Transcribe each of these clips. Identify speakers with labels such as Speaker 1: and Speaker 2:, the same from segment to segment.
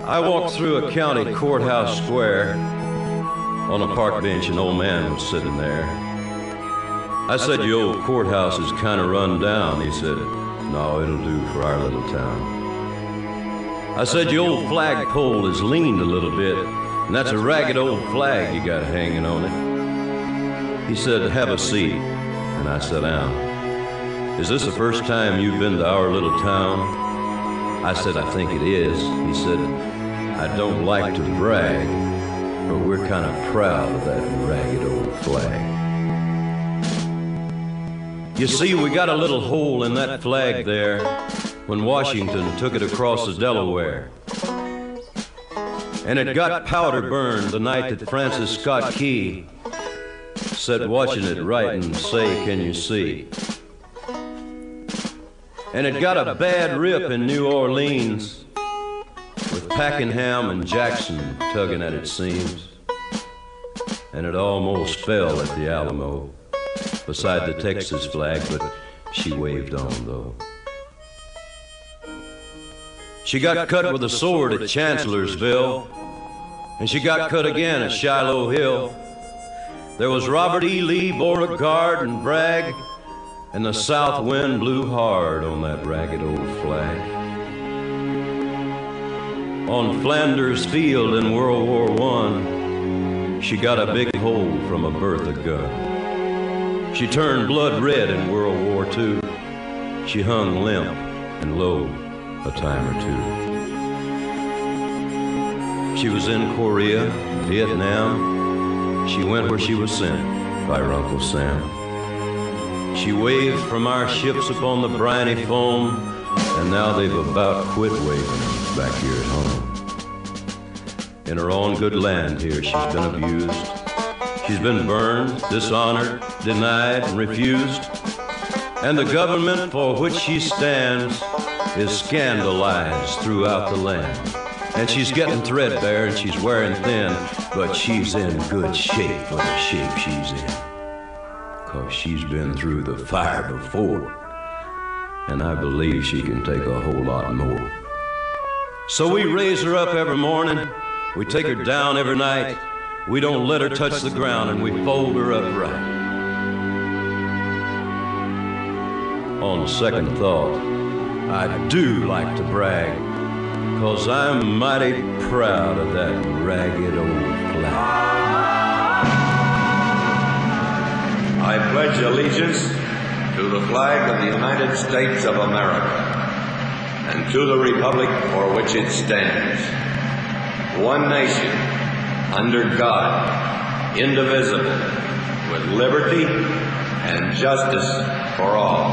Speaker 1: I walked through a county courthouse square. On a park bench, an old man was sitting there. I said, Your old courthouse is kind of run down. He said, No, it'll do for our little town. I said, Your old flagpole is leaned a little bit, and that's a ragged old flag you got hanging on it. He said, Have a seat. And I sat down. Is this the first time you've been to our little town? I said, I think it is. He said, I don't like to brag, but we're kind of proud of that ragged old flag. You see, we got a little hole in that flag there when Washington took it across the Delaware. And it got powder burned the night that Francis Scott Key said, watching it writing, say, can you see? and it got a bad rip in New Orleans with Packenham and Jackson tugging at its seams. And it almost fell at the Alamo beside the Texas flag, but she waved on though. She got cut with a sword at Chancellorsville, and she got cut again at Shiloh Hill. There was Robert E. Lee, Beauregard, and Bragg. And the south wind blew hard on that ragged old flag. On Flanders Field in World War I, she got a big hole from a Bertha gun. She turned blood red in World War II. She hung limp and low a time or two. She was in Korea, Vietnam. She went where she was sent by her Uncle Sam. She waved from our ships upon the briny foam, and now they've about quit waving back here at home. In her own good land here, she's been abused. She's been burned, dishonored, denied, and refused. And the government for which she stands is scandalized throughout the land. And she's getting threadbare and she's wearing thin, but she's in good shape for the shape she's in. Cause she's been through the fire before. And I believe she can take a whole lot more. So we raise her up every morning. We take her down every night. We don't let her touch the ground and we fold her up right. On second thought, I do like to brag. Cause I'm mighty proud of that ragged old flag.
Speaker 2: I pledge allegiance to the flag of the United States of America and to the republic for which it stands, one nation, under God, indivisible, with liberty and justice for all.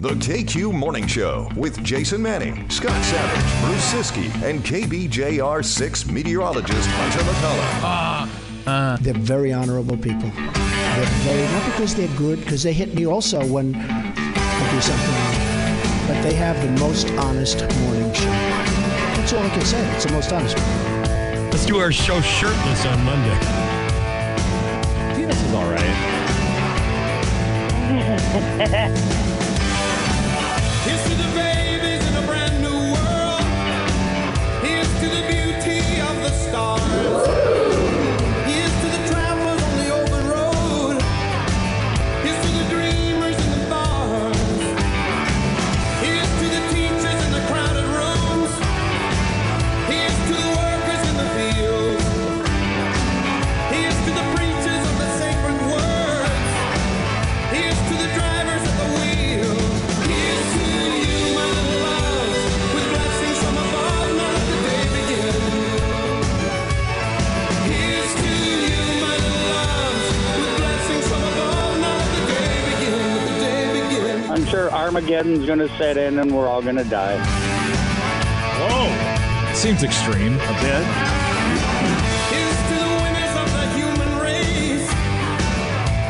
Speaker 3: The KQ Morning Show with Jason Manning, Scott Savage, Bruce Siski, and KBJR 6 meteorologist Hunter McCullough.
Speaker 4: They're very honorable people. They're very, not because they're good, because they hit me also when I do something wrong. But they have the most honest morning show. That's all I can say. It's the most honest.
Speaker 5: Let's do our show shirtless on Monday.
Speaker 6: See, this is all right.
Speaker 7: Here's to the babies in a brand new world. Here's to the beauty of the stars. Here's to the travelers on the open road. Here's to the dreamers in the bars. Here's to the teachers in the crowded rooms. Here's to the workers in the fields. Here's to the preachers of the sacred words. Here's to the drivers at the wheel. Here's to you, my love. With blessings from above, now let the day begin. Here's to you, my love. With blessings from above, now let the day begin. Let the day begin.
Speaker 8: I'm sure Armageddon's going to set in and we're all going to die.
Speaker 6: Whoa. Seems extreme a bit.
Speaker 7: Here's to the winners of the human race.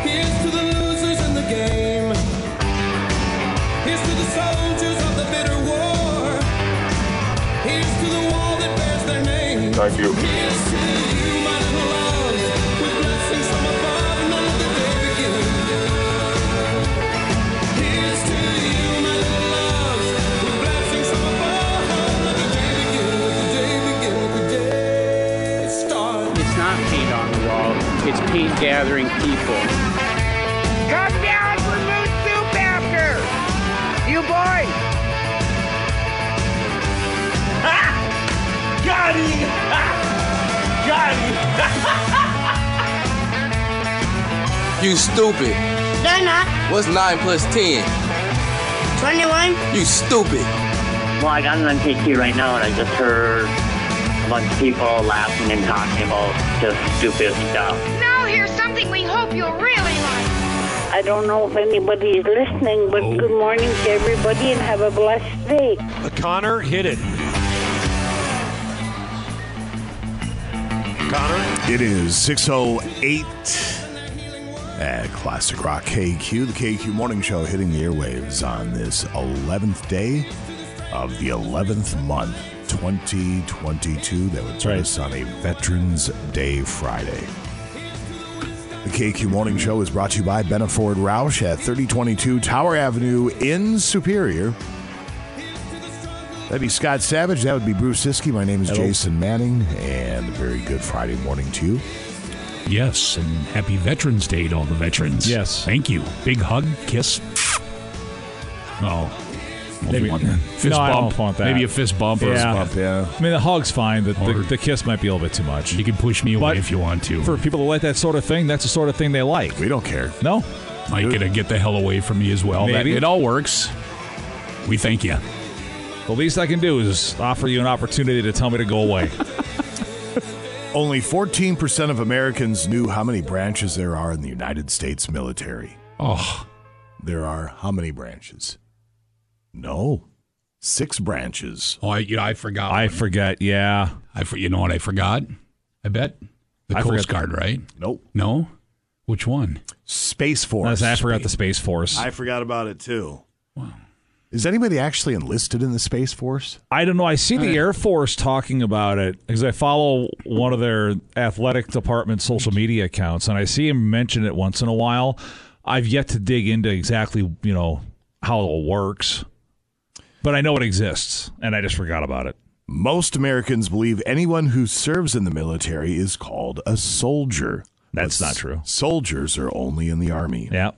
Speaker 7: Here's to the losers in the game. Here's to the soldiers of the bitter war. Here's to the wall that bears their name. Thank you. Here's to you, my love, with blessings from above, and another day begin. Here's to you, my love, with blessings from above, another day begin, another day
Speaker 8: hate gathering people.
Speaker 9: Come down for Moon Soup after! You boys! Ha! Got him!
Speaker 10: You stupid.
Speaker 9: They're not.
Speaker 10: What's 9 plus 10?
Speaker 9: 21?
Speaker 10: You stupid.
Speaker 11: Well, I got it on KQ right now, and I just heard a bunch of people laughing and talking about just stupid stuff.
Speaker 12: Now here's something we hope you'll really like.
Speaker 13: I don't know if anybody is listening, but
Speaker 7: Oh.
Speaker 13: good morning to everybody and have a blessed day.
Speaker 14: Connor, hit it. Connor?
Speaker 15: It is 608 at Uh, Classic Rock KQ, the KQ Morning Show hitting the airwaves on this 11th day of the 11th month, 2022. That would put us on a Veterans Day Friday. The KQ Morning Show is brought to you by Benaford Roush at 3022 Tower Avenue in Superior. That'd be Scott Savage. That would be Bruce Siski. My name is
Speaker 5: Hello.
Speaker 15: Jason Manning, and a very good Friday morning to you.
Speaker 16: Yes, and happy Veterans Day to all the veterans. Yes. Thank you. Big hug, kiss. Oh.
Speaker 6: Maybe-
Speaker 16: Maybe one. Fist
Speaker 6: no, I
Speaker 16: bump.
Speaker 6: don't want that.
Speaker 16: Maybe a fist bump or a
Speaker 6: yeah.
Speaker 16: bump.
Speaker 6: Yeah. I mean, the hug's fine, but the,
Speaker 16: Or-
Speaker 6: the kiss might be a little bit too much.
Speaker 16: You can push me away
Speaker 6: But
Speaker 16: if you want to.
Speaker 6: For people who like that sort of thing, that's the sort of thing they like.
Speaker 15: We don't care.
Speaker 6: No.
Speaker 16: Mike, gonna get the hell away from me as well. That-
Speaker 6: Maybe.
Speaker 16: it all works. We thank you.
Speaker 6: The least I can do is offer you an opportunity to tell me to go away.
Speaker 15: Only 14% of Americans knew how many branches there are in the United States military.
Speaker 16: Oh.
Speaker 15: There are how many branches? No. Six branches.
Speaker 16: Oh, I, you know, I forgot.
Speaker 6: I forget. Yeah.
Speaker 16: I for, you know what I forgot? I bet the
Speaker 6: I
Speaker 16: Coast
Speaker 6: forgot-
Speaker 16: Guard, right?
Speaker 15: Nope.
Speaker 16: No. Which one?
Speaker 15: Space Force.
Speaker 6: I forgot the Space Force.
Speaker 15: I forgot about it too. Wow. Is anybody actually enlisted in the Space Force?
Speaker 6: I don't know. I see the Air Force talking about it because I follow one of their athletic department social media accounts, and I see him mention it once in a while. I've yet to dig into exactly, you know, how it works, but I know it exists, and I just forgot about it.
Speaker 15: Most Americans believe anyone who serves in the military is called a soldier.
Speaker 6: That's
Speaker 15: But
Speaker 6: not true.
Speaker 15: Soldiers are only in the army.
Speaker 6: Yeah.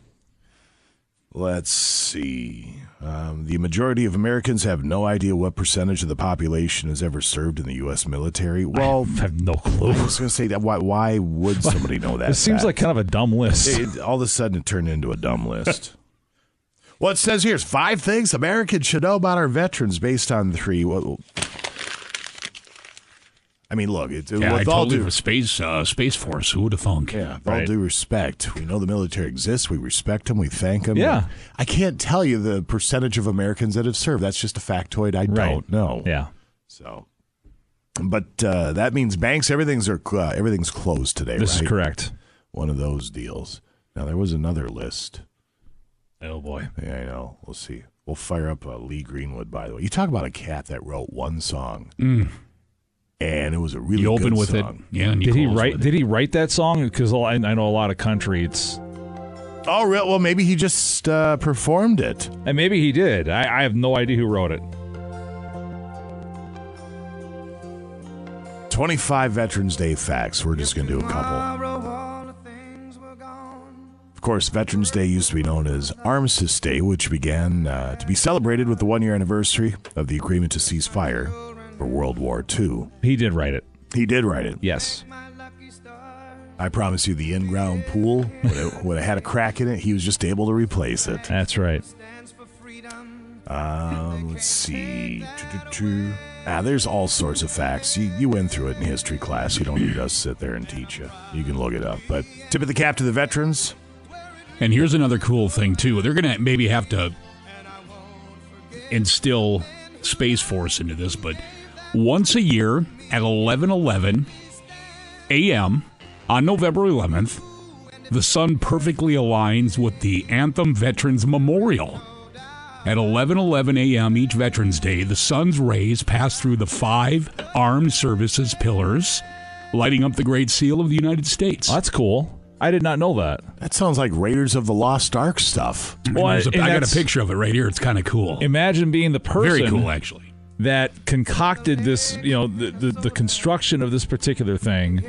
Speaker 15: Let's see. Um, the majority of Americans have no idea what percentage of the population has ever served in the U.S. military. Well,
Speaker 6: I have no clue.
Speaker 15: I was going to say that. Why, why would somebody know that?
Speaker 6: it seems
Speaker 15: fact?
Speaker 6: like kind of a dumb list.
Speaker 15: It- all of a sudden, it turned into a dumb list. well, it says here is five things Americans should know about our veterans based on three. Well, I mean, look, it,
Speaker 16: Yeah,
Speaker 15: with
Speaker 16: I
Speaker 15: all
Speaker 16: totally
Speaker 15: due
Speaker 16: for space uh, space force. Who would have thunk?
Speaker 15: yeah, with all due respect, we know the military exists. We respect them. We thank them.
Speaker 6: Yeah.
Speaker 15: I can't tell you the percentage of Americans that have served. That's just a factoid I
Speaker 6: Right.
Speaker 15: don't know.
Speaker 6: Yeah.
Speaker 15: So, but uh, that means banks, everything's are uh, everything's closed today.
Speaker 6: This
Speaker 15: right?
Speaker 6: is correct.
Speaker 15: One of those deals. Now there was another list.
Speaker 6: Oh boy.
Speaker 15: Yeah, I know. We'll see. We'll fire up uh, Lee Greenwood. By the way, you talk about a cat that wrote one song, and it was a really
Speaker 16: You open
Speaker 15: good
Speaker 16: Mm. with it.
Speaker 15: song.
Speaker 16: Yeah, and you
Speaker 6: Did he
Speaker 16: close
Speaker 6: write?
Speaker 16: with
Speaker 6: Did he write that song? Because I, I know a lot of country. It's
Speaker 15: Oh, re- well, maybe he just uh, performed it.
Speaker 6: and maybe he did. I, I have no idea who wrote it.
Speaker 15: Twenty-five Veterans Day facts. We're just gonna do a couple. Of course, Veterans Day used to be known as Armistice Day, which began uh, to be celebrated with the one year anniversary of the agreement to cease fire for World War II.
Speaker 6: He did write it.
Speaker 15: He did write it.
Speaker 6: Yes.
Speaker 15: I promise you, the in ground pool, when it, when it had a crack in it, he was just able to replace it.
Speaker 6: That's right.
Speaker 15: Um, let's see. Choo-choo-choo. Ah, there's all sorts of facts. You, you went through it in history class. You don't need us to sit there and teach you. You can look it up. But tip of the cap to the veterans.
Speaker 16: it. And here's another cool thing too. They're gonna maybe have to instill space force into this, but once a year at 11:11 a.m. on November 11th, the sun perfectly aligns with the Anthem Veterans Memorial. At 11:11 a.m. each Veterans Day, the sun's rays pass through the five armed services pillars, lighting up the great seal of the United States.
Speaker 6: Oh, that's cool. I did not know that.
Speaker 15: That sounds like Raiders of the Lost Ark stuff.
Speaker 16: And there's a-
Speaker 6: and
Speaker 16: I got a
Speaker 6: that's-
Speaker 16: picture of it right here. It's kind of cool.
Speaker 6: Imagine being the person
Speaker 16: Very cool, actually.
Speaker 6: that concocted this, you know, the, the, the construction of this particular thing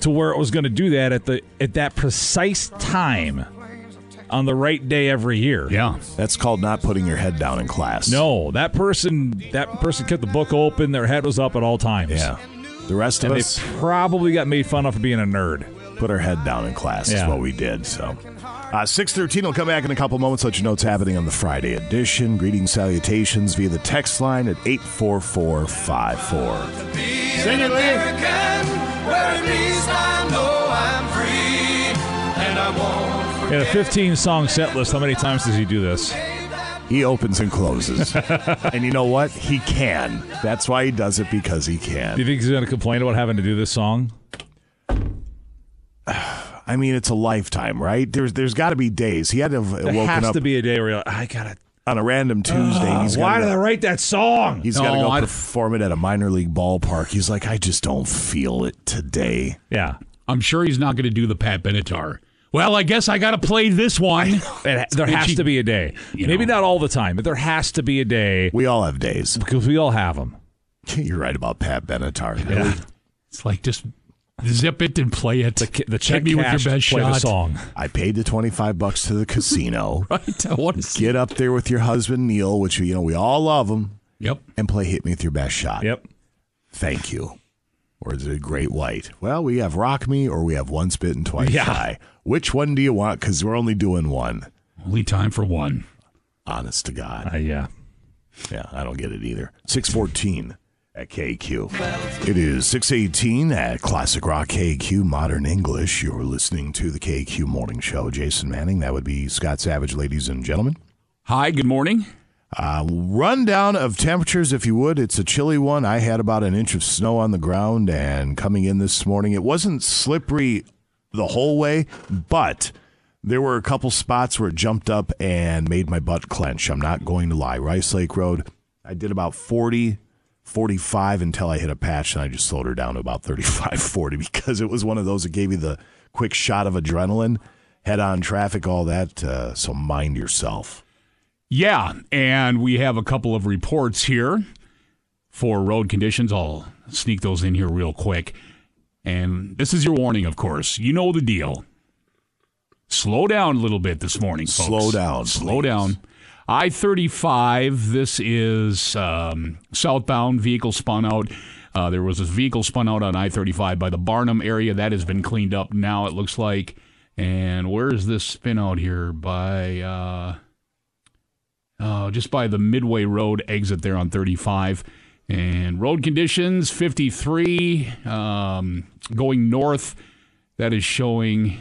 Speaker 6: to where it was going to do that at the at that precise time on the right day every year.
Speaker 16: Yeah.
Speaker 15: That's called not putting your head down in class.
Speaker 6: No, that person that person kept the book open, their head was up at all times.
Speaker 15: Yeah. The rest
Speaker 6: and
Speaker 15: of
Speaker 6: they
Speaker 15: us
Speaker 6: probably got made fun of for being a nerd.
Speaker 15: Put our head down in class
Speaker 6: Yeah.
Speaker 15: is what we did. So, uh, six thirteen. We'll come back in a couple moments. Let you know what's happening on the Friday edition. Greetings, salutations via the text line at eight four four five four.
Speaker 7: Sing it, American, where at least I know I'm free, and I won't
Speaker 6: In a 15 song set list, how many times does he do this?
Speaker 15: He opens and closes, and you know what? He can. That's why he does it because he can.
Speaker 6: Do you think he's going to complain about having to do this song?
Speaker 15: I mean, it's a lifetime, right? There's there's got to be days he had to have
Speaker 6: There
Speaker 15: woken
Speaker 6: has
Speaker 15: up
Speaker 6: to be a day where you're like, I gotta. Uh,
Speaker 15: on a random Tuesday. and he's
Speaker 6: why
Speaker 15: gotta
Speaker 6: did
Speaker 15: go-
Speaker 6: I write that song?
Speaker 15: He's
Speaker 6: No,
Speaker 15: got to go
Speaker 6: I-
Speaker 15: perform it at a minor league ballpark. He's like, I just don't feel it today.
Speaker 6: Yeah.
Speaker 16: I'm sure he's not going to do the Pat Benatar. Well, I guess I got to play this one.
Speaker 6: It, there has
Speaker 16: she-
Speaker 6: to be a day. Maybe not all the time, but there has to be a day.
Speaker 15: We all have days
Speaker 6: because we all have them.
Speaker 15: You're right about Pat Benatar.
Speaker 16: Yeah. It's like just zip it and play it.
Speaker 6: The, the
Speaker 16: Hit me with your best shot.
Speaker 15: I paid the twenty five bucks to the casino.
Speaker 16: right. I want to
Speaker 15: Get up there with your husband Neil, which you know we all love him.
Speaker 16: Yep.
Speaker 15: And play "Hit Me with Your Best Shot."
Speaker 6: Yep.
Speaker 15: Thank you. Or is it a great white? Well, we have Rock Me or we have Once Bitten Twice
Speaker 16: Yeah.
Speaker 15: Shy. Which one do you want? Because we're only doing one.
Speaker 16: Only time for one.
Speaker 15: Honest to God.
Speaker 6: Uh, yeah.
Speaker 15: Yeah, I don't get it either. 614 at KQ. It is 618 at Classic Rock KQ Modern English. You're listening to the KQ Morning Show. Jason Manning, that would be Scott Savage, ladies and gentlemen.
Speaker 16: Hi, good morning.
Speaker 15: Uh, rundown of temperatures, if you would. It's a chilly one. I had about an inch of snow on the ground, and coming in this morning, it wasn't slippery the whole way, but there were a couple spots where it jumped up and made my butt clench. I'm not going to lie. Rice Lake Road, I did about 40, 45 until I hit a patch, and I just slowed her down to about 35, 40 because it was one of those that gave you the quick shot of adrenaline, head on traffic, all that. Uh, so mind yourself.
Speaker 16: Yeah, and we have a couple of reports here for road conditions. I'll sneak those in here real quick. And this is your warning, of course. You know the deal. Slow down a little bit this morning, folks.
Speaker 15: Slow down,
Speaker 16: Slow down. I 35, this is um, southbound vehicle spun out. Uh, there was a vehicle spun out on I 35 by the Barnum area. That has been cleaned up now, it looks like. And where is this spin out here? By. Uh, uh, just by the Midway Road exit there on 35. And road conditions 53. Um, going north, that is showing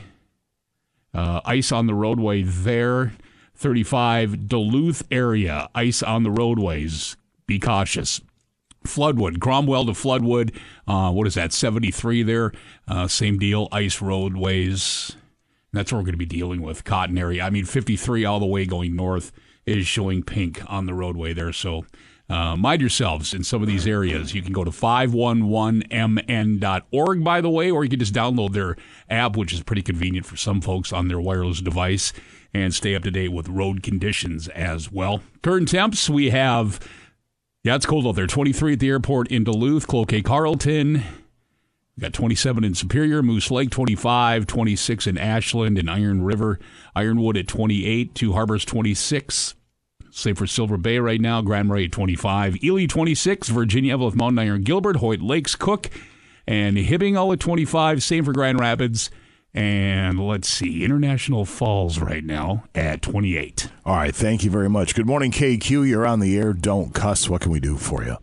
Speaker 16: uh, ice on the roadway there. 35, Duluth area, ice on the roadways. Be cautious. Floodwood, Cromwell to Floodwood. Uh, what is that, 73 there? Uh, same deal, ice roadways. That's what we're going to be dealing with. Cotton area. I mean, 53 all the way going north is showing pink on the roadway there. So uh, mind yourselves in some of these areas. You can go to 511mn.org, by the way, or you can just download their app, which is pretty convenient for some folks on their wireless device, and stay up to date with road conditions as well. Current temps, we have. Yeah, it's cold out there. 23 at the airport in Duluth, Cloquet Carlton, we got 27 in Superior, Moose Lake 25, 26 in Ashland and Iron River, Ironwood at 28, Two Harbors 26. Say for Silver Bay right now, Grand Marais at 25, Ely 26, Virginia Evelyn Mountain Iron Gilbert, Hoyt Lakes Cook, and Hibbing at 25. Same for Grand Rapids. And let's see, International Falls right now at 28.
Speaker 15: All right, thank you very much. Good morning, KQ. You're on the air. Don't cuss. What can we do for you?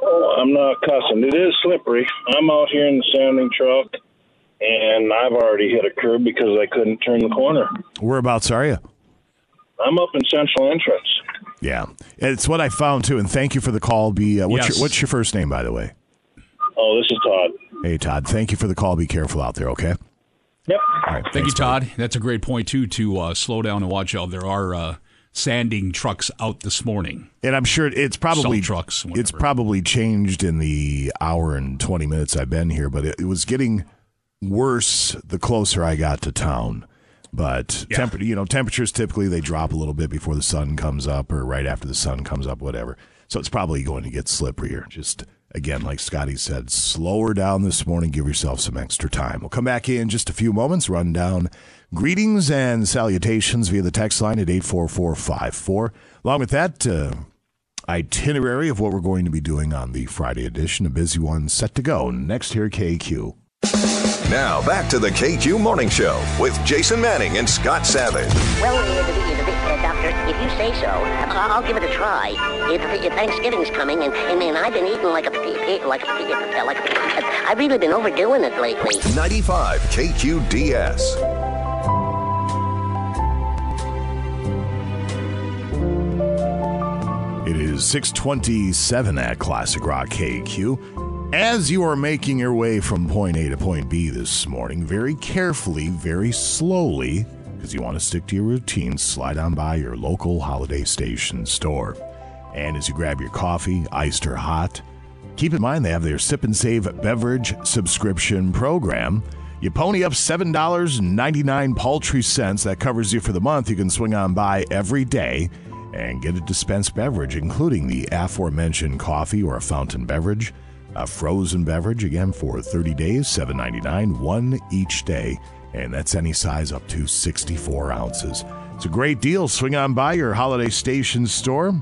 Speaker 14: Oh, I'm not cussing. It is slippery. I'm out here in the sounding truck, and I've already hit a curb because I couldn't turn the corner.
Speaker 15: Whereabouts are you?
Speaker 14: I'm up in Central Entrance.
Speaker 15: Yeah, it's what I found too. And thank you for the call. Be uh, what's
Speaker 14: Yes.
Speaker 15: your, what's your first name, by the way?
Speaker 14: Oh, this is Todd.
Speaker 15: Hey, Todd. Thank you for the call. Be careful out there. Okay.
Speaker 14: Yep.
Speaker 15: All right.
Speaker 16: Thank you, Todd. That's a great point, too, to uh, slow down and watch out. There are uh, sanding trucks out this morning.
Speaker 15: And I'm sure it's probably
Speaker 16: Salt trucks,
Speaker 15: It's probably changed in the hour and twenty minutes I've been here, but it, it was getting worse the closer I got to town. But temper, you know, temperatures typically they drop a little bit before the sun comes up or right after the sun comes up, whatever. So it's probably going to get slipperier. Just Again, like Scotty said, slower down this morning. Give yourself some extra time. We'll come back in just a few moments, run down greetings and salutations via the text line at 84454. Along with that, uh, itinerary of what we're going to be doing on the Friday edition, a busy one set to go next here at KQ.
Speaker 3: Now back to the KQ Morning Show with Jason Manning and Scott Savage.
Speaker 17: Well, uh, Doctor, if you say so, I'll, I'll give it a try. If, if Thanksgiving's coming, and, and, and I've been eating like a pig, pig- like a pig, like a pig. I've really been overdoing it lately.
Speaker 3: 95 KQDS.
Speaker 15: It is 627 at Classic Rock KQ. As you are making your way from point A to point B this morning, very carefully, very slowly, because you want to stick to your routine, slide on by your local holiday station store. And as you grab your coffee, iced or hot, keep in mind they have their Sip and Save beverage subscription program. You pony up $7.99 paltry cents. That covers you for the month. You can swing on by every day and get a dispensed beverage, including the aforementioned coffee or a fountain beverage, a frozen beverage, again for 30 days, $7.99, one each day, and that's any size up to 64 ounces. It's a great deal. Swing on by your Holiday Station store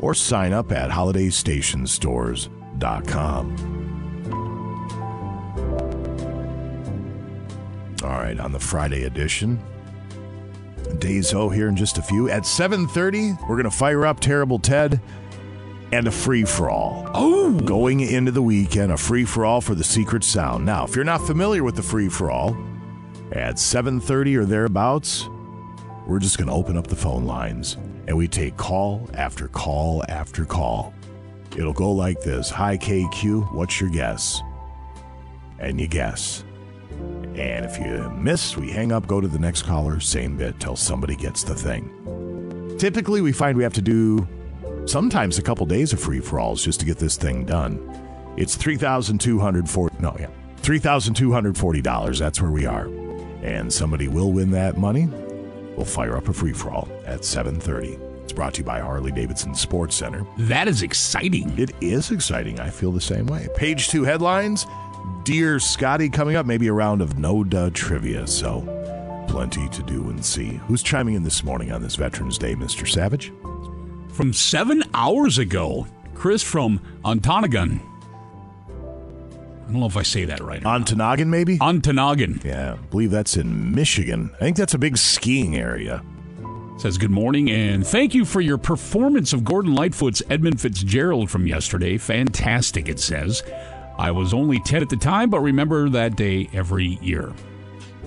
Speaker 15: or sign up at holidaystationstores.com. All right, on the Friday edition, Dezo here in just a few. At 7:30, we're going to fire up Terrible Ted and a free for all. Oh, going into the weekend, a free for all for the Secret Sound. Now, if you're not familiar with the free for all, at 7:30 or thereabouts, we're just going to open up the phone lines and we take call after call after call. It'll go like this: Hi KQ, what's your guess? And you guess. And if you miss, we hang up, go to the next caller, same bit, till somebody gets the thing. Typically, we find we have to do sometimes a couple days of free for alls just to get this thing done. It's three thousand two hundred forty. No, yeah, three thousand two hundred forty dollars. That's where we are, and somebody will win that money. We'll fire up a free for all at seven thirty. It's brought to you by Harley Davidson Sports Center.
Speaker 16: That is exciting.
Speaker 15: It is exciting. I feel the same way. Page two headlines. Dear Scotty coming up, maybe a round of no duh trivia. So, plenty to do and see. Who's chiming in this morning on this Veterans Day, Mr. Savage?
Speaker 16: From seven hours ago, Chris from Ontonagon. I don't know if I say that right.
Speaker 15: Ontonagon, maybe?
Speaker 16: Ontonagon.
Speaker 15: Yeah, I believe that's in Michigan. I think that's a big skiing area.
Speaker 16: Says good morning and thank you for your performance of Gordon Lightfoot's Edmund Fitzgerald from yesterday. Fantastic, it says. I was only 10 at the time, but remember that day every year.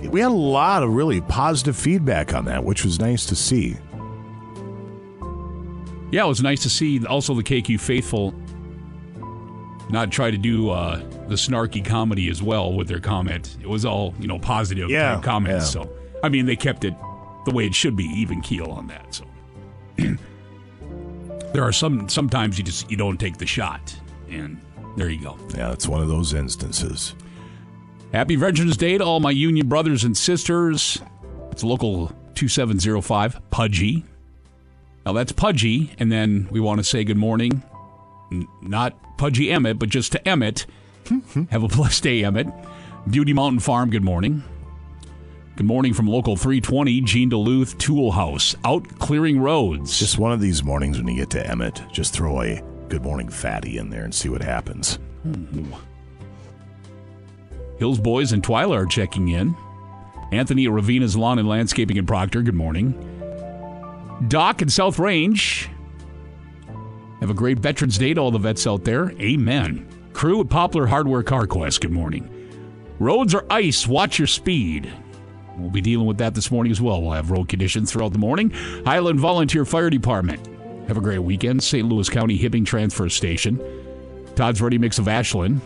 Speaker 15: We had a lot of really positive feedback on that, which was nice to see.
Speaker 16: Yeah, it was nice to see also the KQ faithful not try to do uh, the snarky comedy as well with their comment. It was all, you know, positive
Speaker 15: Yeah,
Speaker 16: type comments.
Speaker 15: yeah.
Speaker 16: So, I mean, they kept it the way it should be, even keel on that. So, there are some, sometimes you just, you don't take the shot. And there you go.
Speaker 15: Yeah, it's one of those instances.
Speaker 16: Happy Veterans Day to all my union brothers and sisters. It's local 2705, Pudgy. Now that's Pudgy, and then we want to say good morning. N- not Pudgy Emmett, but just to Emmett. Have a blessed day, Emmett. Beauty Mountain Farm, good morning. Good morning from local 320, Gene Duluth Tool House, out clearing roads.
Speaker 15: Just one of these mornings when you get to Emmett, just throw a good morning fatty in there and see what happens.
Speaker 17: Hmm.
Speaker 16: Hills Boys and Twyla are checking in. Anthony at Ravina's Lawn and Landscaping in Proctor, good morning. Doc in South Range. Have a great Veterans Day to all the vets out there. Amen. Crew at Poplar Hardware Car Quest, good morning. Roads are ice. Watch your speed. We'll be dealing with that this morning as well. We'll have road conditions throughout the morning. Highland Volunteer Fire Department. Have a great weekend. St. Louis County Hibbing Transfer Station. Todd's Ready Mix of Ashland.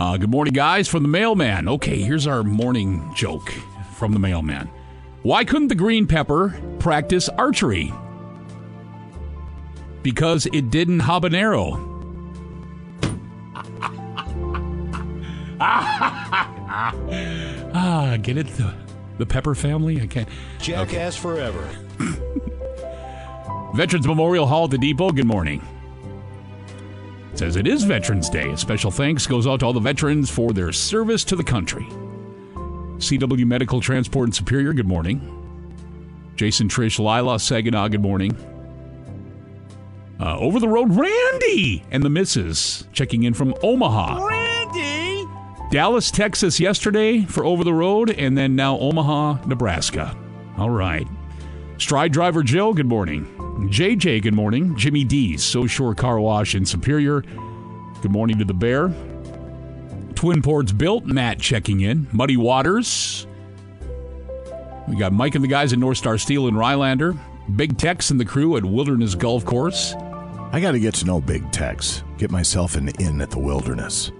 Speaker 16: Uh, good morning, guys, from the mailman. Okay, here's our morning joke from the mailman. Why couldn't the green pepper practice archery? Because it didn't habanero. Ah, get it? The, the Pepper family? I can't.
Speaker 18: Jackass forever.
Speaker 16: Veterans Memorial Hall at the Depot, good morning. It says it is Veterans Day. A special thanks goes out to all the veterans for their service to the country. CW Medical Transport in Superior, good morning. Jason Trish, Lila, Saginaw, good morning. Uh, over the road, Randy and the missus checking in from Omaha.
Speaker 7: Randy!
Speaker 16: Dallas, Texas yesterday for over the road, and then now Omaha, Nebraska. All right. Stride driver Joe, good morning. JJ, good morning. Jimmy D's, So Shore Car Wash in Superior. Good morning to the bear. Twin Ports built, Matt checking in. Muddy Waters. We got Mike and the guys at North Star Steel in Rylander. Big Tex and the crew at Wilderness Golf Course.
Speaker 15: I got to get to know Big Tex. Get myself an inn at the wilderness.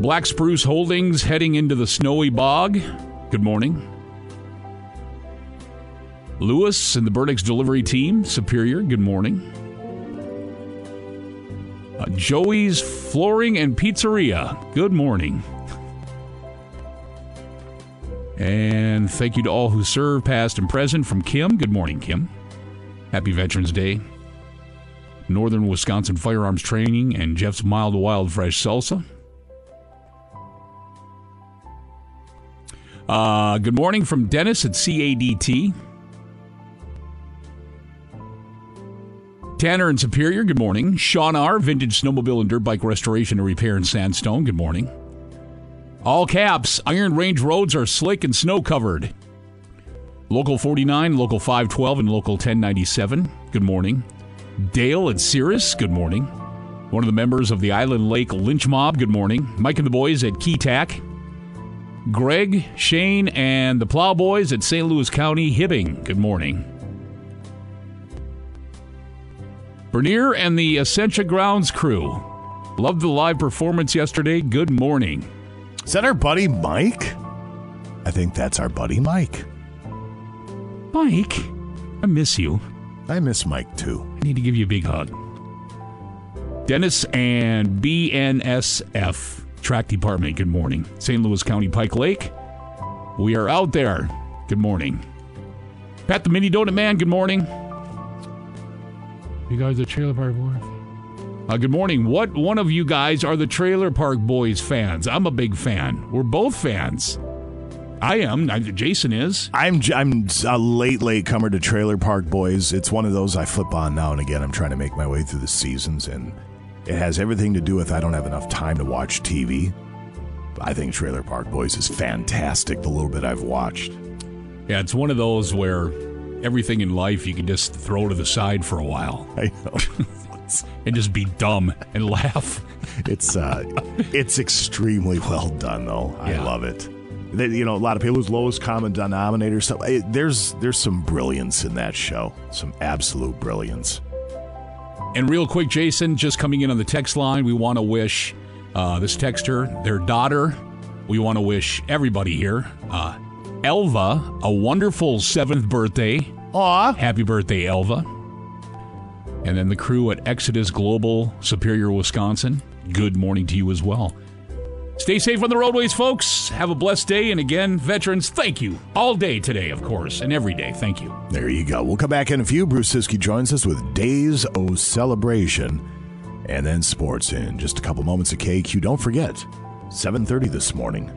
Speaker 16: Black Spruce Holdings heading into the snowy bog. Good morning. Lewis and the Burdix delivery team, Superior, good morning. Uh, Joey's Flooring and Pizzeria, good morning. And thank you to all who serve, past and present, from Kim. Good morning, Kim. Happy Veterans Day. Northern Wisconsin Firearms Training and Jeff's Mild Wild Fresh Salsa. Uh, good morning from Dennis at CADT. Tanner and Superior, good morning. Sean R., Vintage Snowmobile and Dirt Bike Restoration and Repair in Sandstone, good morning. All caps, Iron Range roads are slick and snow covered. Local 49, Local 512, and Local 1097, good morning. Dale at Cirrus, good morning. One of the members of the Island Lake Lynch Mob, good morning. Mike and the boys at Keetac. Greg, Shane, and the Plowboys at St. Louis County Hibbing, good morning. Bernier and the Essentia Grounds crew. Loved the live performance yesterday. Good morning.
Speaker 15: Is that our buddy Mike? I think that's our buddy Mike.
Speaker 16: Mike, I miss you.
Speaker 15: I miss Mike too.
Speaker 16: I need to give you a big hug. Dennis and BNSF Track Department, good morning. St. Louis County Pike Lake, we are out there. Good morning. Pat the Mini Donut Man, good morning. You guys are Trailer Park Boys. Uh, good morning. What one of you guys are the Trailer Park Boys fans? I'm a big fan. We're both fans. I am. I, Jason is.
Speaker 15: I'm j- I'm a late late comer to Trailer Park Boys. It's one of those I flip on now and again. I'm trying to make my way through the seasons, and it has everything to do with I don't have enough time to watch TV. I think Trailer Park Boys is fantastic. The little bit I've watched.
Speaker 16: Yeah, it's one of those where everything in life you can just throw to the side for a while.
Speaker 15: I know.
Speaker 16: and just be dumb and laugh.
Speaker 15: It's uh, it's extremely well done though. I
Speaker 16: Yeah.
Speaker 15: love it. They, you know, a lot of people who's lowest common denominator stuff. It, there's there's some brilliance in that show. Some absolute brilliance.
Speaker 16: And real quick, Jason, just coming in on the text line, we want to wish uh, this texter, their daughter, we want to wish everybody here, uh, Elva, a wonderful seventh birthday.
Speaker 15: Aw.
Speaker 16: Happy birthday, Elva. And then the crew at Exodus Global, Superior, Wisconsin, good morning to you as well. Stay safe on the roadways, folks. Have a blessed day. And again, veterans, thank you all day today, of course, and every day. Thank you.
Speaker 15: There you go. We'll come back in a few. Bruce Siski joins us with Days O Celebration and then sports in just a couple moments of KQ. Don't forget, 7.30 this morning,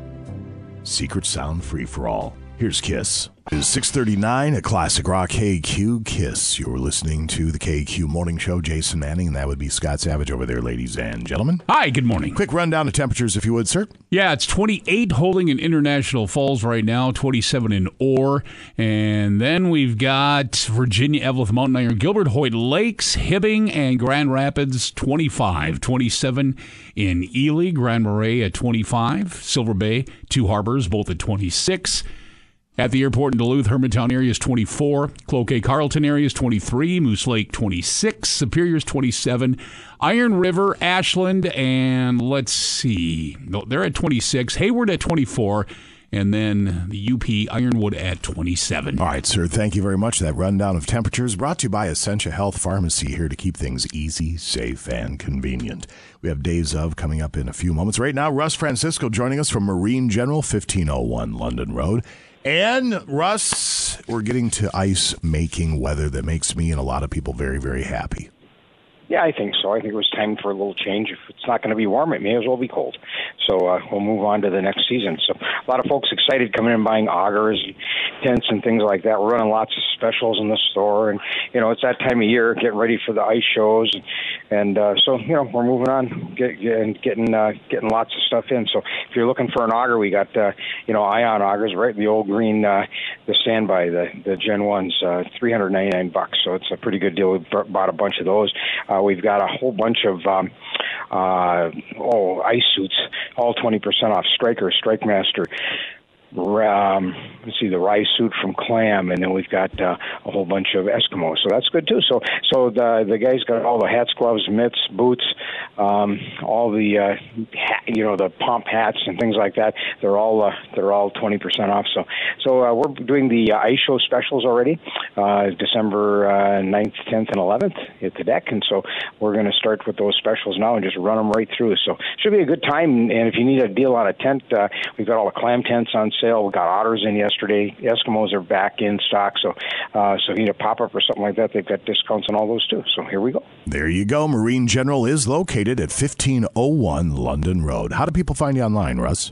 Speaker 15: Secret Sound Free for All. Here's Kiss. It's 639 at Classic Rock KQ Kiss. You're listening to the KQ Morning Show. Jason Manning, and that would be Scott Savage over there, ladies and gentlemen.
Speaker 16: Hi, good morning.
Speaker 15: Quick rundown of temperatures, if you would, sir.
Speaker 16: Yeah, it's 28 holding in International Falls right now, 27 in Orr. And then we've got Virginia, Eveleth, Mountain Iron, Gilbert, Hoyt Lakes, Hibbing, and Grand Rapids, 25. 27 in Ely, Grand Marais at 25, Silver Bay, Two Harbors, both at 26. At the airport in Duluth, Hermantown area is 24, Cloquet Carlton area is 23, Moose Lake 26, Superior is 27, Iron River, Ashland, and let's see, no, they're at 26, Hayward at 24, and then the UP Ironwood at 27.
Speaker 15: All right, sir. Thank you very much. That rundown of temperatures brought to you by Essentia Health Pharmacy, here to keep things easy, safe, and convenient. We have days of coming up in a few moments. Right now, Russ Francisco joining us from Marine General, 1501 London Road. And Russ, we're getting to ice making weather that makes me and a lot of people very, very happy.
Speaker 18: Yeah, I think so. I think it was time for a little change. If it's not going to be warm, it may as well be cold. So uh, we'll move on to the next season. So a lot of folks excited coming in and buying augers and tents and things like that. We're running lots of specials in the store, and you know it's that time of year, getting ready for the ice shows, and uh, so you know we're moving on, get, get, and getting uh, getting lots of stuff in. So if you're looking for an auger, we got uh, you know ion augers right in the old green, uh, the standby, the the Gen ones, uh, 399 bucks. So it's a pretty good deal. We b- bought a bunch of those. Uh, we've got a whole bunch of um, uh, oh ice suits, all 20% off. Striker, Strike Master. Um, let's see the rye suit from clam, and then we've got uh, a whole bunch of Eskimo. So that's good too. So so the the guys got all the hats, gloves, mitts, boots, um, all the uh, ha- you know the pump hats and things like that. They're all uh, they're all twenty percent off. So so uh, we're doing the uh, ice show specials already, uh, December uh, ninth, tenth, and eleventh at the deck, and so we're going to start with those specials now and just run them right through. So should be a good time. And if you need a deal on a tent, uh, we've got all the clam tents on sale. We got otters in yesterday. Eskimos are back in stock. So uh, so if you need a pop up or something like that, they've got discounts on all those too. So here we go.
Speaker 15: There you go. Marine General is located at 1501 London Road. How do people find you online, Russ?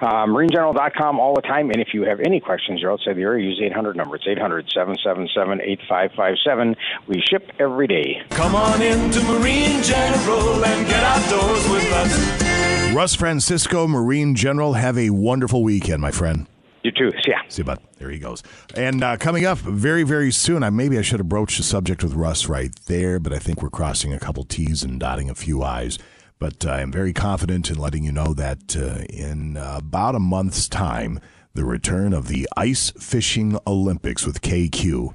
Speaker 18: Uh, MarineGeneral.com all the time. And if you have any questions, you're outside the area, use the 800 number. It's 800 777 8557. We ship every day.
Speaker 7: Come on into Marine General and get outdoors with us.
Speaker 15: Russ Francisco, Marine General, have a wonderful weekend, my friend.
Speaker 18: You too. Yeah.
Speaker 15: See you, bud. There he goes. And uh, coming up very, very soon, I maybe I should have broached the subject with Russ right there, but I think we're crossing a couple T's and dotting a few I's. But I am very confident in letting you know that uh, in uh, about a month's time, the return of the Ice Fishing Olympics with KQ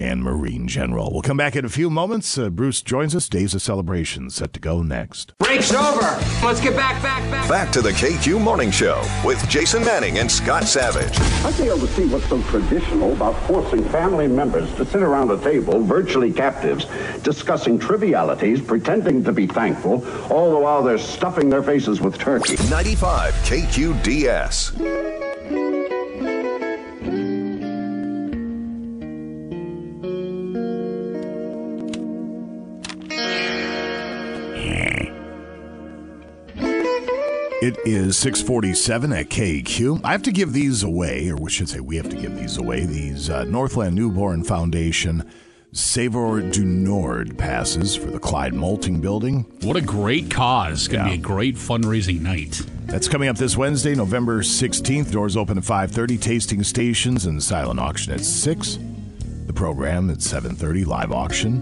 Speaker 15: and Marine General. We'll come back in a few moments. Uh, Bruce joins us. Days of Celebration set to go next.
Speaker 10: Break's over. Let's get back, back, back.
Speaker 3: Back to the KQ Morning Show with Jason Manning and Scott Savage.
Speaker 19: I fail to see what's so traditional about forcing family members to sit around a table, virtually captives, discussing trivialities, pretending to be thankful, all the while they're stuffing their faces with turkey.
Speaker 3: 95 KQDS.
Speaker 15: It is 647 at KQ. I have to give these away, or we should say we have to give these away, these uh, Northland Newborn Foundation Savor du Nord passes for the Clyde Molting Building.
Speaker 16: What a great cause. It's going to be a great fundraising night.
Speaker 15: That's coming up this Wednesday, November 16th. Doors open at 5.30, tasting stations and silent auction at 6. The program at 7.30, live auction.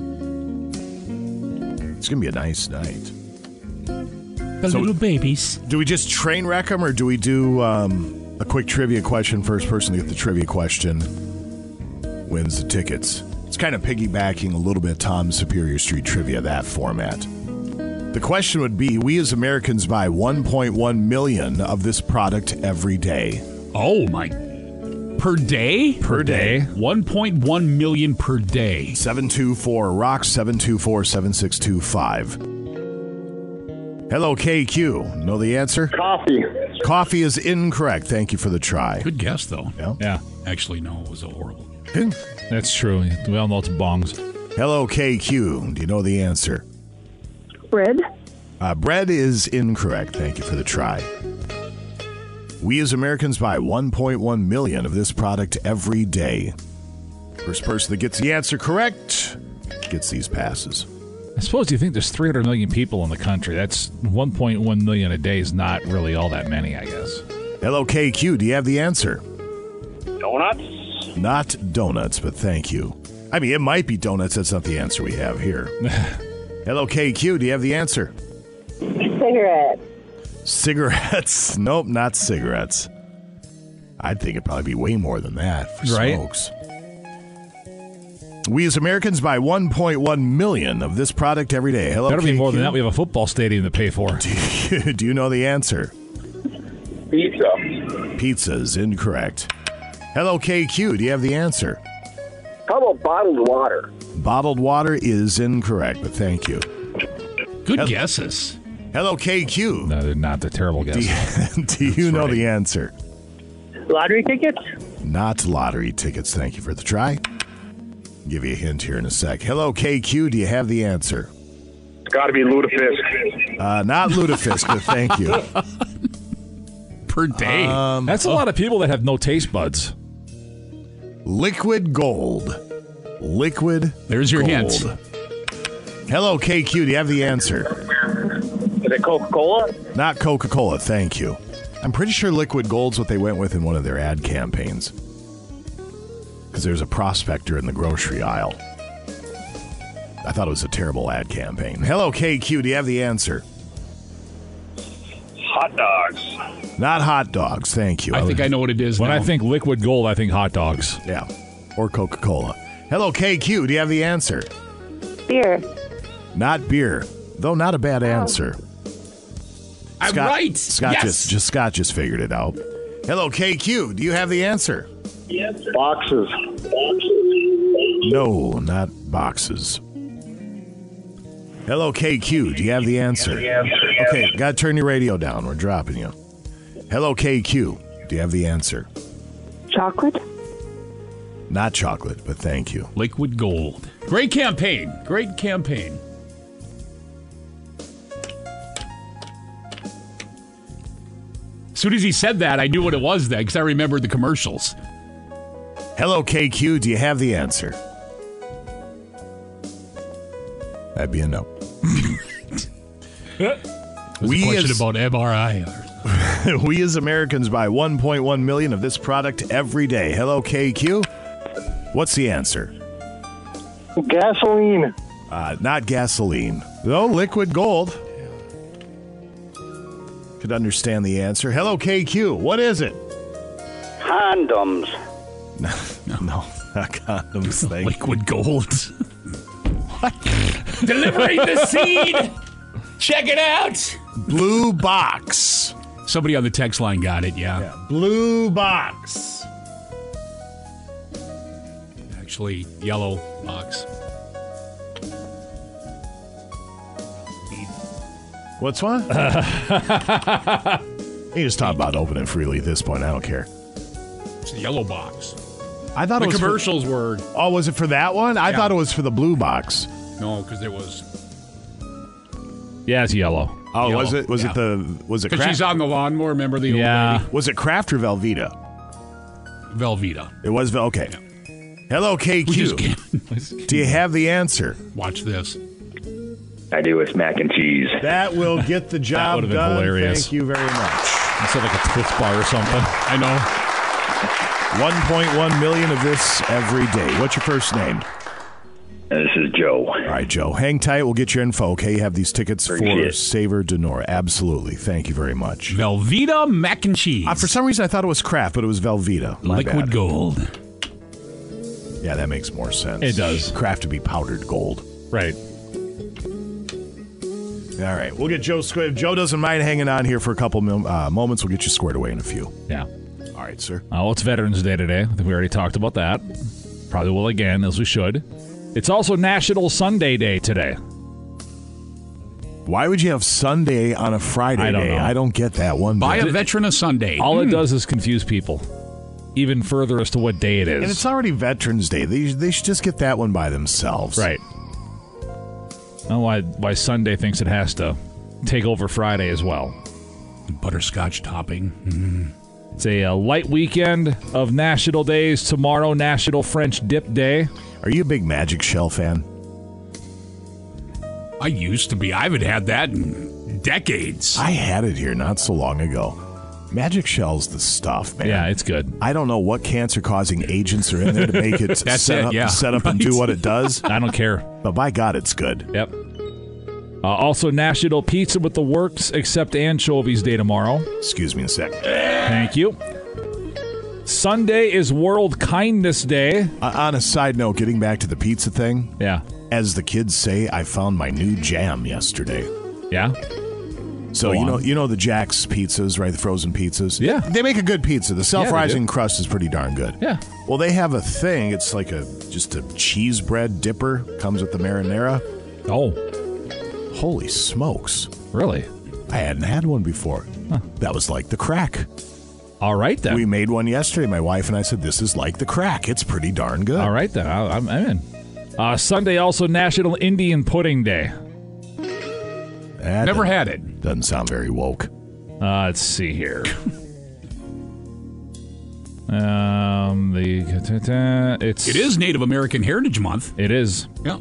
Speaker 15: It's going to be a nice night.
Speaker 16: The little babies.
Speaker 15: Do we just train wreck them, or do we do um, a quick trivia question? First person to get the trivia question wins the tickets. It's kind of piggybacking a little bit Tom Superior Street trivia that format. The question would be: We as Americans buy 1.1 million of this product every day.
Speaker 16: Oh my! Per day?
Speaker 15: Per day.
Speaker 16: 1.1 million per day.
Speaker 15: 724 Rock 724 7625. Hello, KQ. Know the answer?
Speaker 18: Coffee.
Speaker 15: Coffee is incorrect. Thank you for the try.
Speaker 16: Good guess, though.
Speaker 6: Yeah.
Speaker 16: Actually, no, it was a horrible.
Speaker 6: That's true. We all know it's bongs.
Speaker 15: Hello, KQ. Do you know the answer?
Speaker 20: Bread.
Speaker 15: Uh, bread is incorrect. Thank you for the try. We as Americans buy 1.1 million of this product every day. First person that gets the answer correct gets these passes.
Speaker 6: I suppose you think there's 300 million people in the country. That's 1.1 million a day is not really all that many, I guess.
Speaker 15: Hello, KQ. Do you have the answer?
Speaker 8: Donuts?
Speaker 15: Not donuts, but thank you. I mean, it might be donuts. That's not the answer we have here. Hello, KQ. Do you have the answer?
Speaker 20: Cigarette.
Speaker 15: Cigarettes. Nope, not cigarettes. I'd think it'd probably be way more than that for
Speaker 6: Right.
Speaker 15: smokes. We as Americans buy 1.1 million of this product every day. Hello,
Speaker 6: That'll be more than
Speaker 15: KQ.
Speaker 6: that. We have a football stadium to pay for.
Speaker 15: Do you know the answer?
Speaker 8: Pizza.
Speaker 15: Pizza's incorrect. Hello, KQ. Do you have the answer?
Speaker 8: How about bottled water?
Speaker 15: Bottled water is incorrect, but thank you.
Speaker 16: Good guesses.
Speaker 15: Hello, KQ.
Speaker 6: No, they're not. They're terrible
Speaker 15: Do
Speaker 6: guesses.
Speaker 15: you, do you know the answer?
Speaker 20: Lottery tickets?
Speaker 15: Not lottery tickets. Thank you for the try. Give you a hint here in a sec. Hello, KQ. Do you have the answer?
Speaker 21: Got to be Ludafisk.
Speaker 15: Uh, not Ludafisk, but thank you.
Speaker 16: Per day.
Speaker 15: Um,
Speaker 6: That's a lot of people that have no taste buds.
Speaker 15: Liquid gold. Liquid.
Speaker 16: There's your hints.
Speaker 15: Hello, KQ. Do you have the answer?
Speaker 21: Is it Coca Cola?
Speaker 15: Not Coca Cola. Thank you. I'm pretty sure liquid gold's what they went with in one of their ad campaigns. Because there's a prospector in the grocery aisle. I thought it was a terrible ad campaign. Hello, KQ. Do you have the answer?
Speaker 21: Hot dogs.
Speaker 15: Not hot dogs. Thank you.
Speaker 16: I think I know what it is.
Speaker 6: When
Speaker 16: now.
Speaker 6: I think liquid gold, I think hot dogs.
Speaker 15: Yeah. Or Coca Cola. Hello, KQ. Do you have the answer?
Speaker 20: Beer.
Speaker 15: Not beer, though not a bad answer.
Speaker 16: I'm right.
Speaker 15: Scott
Speaker 16: Yes.
Speaker 15: just, just Scott just figured it out. Hello, KQ. Do you have the answer?
Speaker 21: Yes.
Speaker 15: Boxes. No, not boxes. Hello, KQ. Do you have the answer? Okay, got to turn your radio down. We're dropping you. Hello, KQ. Do you have the answer?
Speaker 20: Chocolate?
Speaker 15: Not chocolate, but thank you.
Speaker 16: Liquid gold. Great campaign. Great campaign. As soon as he said that, I knew what it was then because I remembered the commercials.
Speaker 15: Hello, KQ. Do you have the answer? That'd be a no.
Speaker 16: It was
Speaker 15: We
Speaker 16: a question
Speaker 15: as-
Speaker 16: about MRI.
Speaker 15: we as Americans buy 1.1 million of this product every day. Hello, KQ. What's the answer? Gasoline. Uh, not gasoline, though liquid gold. Could understand the answer. Hello, KQ. What is it?
Speaker 21: Condoms.
Speaker 15: No, not condoms. Thank
Speaker 16: liquid gold. Delivering the seed. Check it out.
Speaker 15: Blue box.
Speaker 16: Somebody on the text line got it. Yeah.
Speaker 15: Blue box.
Speaker 16: Actually, yellow box.
Speaker 15: What's what? you just talk about open and freely at this point. I don't care.
Speaker 16: It's the yellow box.
Speaker 15: I thought
Speaker 16: the
Speaker 15: it was for-
Speaker 16: commercials were
Speaker 15: oh, was it for that one? I
Speaker 16: Yeah.
Speaker 15: thought it was for the blue box.
Speaker 16: no, because there was
Speaker 6: Yeah, it's yellow.
Speaker 15: Oh,
Speaker 16: Yellow.
Speaker 15: was it? Was
Speaker 16: Yeah.
Speaker 15: it the? Was it?
Speaker 16: because she's on the lawnmower. Remember the
Speaker 6: Yeah.
Speaker 15: Was it Kraft or Velveeta?
Speaker 16: old lady? Velveeta.
Speaker 15: It was Vel- okay. Hello,
Speaker 16: We just
Speaker 15: KQ.
Speaker 16: can't-
Speaker 15: Do you have the answer?
Speaker 16: Watch this.
Speaker 22: I do. It's mac and cheese.
Speaker 15: That will get the job
Speaker 6: would've been
Speaker 15: done.
Speaker 6: hilarious.
Speaker 15: Thank you very much.
Speaker 6: Instead like a Twix bar or something.
Speaker 16: I know.
Speaker 15: 1.1 million of this every day. What's your first name?
Speaker 22: This is Joe.
Speaker 15: All right, Joe. Hang tight. We'll get your info. Okay, you have these tickets
Speaker 22: Appreciate
Speaker 15: for
Speaker 22: it.
Speaker 15: Savor Denora. Absolutely. Thank you very much.
Speaker 16: Velveeta mac and cheese.
Speaker 15: Uh, for some reason, I thought it was Kraft, but it was Velveeta. My
Speaker 16: Liquid
Speaker 15: bad.
Speaker 16: gold.
Speaker 15: Yeah, that makes more sense.
Speaker 6: It does.
Speaker 15: Kraft to be powdered gold.
Speaker 6: Right.
Speaker 15: All right, we'll get Joe squared. If Joe doesn't mind hanging on here for a couple mom- uh, moments, we'll get you squared away in a few.
Speaker 6: Yeah.
Speaker 15: All right, sir.
Speaker 6: Oh, it's Veterans Day today. I think we already talked about that. Probably will again, as we should. It's also National Sunday Day today.
Speaker 15: Why would you have Sunday on a Friday
Speaker 6: I don't
Speaker 15: day?
Speaker 6: know.
Speaker 15: I don't get that one.
Speaker 16: Buy
Speaker 15: bit.
Speaker 16: a veteran a Sunday. Hmm.
Speaker 6: All it does is confuse people even further as to what day it is.
Speaker 15: and it's already Veterans Day. They, they should just get that one by themselves.
Speaker 6: right. Oh, why, why Sunday thinks it has to take over Friday as well.
Speaker 16: Butterscotch topping.
Speaker 15: Mm-hmm.
Speaker 6: It's a, uh light weekend of national days. Tomorrow, National French Dip Day.
Speaker 15: Are you a big Magic Shell fan?
Speaker 16: I used to be. I haven't had that in decades.
Speaker 15: I had it here not so long ago. Magic Shell's the stuff, man.
Speaker 6: Yeah, it's good.
Speaker 15: I don't know what cancer-causing agents are in there to make it
Speaker 16: That's
Speaker 15: set
Speaker 16: it,
Speaker 15: up,
Speaker 16: yeah.
Speaker 15: set up and
Speaker 16: Right.
Speaker 15: do what it does.
Speaker 6: I don't care.
Speaker 15: But by God, it's good.
Speaker 6: Yep. Uh, also, National Pizza with the Works, except anchovies day tomorrow.
Speaker 15: Excuse me a sec.
Speaker 6: Thank you. Sunday is World Kindness Day.
Speaker 15: Uh, on a side note, getting back to the pizza thing,
Speaker 6: Yeah.
Speaker 15: as the kids say, I found my new jam yesterday.
Speaker 6: Yeah.
Speaker 15: So
Speaker 6: Go
Speaker 15: you
Speaker 6: on.
Speaker 15: know, you know the Jack's pizzas, right? The frozen pizzas.
Speaker 6: Yeah.
Speaker 15: they make a good pizza. The self-rising
Speaker 6: do.
Speaker 15: crust is pretty darn good.
Speaker 6: Yeah.
Speaker 15: Well, they have a thing. It's like a just a cheese bread dipper comes with the marinara.
Speaker 6: Oh,
Speaker 15: Holy smokes!
Speaker 6: really?
Speaker 15: I hadn't had one before. That was like the crack.
Speaker 6: All right then.
Speaker 15: We made one yesterday. My wife and I said, "This is like the crack. It's pretty darn good."
Speaker 6: All right then. I, I'm, I'm in. Uh, Sunday also National Indian Pudding Day.
Speaker 16: Never had it.
Speaker 15: Doesn't sound very woke.
Speaker 6: Uh, let's see here. um, the it's
Speaker 16: It is Native American Heritage Month.
Speaker 6: It is.
Speaker 16: Yeah.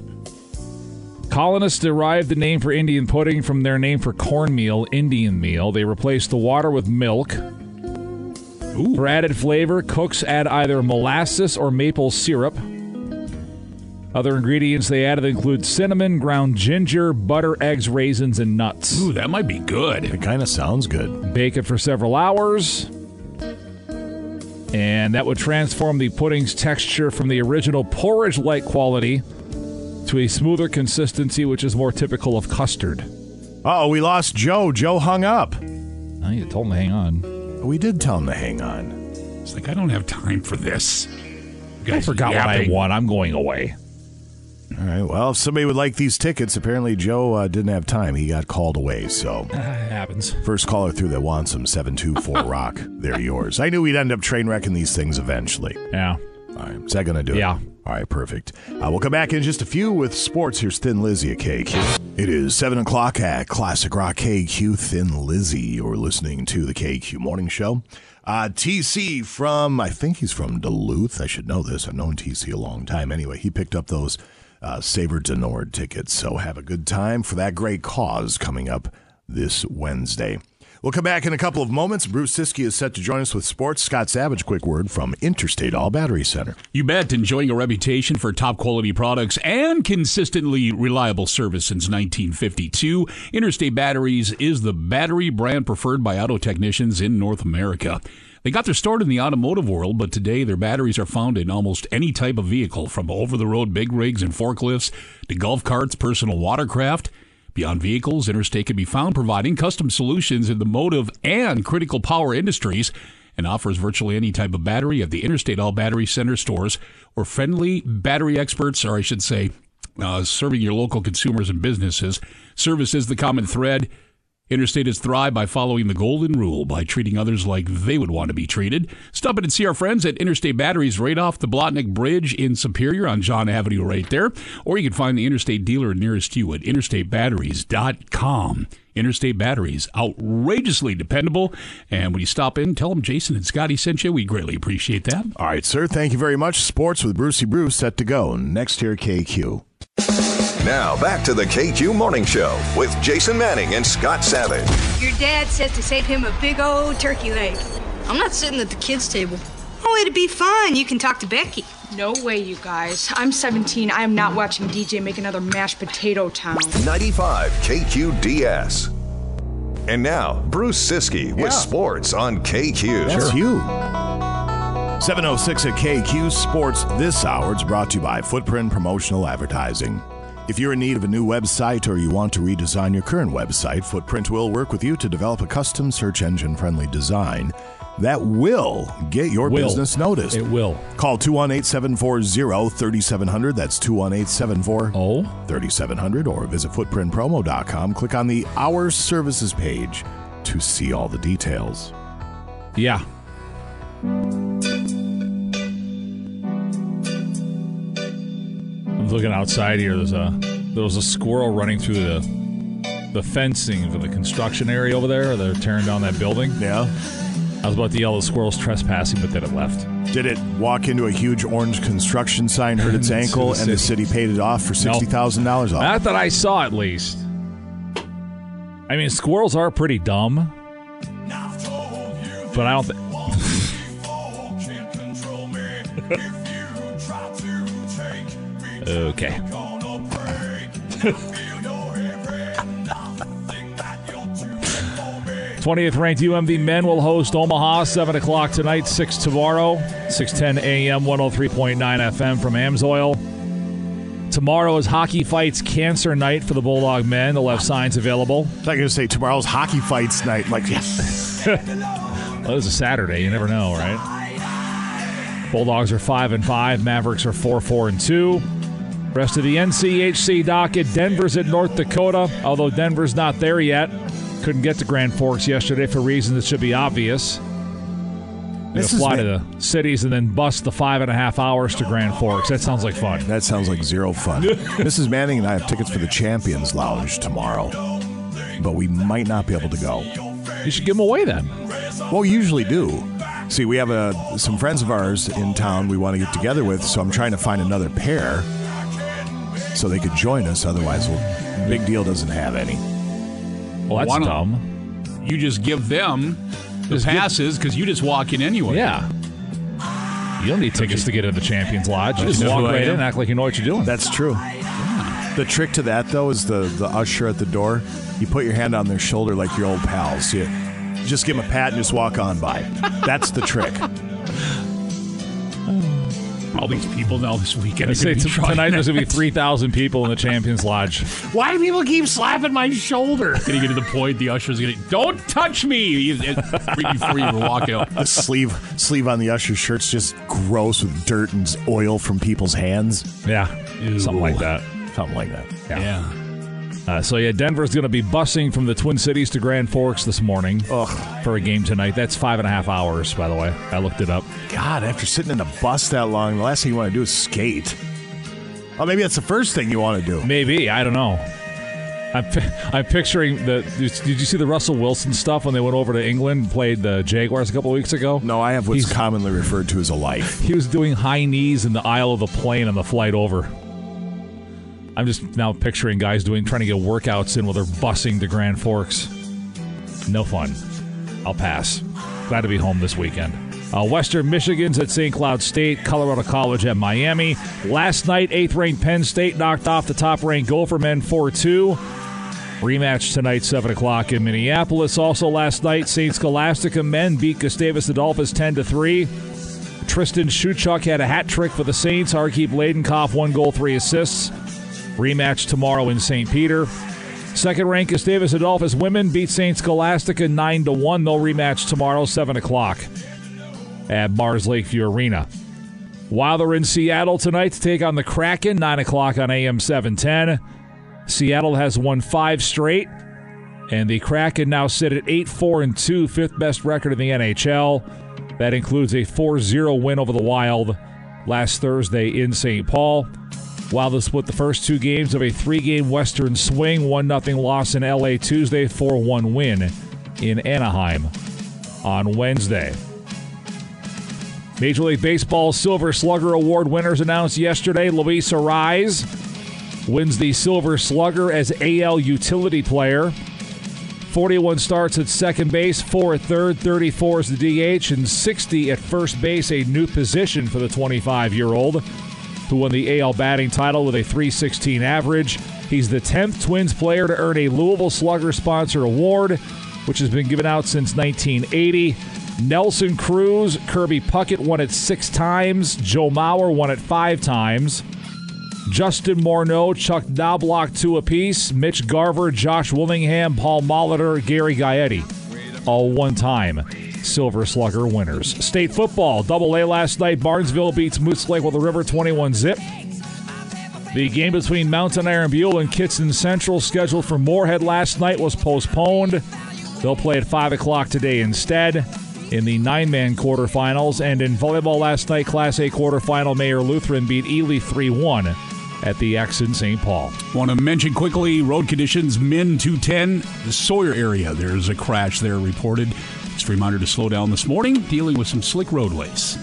Speaker 6: Colonists derived the name for Indian pudding from their name for cornmeal, Indian meal. They replaced the water with milk. For added flavor, cooks add either molasses or maple syrup. Other ingredients they added include cinnamon, ground ginger, butter, eggs, raisins, and nuts.
Speaker 16: Ooh, that might be good.
Speaker 15: It kind of sounds good.
Speaker 6: Bake it for several hours. And that would transform the pudding's texture from the original porridge like quality to a smoother consistency, which is more typical of custard.
Speaker 15: Oh, we lost Joe. Joe hung up.
Speaker 6: Oh, you told him to hang on.
Speaker 15: We did tell him to hang on.
Speaker 16: It's like I don't have time for this. You
Speaker 6: I
Speaker 16: guys
Speaker 6: forgot what I
Speaker 16: yapping.
Speaker 6: want. I'm going away.
Speaker 15: All right. Well, if somebody would like these tickets, apparently Joe uh, didn't have time. He got called away. So,
Speaker 6: happens.
Speaker 15: first caller through that wants them, 724 Rock. They're yours. I knew we'd end up train wrecking these things eventually.
Speaker 6: Yeah.
Speaker 15: All right. Is that going to do it?
Speaker 6: Yeah.
Speaker 15: All right. Perfect. Uh, we'll come back in just a few with sports. Here's Thin Lizzy at KQ. It is 7 o'clock at Classic Rock KQ Thin Lizzy. You're listening to the KQ Morning Show. Uh, TC from, I think he's from Duluth. I should know this. I've known TC a long time. Anyway, he picked up those uh, Sabre Denord tickets. So have a good time for that great cause coming up this Wednesday. We'll come back in a couple of moments. Bruce Siski is set to join us with sports. Scott Savage, quick word from Interstate All Battery Center.
Speaker 16: You bet, enjoying a reputation for top quality products and consistently reliable service since 1952. Interstate Batteries is the battery brand preferred by auto technicians in North America. They got their start in the automotive world, but today their batteries are found in almost any type of vehicle, from over the road big rigs and forklifts to golf carts, personal watercraft. Beyond Vehicles, Interstate can be found providing custom solutions in the motive and critical power industries and offers virtually any type of battery at the Interstate All Battery Center stores or friendly battery experts, or I should say, uh, serving your local consumers and businesses. Service is the common thread. Interstate is thrive by following the golden rule by treating others like they would want to be treated. Stop in and see our friends at Interstate Batteries right off the Blotnick Bridge in Superior on John Avenue right there. Or you can find the Interstate dealer nearest you at interstatebatteries.com. Interstate Batteries, outrageously dependable. And when you stop in, tell them Jason and Scotty sent you. We greatly appreciate that.
Speaker 15: All right, sir. Thank you very much. Sports with Brucey Bruce set to go next here at KQ.
Speaker 3: Now back to the KQ Morning Show with Jason Manning and Scott Savage.
Speaker 1: Your dad says to save him a big old turkey leg. I'm not sitting at the kids' table. Oh, it'd be fun. You can talk to Becky. No way, you guys. I'm 17. I am not watching DJ make another mashed potato town.
Speaker 3: 95 KQDS. And now, Bruce Siski with sports on KQ.
Speaker 15: That's you. 706 at KQ Sports this hour is brought to you by Footprint Promotional Advertising. If you're in need of a new website or you want to redesign your current website, Footprint will work with you to develop a custom search engine friendly design that will get your
Speaker 6: Will.
Speaker 15: business noticed.
Speaker 6: It will.
Speaker 15: Call 218 740 3700. That's 218 740
Speaker 6: Oh.
Speaker 15: 3700. Or visit footprintpromo.com. Click on the Our Services page to see all the details.
Speaker 6: Yeah. I'm looking outside here. There's a there was a squirrel running through the the fencing for the construction area over there. They're tearing down that building.
Speaker 15: Yeah.
Speaker 6: I was about to yell the squirrel's trespassing, but then it left.
Speaker 15: Did it walk into a huge orange construction sign, hurt its
Speaker 6: Into
Speaker 15: ankle,
Speaker 6: the
Speaker 15: and the city paid it off for $60,000 off?
Speaker 6: Not that I saw, at least. I mean, squirrels are pretty dumb. But I don't think. okay. Twentieth ranked UMV men will host Omaha seven o'clock tonight, six tomorrow, six ten a.m. one hundred three point nine FM from Amsoil. Tomorrow is Hockey Fights Cancer Night for the Bulldog men. They'll have signs available.
Speaker 15: I going to say tomorrow's Hockey Fights Night. Like, yes.
Speaker 6: Well, it was a Saturday. You never know, right? Bulldogs are five and five. Mavericks are four, four and two. Rest of the NCHC docket: Denver's at North Dakota, although Denver's not there yet. Couldn't get to Grand Forks yesterday for reasons that should be obvious. They're
Speaker 15: This
Speaker 6: gonna
Speaker 15: is
Speaker 6: fly
Speaker 15: ma-
Speaker 6: to the cities and then bus the five and a half hours to Grand Forks. That sounds like fun.
Speaker 15: That sounds like zero fun. Mrs. Manning and I have tickets for the Champions Lounge tomorrow. but we might not be able to go.
Speaker 6: You should give them away then.
Speaker 15: Well, we usually do. See, we have uh some friends of ours in town we want to get together with, so I'm trying to find another pair so they could join us. Otherwise, we'll, Big Deal doesn't have any.
Speaker 6: Well, that's
Speaker 16: Why don't-
Speaker 6: dumb.
Speaker 16: You just give them the passes because you just walk in anyway.
Speaker 6: Yeah. You don't need tickets to get into the Champions Lodge. You
Speaker 16: Don't you
Speaker 6: just
Speaker 16: know
Speaker 6: walk
Speaker 16: who I
Speaker 6: right in
Speaker 16: am?
Speaker 6: and act like you know what you're doing.
Speaker 15: That's true. The trick to that, though, is the, the usher at the door. You put your hand on their shoulder like your old pals. You just give them a pat and just walk on by. That's the trick.
Speaker 16: All these people now this weekend.
Speaker 6: I
Speaker 16: are
Speaker 6: say
Speaker 16: gonna be
Speaker 6: t-
Speaker 16: trying
Speaker 6: tonight there's going to be
Speaker 16: that.
Speaker 6: 3,000 people in the Champions Lodge.
Speaker 16: Why do people keep slapping my shoulder? Gonna get to the point the usher's gonna don't touch me You- right before you even walk out.
Speaker 15: The sleeve sleeve on the usher's shirt's just gross with dirt and oil from people's hands.
Speaker 6: Yeah. Something like
Speaker 15: Ew.
Speaker 6: that.
Speaker 15: Something like that.
Speaker 16: Yeah.
Speaker 6: Uh, so yeah, Denver's going to be busing from the Twin Cities to Grand Forks this morning for a game tonight. That's five and a half hours, by the way. I looked it up.
Speaker 15: God, after sitting in a bus that long, the last thing you want to do is skate. Oh, maybe that's the first thing you want to do.
Speaker 6: Maybe I don't know. I'm, pi- I'm picturing the. Did you see the Russell Wilson stuff when they went over to England and played the Jaguars a couple weeks ago?
Speaker 15: No, I have what's commonly referred to as a life.
Speaker 6: He was doing high knees in the aisle of the plane on the flight over. I'm just now picturing guys doing trying to get workouts in while they're busing to Grand Forks. No fun. I'll pass. Glad to be home this weekend. Uh, Western Michigan's at St. Cloud State, Colorado College at Miami. Last night, eighth ranked Penn State knocked off the top ranked Gopher men 4 2. Rematch tonight, 7 o'clock in Minneapolis. Also last night, St. Scholastica men beat Gustavus Adolphus 10 3. Tristan Shuchuk had a hat trick for the Saints. Arkeep Ladenkoff, one goal, three assists. Rematch tomorrow in St. Peter. Second ranked Gustavus Adolphus women beat St. Scholastica 9 to 1. They'll rematch tomorrow, 7 o'clock at Mars Lakeview Arena. While they're in Seattle tonight to take on the Kraken, 9 o'clock on AM 710. Seattle has won five straight, and the Kraken now sit at 8 4 and 2, fifth best record in the NHL. That includes a 4 0 win over the Wild last Thursday in St. Paul. While they split the first two games of a three game Western swing, 1 0 loss in LA Tuesday, 4 1 win in Anaheim on Wednesday. Major League Baseball Silver Slugger Award winners announced yesterday. Luis Arise wins the Silver Slugger as AL utility player. 41 starts at second base, 4 at third, 34 as the DH, and 60 at first base, a new position for the 25 year old who won the AL batting title with a 316 average. He's the 10th Twins player to earn a Louisville Slugger sponsor award, which has been given out since 1980. Nelson Cruz, Kirby Puckett won it six times, Joe Mauer won it five times. Justin Morneau, Chuck Knobloch, two apiece. Mitch Garver, Josh Willingham, Paul Molitor, Gary Gaetti. All one time Silver Slugger winners. State football, double A last night. Barnesville beats Moose Lake with a river 21 zip. The game between Mountain Iron Buell and Kitson Central, scheduled for Moorhead last night, was postponed. They'll play at 5 o'clock today instead in the nine man quarterfinals. And in volleyball last night, Class A quarterfinal, Mayor Lutheran beat Ely 3 1 at the X in St. Paul.
Speaker 16: Want to mention quickly road conditions, Min 210, the Sawyer area. There's a crash there reported. Just a reminder to slow down this morning, dealing with some slick roadways.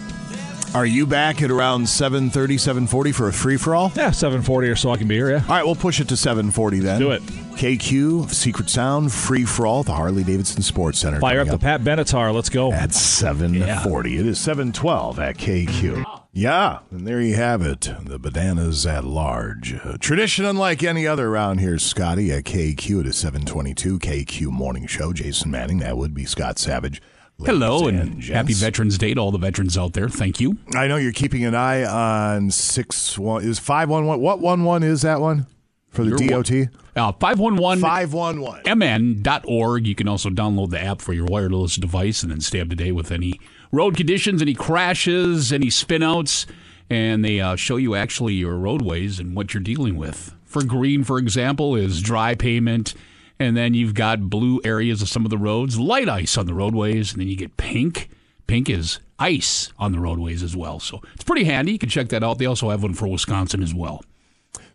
Speaker 15: Are you back at around 7.30, 7.40 for a free-for-all?
Speaker 6: Yeah, 7.40 or so I can be here, yeah.
Speaker 15: All right, we'll push it to 7.40 then.
Speaker 6: Do it.
Speaker 15: KQ, Secret Sound, Free-for-all, the Harley-Davidson Sports Center.
Speaker 6: Fire up
Speaker 15: coming
Speaker 6: the Pat Benatar. Let's go.
Speaker 15: At 7.40. It is 7.12 at KQ. Yeah, and there you have it, the Bananas at Large. A tradition unlike any other around here, Scotty, at KQ. It is 7.22, KQ Morning Show. Jason Manning, that would be Scott Savage. Ladies
Speaker 16: Hello and, happy
Speaker 15: gents.
Speaker 16: Veterans Day to all the veterans out there. Thank you.
Speaker 15: I know you're keeping an eye on six one is five one one. What one one is that one for the
Speaker 16: Your
Speaker 15: DOT?
Speaker 16: Uh, 511
Speaker 15: 511.
Speaker 16: mn.org. You can also download the app for your wireless device and then stay up to date with any road conditions, any crashes, any spinouts, and they uh, show you actually your roadways and what you're dealing with. For green, for example, is dry pavement, and then you've got blue areas of some of the roads, light ice on the roadways, and then you get pink. Pink is ice on the roadways as well. So it's pretty handy. You can check that out. They also have one for Wisconsin as well.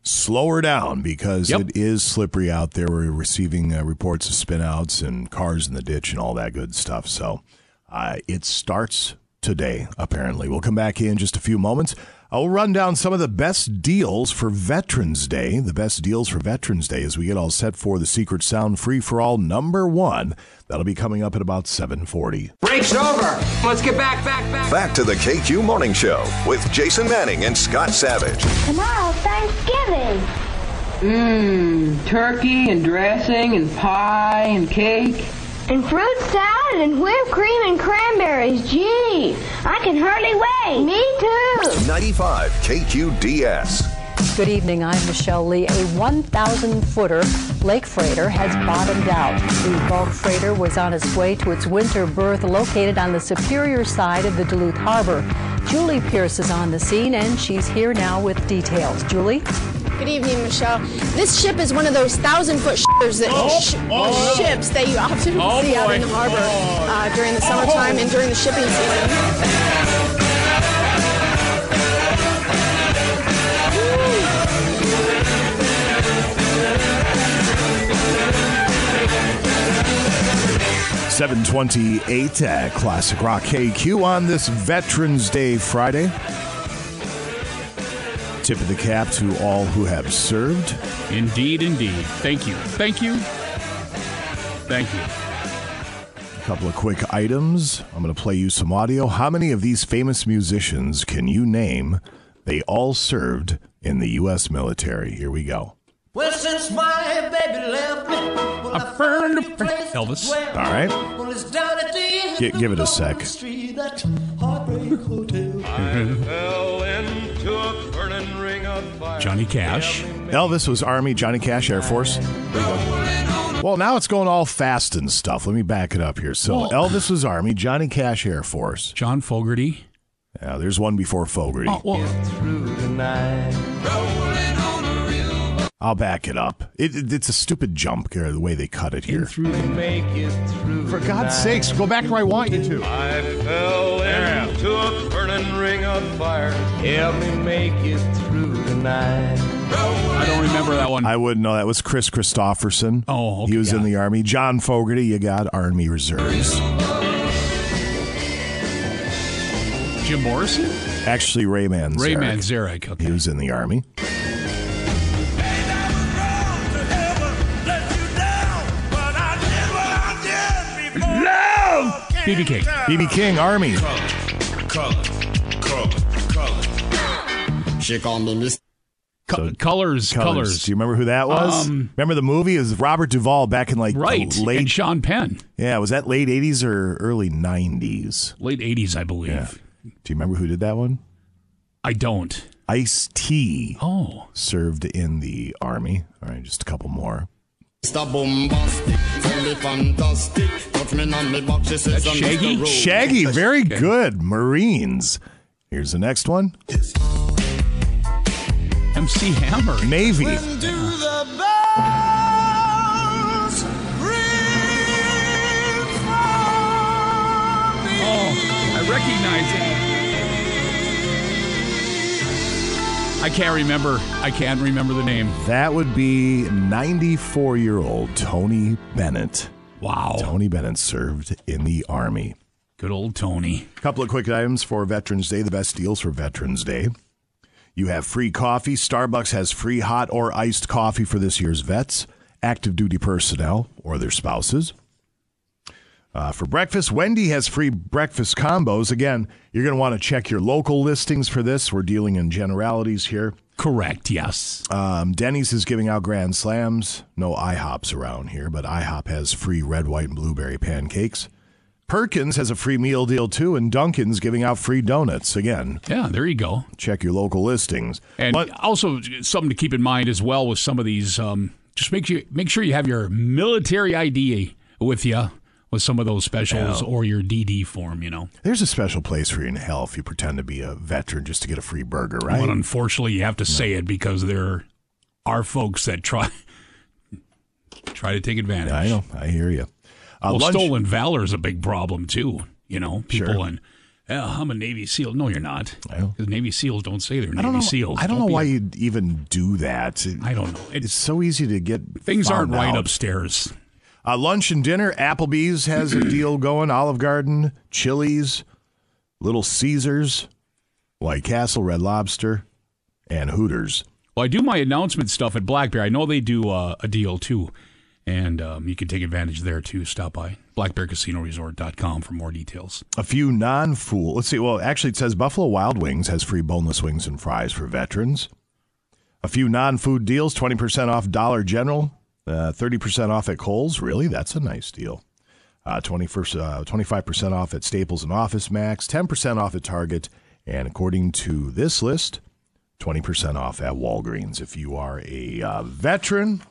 Speaker 15: slow her down because
Speaker 16: Yep.
Speaker 15: it is slippery out there. We're receiving uh, reports of spinouts and cars in the ditch and all that good stuff. So uh, it starts today, apparently. We'll come back in just a few moments. I'll run down some of the best deals for Veterans Day, the best deals for Veterans Day as we get all set for the Secret Sound Free for All number one. That'll be coming up at about 740.
Speaker 10: Break's over. Let's get back, back, back.
Speaker 3: Back to the KQ Morning Show with Jason Manning and Scott Savage.
Speaker 2: Tomorrow, Thanksgiving.
Speaker 4: Mmm, turkey and dressing and pie and cake.
Speaker 2: And fruit salad and whipped cream and cranberries. Gee, I can hardly wait. Me too.
Speaker 3: 95 KQDS.
Speaker 23: Good evening. I'm Michelle Lee. A 1,000 footer lake freighter has bottomed out. The bulk freighter was on its way to its winter berth located on the superior side of the Duluth Harbor. Julie Pierce is on the scene and she's here now with details. Julie?
Speaker 24: Good evening, Michelle. This ship is one of those thousand-foot ships that,
Speaker 23: Oh,
Speaker 24: sh-
Speaker 23: oh.
Speaker 24: ships that you often
Speaker 23: Oh,
Speaker 24: see out
Speaker 23: boy.
Speaker 24: in the harbor uh, during the summertime and during the shipping season.
Speaker 15: Seven twenty-eight at Classic Rock KQ on this Veterans Day Friday. Tip of the cap to all who have served.
Speaker 16: Indeed, indeed. Thank you. Thank you. Thank you.
Speaker 15: A couple of quick items. I'm going to play you some audio. How many of these famous musicians can you name? They all served in the U.S. military. Here we go.
Speaker 7: Well, since my baby left me, well, I found a place
Speaker 15: Elvis. All right.
Speaker 7: Well, it's down at the end
Speaker 15: Gi- give it a sec.
Speaker 7: street, that heartbreak hotel.
Speaker 16: Johnny Cash.
Speaker 15: Elvis was Army, Johnny Cash, Air Force. Well, now it's going all fast and stuff. Let me back it up here. So
Speaker 16: Well-
Speaker 15: Elvis was Army, Johnny Cash, Air Force.
Speaker 16: John Fogerty.
Speaker 15: Yeah, there's one before Fogerty.
Speaker 16: Oh, well,
Speaker 15: I'll back it up. It, it- it's a stupid jump here, the way they cut it here.
Speaker 7: Make it through
Speaker 15: For God's sakes, go back where I want you to.
Speaker 7: I fell into a burning ring of fire. Help me make it through tonight.
Speaker 16: I don't remember that one.
Speaker 15: I wouldn't know. That was Chris Christopherson. Oh, he was in the Army. John Fogerty, you got Army Reserves.
Speaker 16: Jim Morrison?
Speaker 15: Actually, Ray Manzarek.
Speaker 16: Ray Manzarek.
Speaker 15: He was in the Army.
Speaker 16: Love! BB King.
Speaker 15: BB King, Army.
Speaker 25: Color, color, color. She called me Miss.
Speaker 16: colors, Colors.
Speaker 15: Do you remember who that was?
Speaker 16: Um,
Speaker 15: remember the movie? It was Robert Duvall back in like the
Speaker 16: Right,
Speaker 15: late.
Speaker 16: and Sean Penn.
Speaker 15: Yeah, was that late 80s or early 90s?
Speaker 16: Late 80s, I believe.
Speaker 15: Yeah. Do you remember who did that one?
Speaker 16: I don't.
Speaker 15: Ice T.
Speaker 16: Oh.
Speaker 15: Served in the Army. All right, just a couple more.
Speaker 25: Mr. Bombastic, from the fantastic. Touch me on me box, she says I'm Mr. Rowe.
Speaker 15: Shaggy, very good. Marines. Here's the next one.
Speaker 16: MC Hammer.
Speaker 15: Navy.
Speaker 7: When do the bells ring for me?
Speaker 16: Oh, I recognize it. I can't remember. I can't remember the name.
Speaker 15: That would be 94 year old Tony Bennett.
Speaker 16: Wow.
Speaker 15: Tony Bennett served in the Army.
Speaker 16: Good old Tony.
Speaker 15: Couple of quick items for Veterans Day, the best deals for Veterans Day. You have free coffee. Starbucks has free hot or iced coffee for this year's vets, active duty personnel, or their spouses. Uh, for breakfast, Wendy has free breakfast combos. Again, you're going to want to check your local listings for this. We're dealing in generalities here.
Speaker 16: Correct, yes.
Speaker 15: Um, Denny's is giving out Grand Slams. No IHOPs around here, but IHOP has free red, white, and blueberry pancakes. Perkins has a free meal deal too, and Dunkin's giving out free donuts again.
Speaker 16: Yeah, there you go.
Speaker 15: Check your local listings.
Speaker 16: And also something to keep in mind as well with some of these. Um, just make you make sure you have your military ID with you with some of those specials
Speaker 15: Yeah.
Speaker 16: or your DD form. You know,
Speaker 15: There's a special place for you in hell if you pretend to be a veteran just to get a free burger, right?
Speaker 16: But unfortunately, you have to say it because there are folks that try try to take advantage.
Speaker 15: I know. I hear you. Uh,
Speaker 16: well,
Speaker 15: lunch-
Speaker 16: stolen valor is a big problem too. You know, people
Speaker 15: Sure.
Speaker 16: and "Yeah, I'm a Navy SEAL. No, you're not. Because Navy SEAls don't say they're Navy
Speaker 15: I don't know.
Speaker 16: SEALs.
Speaker 15: I don't, know
Speaker 16: be
Speaker 15: why
Speaker 16: a-
Speaker 15: you'd even do that.
Speaker 16: I don't know.
Speaker 15: It's, so easy to get
Speaker 16: Things
Speaker 15: found
Speaker 16: aren't right
Speaker 15: out.
Speaker 16: upstairs.
Speaker 15: Uh, lunch and dinner. Applebee's has a deal going. Olive Garden, Chili's, Little Caesars, White Castle, Red Lobster, and Hooters.
Speaker 16: Well, I do my announcement stuff at BlackBerry. I know they do uh, a deal too, and um, you can take advantage there too. Stop by blackbearcasinoresort.com for more details.
Speaker 15: A few non-fool. Let's see. Well, actually, it says Buffalo Wild Wings has free boneless wings and fries for veterans. A few non-food deals: twenty percent off Dollar General, uh, thirty percent off at Kohl's. Really, that's a nice deal. Uh, 25 percent off at Staples and Office Max, ten percent off at Target, and according to this list, twenty percent off at Walgreens. If you are a uh, veteran,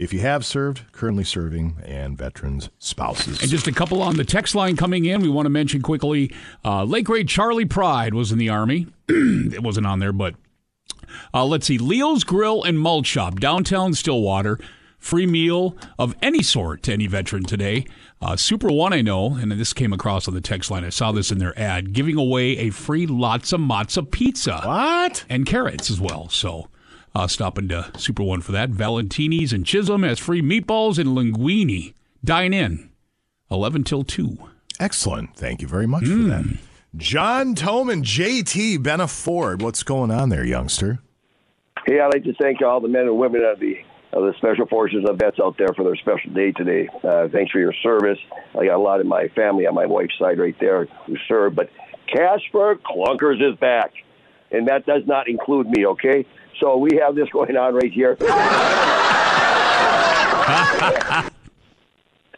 Speaker 15: if you have served, currently serving, and veterans spouses.
Speaker 16: And just a couple on the text line coming in. We want to mention quickly uh, late grade Charlie Pride was in the Army. it wasn't on there, but uh, let's see. Leo's Grill and Malt Shop, downtown Stillwater. Free meal of any sort to any veteran today. Uh, Super One, I know, and this came across on the text line. I saw this in their ad, giving away a free lots of matzo pizza.
Speaker 15: What?
Speaker 16: And carrots as well. So uh, stop into Super One for that. Valentini's and Chisholm has free meatballs and linguine. Dine in. 11 till 2.
Speaker 15: Excellent. Thank you very much for that. John Toman, JT Benaford. What's going on there, youngster?
Speaker 5: Hey, I'd like to thank all the men and women of the of the Special Forces of vets out there for their special day today. Uh, thanks for your service. I got a lot in my family on my wife's side right there who served, but Casper Clunkers is back, and that does not include me. Okay, so we have this going on right here.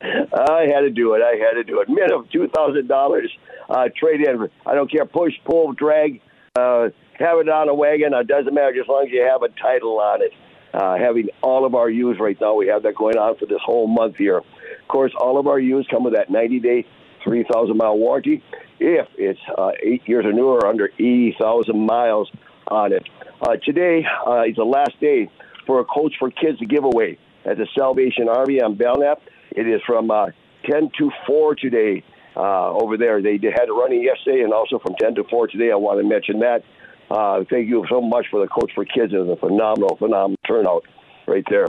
Speaker 5: I had to do it. I had to do it. Men of two thousand dollars uh, trade in. I don't care. Push, pull, drag. Uh, have it on a wagon. It doesn't matter as long as you have a title on it. Uh, having all of our use right now, we have that going on for this whole month here. Of course, all of our use come with that ninety day, three thousand mile warranty if it's uh, eight years or newer or under eighty thousand miles on it. Uh, today uh, is the last day for a Coach for Kids giveaway at the Salvation Army on Belknap. It is from uh, 10 to 4 today uh, over there. They did- had it running yesterday and also from 10 to 4 today. I want to mention that. Uh, thank you so much for the Coach for Kids. It was a phenomenal, phenomenal turnout right there.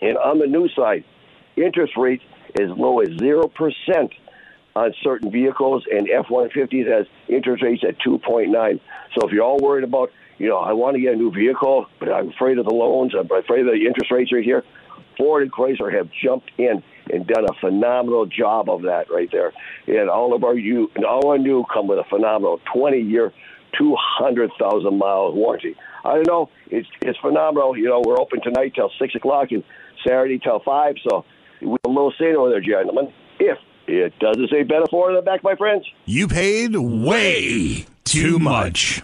Speaker 5: And on the new side, interest rates as low as 0% on certain vehicles, and F-150s has interest rates at 2.9. So if you're all worried about, you know, I want to get a new vehicle, but I'm afraid of the loans, I'm afraid of the interest rates right here, Ford and Chrysler have jumped in and done a phenomenal job of that right there. And all of our you and all our new come with a phenomenal 20-year, 200,000 mile warranty. I don't know, it's it's phenomenal. You know, we're open tonight till six o'clock and Saturday till five. So we're a little say over there, gentlemen. If it doesn't say better four in the back, my friends.
Speaker 15: You paid way too much.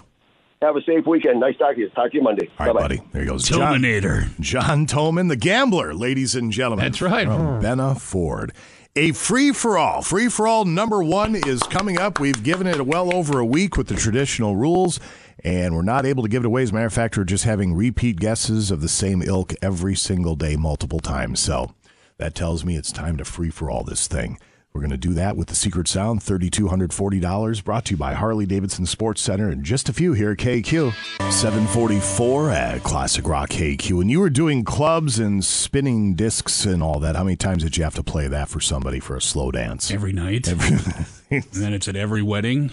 Speaker 5: Have a safe weekend. Nice talking to you. Talk to you Monday.
Speaker 15: All right, buddy. There he goes.
Speaker 16: Terminator.
Speaker 15: John, John Toman, the gambler, ladies and gentlemen. That's
Speaker 16: right.
Speaker 15: From Benna Ford. A free for all. Free for all number one is coming up. We've given it well over a week with the traditional rules, and we're not able to give it away. As a matter of fact, we're just having repeat guesses of the same ilk every single day, multiple times. So that tells me it's time to free for all this thing. We're going to do that with the Secret Sound, $3,240, brought to you by Harley Davidson Sports Center, and just a few here at KQ. 744 at Classic Rock KQ. And you were doing clubs and spinning discs and all that. How many times did you have to play that for somebody for a slow dance?
Speaker 16: Every night.
Speaker 15: and
Speaker 16: then it's at every wedding.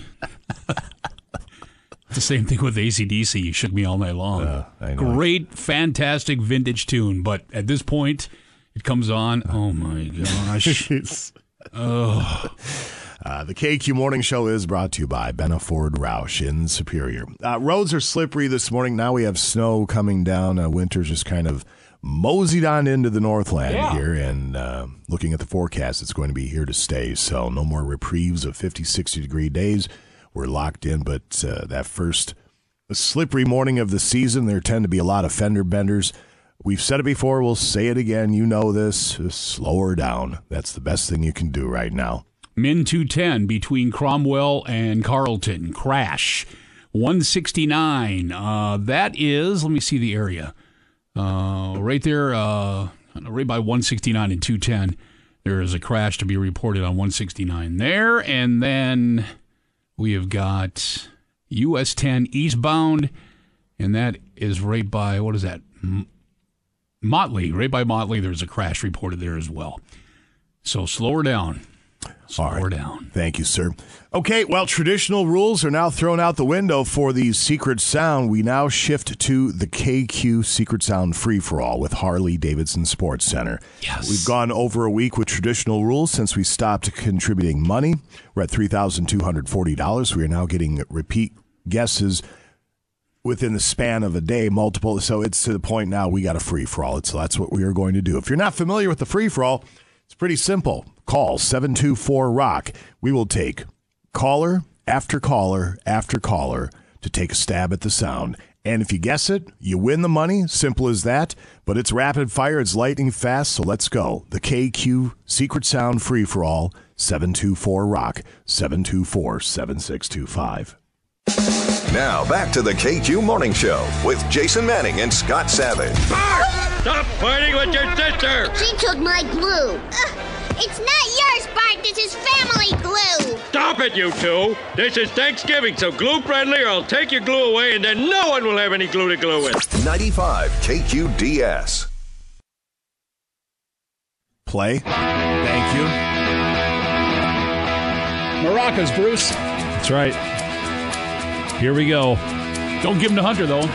Speaker 16: It's the same thing with ACDC. You shook me all night long. Great, fantastic vintage tune. But at this point, it comes on. Oh my gosh.
Speaker 15: oh. Uh, the KQ Morning Show is brought to you by Benaford Roush in Superior. Uh, roads are slippery this morning. Now we have snow coming down. Uh, winter's just kind of moseyed on into the Northland here. And uh, looking at the forecast, it's going to be here to stay. So no more reprieves of 50, 60 degree days. We're locked in, but uh, that first slippery morning of the season, there tend to be a lot of fender benders. We've said it before. We'll say it again. You know this. Slow her down. That's the best thing you can do right now.
Speaker 16: Min 210 between Cromwell and Carlton. Crash. 169. Uh, that is, let me see the area. Uh, right there, uh, I don't know, right by 169 and 210, there is a crash to be reported on 169 there. And then We have got US 10 eastbound, and that is right by, what is that? M- Motley. Right by Motley, there's a crash reported there as well. So slow her down. Slow her down.
Speaker 15: Thank you, sir. Okay, well, traditional rules are now thrown out the window for the secret sound. We now shift to the KQ Secret Sound Free for All with Harley Davidson Sports Center. Yes. We've gone over a week with traditional rules since we stopped contributing money. We're at $3,240. We are now getting repeat guesses within the span of a day, multiple. So it's to the point now we got a free for all. So that's what we are going to do. If you're not familiar with the free for all, it's pretty simple. Call 724 Rock. We will take caller after caller after caller to take a stab at the sound. And if you guess it, you win the money. Simple as that. But it's rapid fire, it's lightning fast. So let's go. The KQ Secret Sound Free for All 724 Rock 724 7625.
Speaker 3: Now back to the KQ Morning Show with Jason Manning and Scott Savage.
Speaker 9: Stop fighting with your sister!
Speaker 2: She took my glue. Ugh, it's not yours, Bart. This is family glue.
Speaker 9: Stop it, you two! This is Thanksgiving, so glue friendly or I'll take your glue away and then no one will have any glue to glue with.
Speaker 3: 95 KQDS.
Speaker 15: Play. Thank you.
Speaker 16: Maracas, Bruce.
Speaker 6: That's right. Here we go.
Speaker 16: Don't give him to Hunter, though.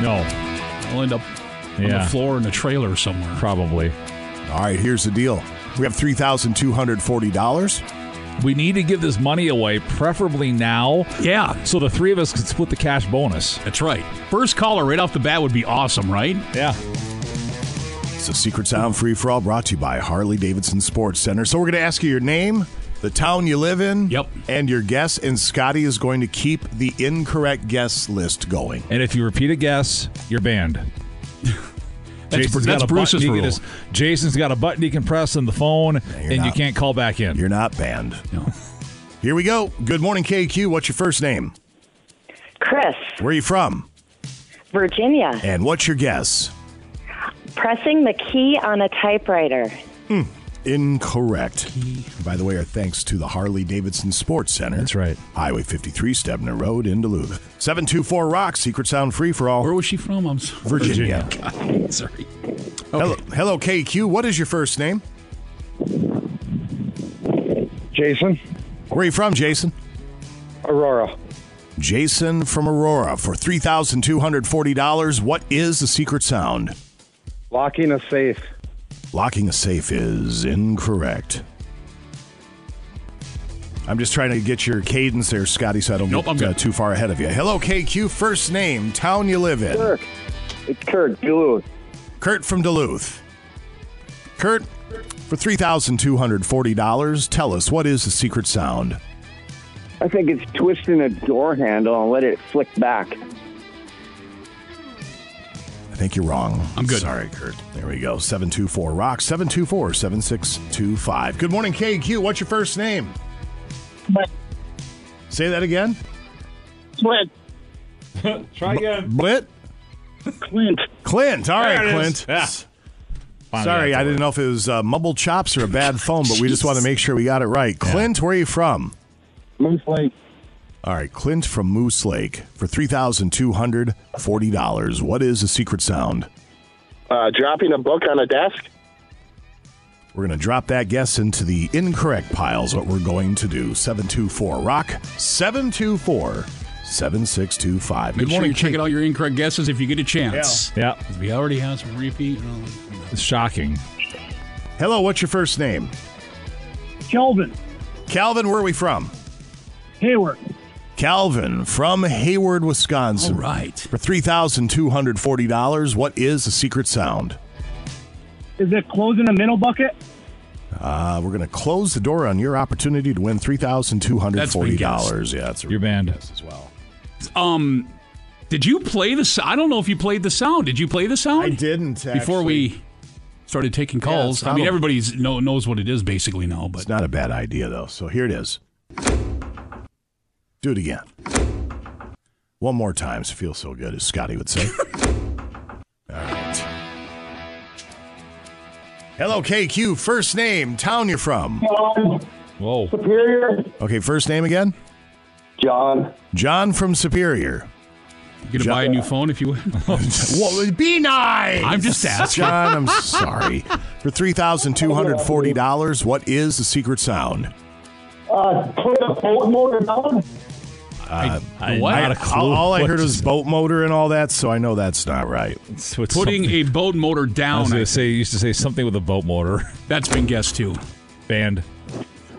Speaker 6: No.
Speaker 16: He'll end up on the
Speaker 6: Yeah.
Speaker 16: floor in a trailer somewhere.
Speaker 6: Probably.
Speaker 15: All right, here's the deal we have $3,240.
Speaker 6: We need to give this money away, preferably now.
Speaker 16: Yeah.
Speaker 6: So the three of us could split the cash bonus.
Speaker 16: That's right. First caller right off the bat would be awesome, right?
Speaker 6: Yeah.
Speaker 15: It's a Secret Sound Free for All brought to you by Harley Davidson Sports Center. So we're going to ask you your name, the town you live in, yep. and your guess. And Scotty is going to keep the incorrect guess list going.
Speaker 6: And if you repeat a guess, you're banned.
Speaker 16: That's-
Speaker 6: Jason's
Speaker 16: that's
Speaker 6: got a
Speaker 16: Bruce's
Speaker 6: button he can
Speaker 16: rule.
Speaker 6: just- Jason's got a button he can press on the phone, and you
Speaker 15: not-
Speaker 6: can't call back in.
Speaker 15: You're not banned. Here we go. Good morning, KQ. What's your first name?
Speaker 11: Chris.
Speaker 15: Where are you from?
Speaker 11: Virginia,
Speaker 15: And what's your guess?
Speaker 11: pressing the key on a typewriter.
Speaker 15: Hmm. Incorrect. By the way, our thanks to the Harley Davidson Sports Center. That's
Speaker 6: right.
Speaker 15: Highway 53, Stebner Road in Duluth. 724 Rock, Secret Sound Free for All. Where
Speaker 16: was she from? I'm sorry.
Speaker 15: Virginia.
Speaker 16: sorry.
Speaker 15: Hello, hello, KQ. What is your first name?
Speaker 9: Jason.
Speaker 15: Where are you from, Jason?
Speaker 9: Aurora.
Speaker 15: Jason from Aurora for $3,240. What is the secret sound?
Speaker 9: Locking a safe.
Speaker 15: Locking a safe is incorrect. I'm just trying to get your cadence there, Scotty, so I don't
Speaker 9: Nope, I'm
Speaker 15: get
Speaker 9: good.
Speaker 15: uh, too far ahead of you. Hello, KQ. First name, town you live in. Kirk.
Speaker 9: It's Kurt, Duluth.
Speaker 15: Kurt from Duluth. Kurt, for $3,240, tell us what is the secret sound?
Speaker 9: I think it's twisting a door handle and let it flick back.
Speaker 15: I think you're wrong.
Speaker 9: I'm good.
Speaker 15: Sorry, Kurt. There we go. 724 Rock, 724 7625. Good morning, KQ. What's your first name? Say that again.
Speaker 9: Clint.
Speaker 6: Try again.
Speaker 15: Blit?
Speaker 9: Clint.
Speaker 15: Clint. All
Speaker 6: There
Speaker 15: right,
Speaker 6: it
Speaker 15: Clint.
Speaker 6: is. Yeah. Finally
Speaker 15: Sorry,
Speaker 6: got
Speaker 15: I didn't know if it was uh, mumble chops or a bad phone, but we just want to make sure we got it right. Clint, where are you from?
Speaker 9: Moose Lake.
Speaker 15: All right, Clint from Moose Lake for $3,240. What is the secret sound?
Speaker 9: Uh, dropping a book on a desk.
Speaker 15: We're going to drop that guess into the incorrect pile, is what we're going to do. 724 Rock, 724 7625.
Speaker 16: Make sure you check out your incorrect guesses if you get a chance.
Speaker 6: Yeah.
Speaker 16: We already have some repeat. and all that.
Speaker 6: It's shocking.
Speaker 15: Hello, what's your first name?
Speaker 9: Calvin.
Speaker 15: Calvin, where are we from?
Speaker 9: Hayward.
Speaker 15: Calvin from Hayward, Wisconsin.
Speaker 16: All right. For
Speaker 15: $3,240, what is the secret sound?
Speaker 9: Is it closing a middle bucket?
Speaker 15: Uh, we're going to close the door on your opportunity to win
Speaker 16: That's been
Speaker 15: $3,240.
Speaker 16: guessed.
Speaker 15: Yeah, that's a
Speaker 6: You're banned.
Speaker 15: as well.
Speaker 16: Um, did you play the? so- I don't know if you played the sound. Did you play the sound? I
Speaker 15: didn't.
Speaker 16: Before we started taking calls, I
Speaker 15: probably-
Speaker 16: mean everybody's know, knows what it is basically now. But
Speaker 15: It's not a bad idea, though. So here it is. Do it again. One more time. So feels so good, as Scotty would say. All right. Hello, KQ. First name, town you're from.
Speaker 9: Hello.
Speaker 6: Whoa.
Speaker 9: Superior.
Speaker 15: Okay, first name again?
Speaker 5: John.
Speaker 15: John from Superior.
Speaker 16: You gonna buy a new phone if you win?
Speaker 15: Well, uh, be nice.
Speaker 16: I'm just asking.
Speaker 15: John, I'm sorry. For $3,240, what is the secret sound?
Speaker 12: Uh, put the boat motor down.
Speaker 15: Uh,
Speaker 16: I- what? Not a clue.
Speaker 15: all, all I
Speaker 16: What
Speaker 15: heard
Speaker 16: you
Speaker 15: was boat motor and all that, so I know that's not right.
Speaker 16: Putting a boat motor
Speaker 6: I was
Speaker 16: down.
Speaker 6: going to say, you used to say something with a boat motor.
Speaker 16: That's been guessed too.
Speaker 6: Banned.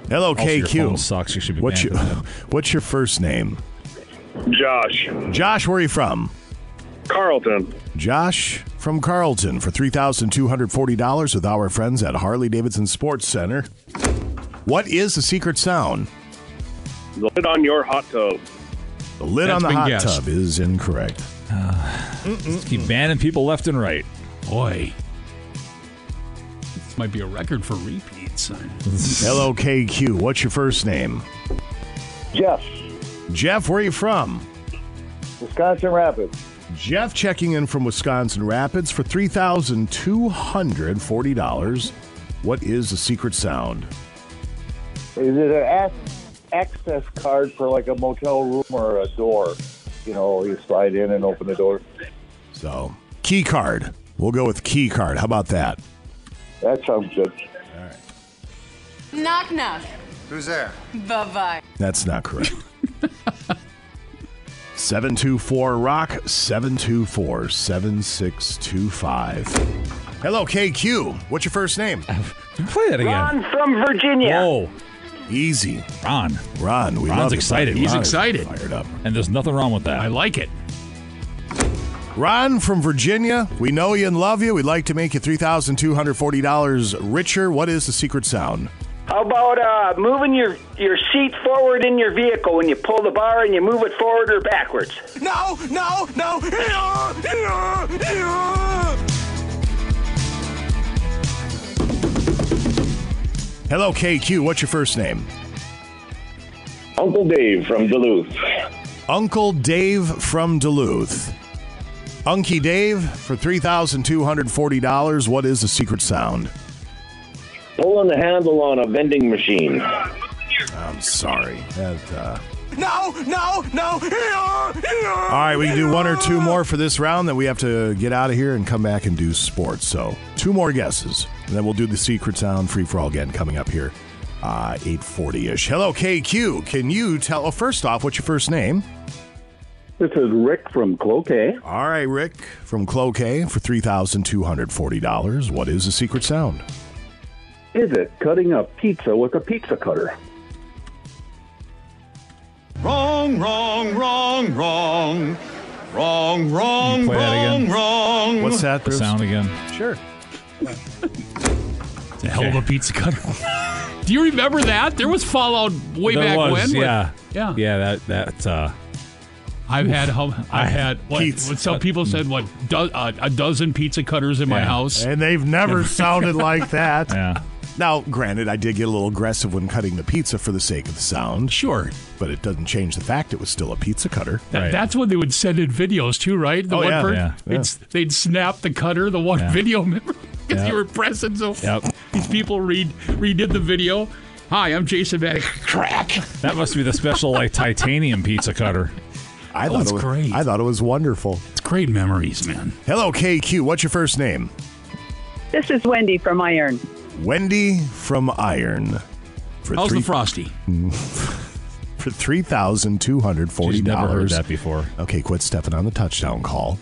Speaker 15: Hello,
Speaker 6: Also, your
Speaker 15: KQ.
Speaker 6: phone sucks. You should be
Speaker 15: What's
Speaker 6: banned
Speaker 15: your What's your first name?
Speaker 21: Josh.
Speaker 15: Josh, where are you from?
Speaker 21: Carlton.
Speaker 15: Josh from Carlton for $3,240 with our friends at Harley Davidson Sports Center. What is the secret sound?
Speaker 21: The lid on your hot tub.
Speaker 15: The lid
Speaker 21: That's
Speaker 15: on the
Speaker 21: been
Speaker 15: hot
Speaker 21: guessed.
Speaker 15: tub is incorrect.
Speaker 6: Just keep banning people left and right.
Speaker 16: Boy. This might be a record for repeats.
Speaker 15: Hello, KQ. What's your first name?
Speaker 5: Jeff,
Speaker 15: Jeff, where are you from?
Speaker 5: Wisconsin Rapids.
Speaker 15: Jeff checking in from Wisconsin Rapids for $3,240. What is the secret sound?
Speaker 5: Is it an ac- access card for like a motel room or a door? You know, you slide in and open the door.
Speaker 15: So, key card. We'll go with key card. How about that?
Speaker 5: That sounds good.
Speaker 13: Knock knock.
Speaker 25: Who's there?
Speaker 13: Bye bye.
Speaker 15: That's not correct. 724 Rock 724 7625. Hello, KQ. What's your first name?
Speaker 6: Uh,
Speaker 15: Play that
Speaker 13: Ron from Virginia.
Speaker 6: Whoa.
Speaker 15: Easy.
Speaker 6: Ron.
Speaker 15: Ron, we
Speaker 6: Ron's
Speaker 15: love it.
Speaker 6: excited.
Speaker 15: Ron is
Speaker 6: Fired up. And there's nothing wrong with that. I
Speaker 16: like it.
Speaker 15: Ron from Virginia. We know you and love you. We'd like to make you $3,240 richer. What is the secret sound?
Speaker 12: How about uh, moving your, your seat forward in your vehicle when you pull the bar and you move it forward or backwards?
Speaker 7: No, no, no.
Speaker 15: Hello, KQ. What's your first name?
Speaker 12: Uncle Dave from Duluth.
Speaker 15: Uncle Dave from Duluth. Unky Dave for $3,240. What is the secret sound?
Speaker 12: Pulling the handle on a vending machine.
Speaker 15: I'm sorry. That, uh...
Speaker 7: No, no, no.
Speaker 15: All right, we can do one or two more for this round, then we have to get out of here and come back and do sports. So, two more guesses, and then we'll do the secret sound free for all again coming up here. Uh, 840-ish. Hello, KQ. Can you tell... Oh, first off, what's your first name?
Speaker 8: This is Rick from Cloquet.
Speaker 15: All right, Rick from Cloquet for $3,240. What is the secret sound?
Speaker 8: Is it cutting a pizza with a pizza cutter?
Speaker 7: Wrong, wrong, wrong, wrong. Wrong, wrong,
Speaker 6: Play that
Speaker 7: wrong,
Speaker 6: again.
Speaker 7: wrong.
Speaker 6: The sound again.
Speaker 15: Sure.
Speaker 16: It's a hell of a pizza cutter. Do you remember that? There was Fallout way
Speaker 6: There
Speaker 16: back
Speaker 6: was,
Speaker 16: when. with-
Speaker 6: Yeah.
Speaker 16: yeah.
Speaker 6: Yeah, that, that, uh,
Speaker 16: I've had how
Speaker 6: I-
Speaker 16: I've had what,
Speaker 6: Pizza.
Speaker 16: what some people said what do, uh, a dozen pizza cutters in my
Speaker 15: Yeah.
Speaker 16: house.
Speaker 15: And they've never
Speaker 16: Never.
Speaker 15: sounded like that. Now, granted, I did get a little aggressive when cutting the pizza for the sake of the sound.
Speaker 16: Sure.
Speaker 15: But it doesn't change the fact it was still a pizza cutter.
Speaker 16: Th- That's what they would send in videos too, right? The
Speaker 15: Oh,
Speaker 16: one
Speaker 15: yeah.
Speaker 16: per-
Speaker 15: Yeah.
Speaker 16: they'd s- They'd snap the cutter, the one
Speaker 6: Yeah.
Speaker 16: video member, because
Speaker 6: Yeah.
Speaker 16: you were pressing. So
Speaker 6: Yep.
Speaker 16: these people read redid the video. Hi, I'm Jason Maddock. Crack.
Speaker 6: that must be the special, like, titanium pizza cutter.
Speaker 15: I
Speaker 16: Oh,
Speaker 15: thought
Speaker 16: it's
Speaker 15: it was
Speaker 16: great.
Speaker 15: I thought it was wonderful.
Speaker 16: It's great memories, man.
Speaker 15: Hello, KQ. What's your first name?
Speaker 14: This is Wendy from Iron.
Speaker 15: Wendy from Iron. For
Speaker 16: How's
Speaker 15: three-
Speaker 16: the frosty?
Speaker 15: For three thousand two hundred forty
Speaker 6: She's
Speaker 15: dollars.
Speaker 6: never heard that before.
Speaker 15: Okay, quit stepping on the touchdown call.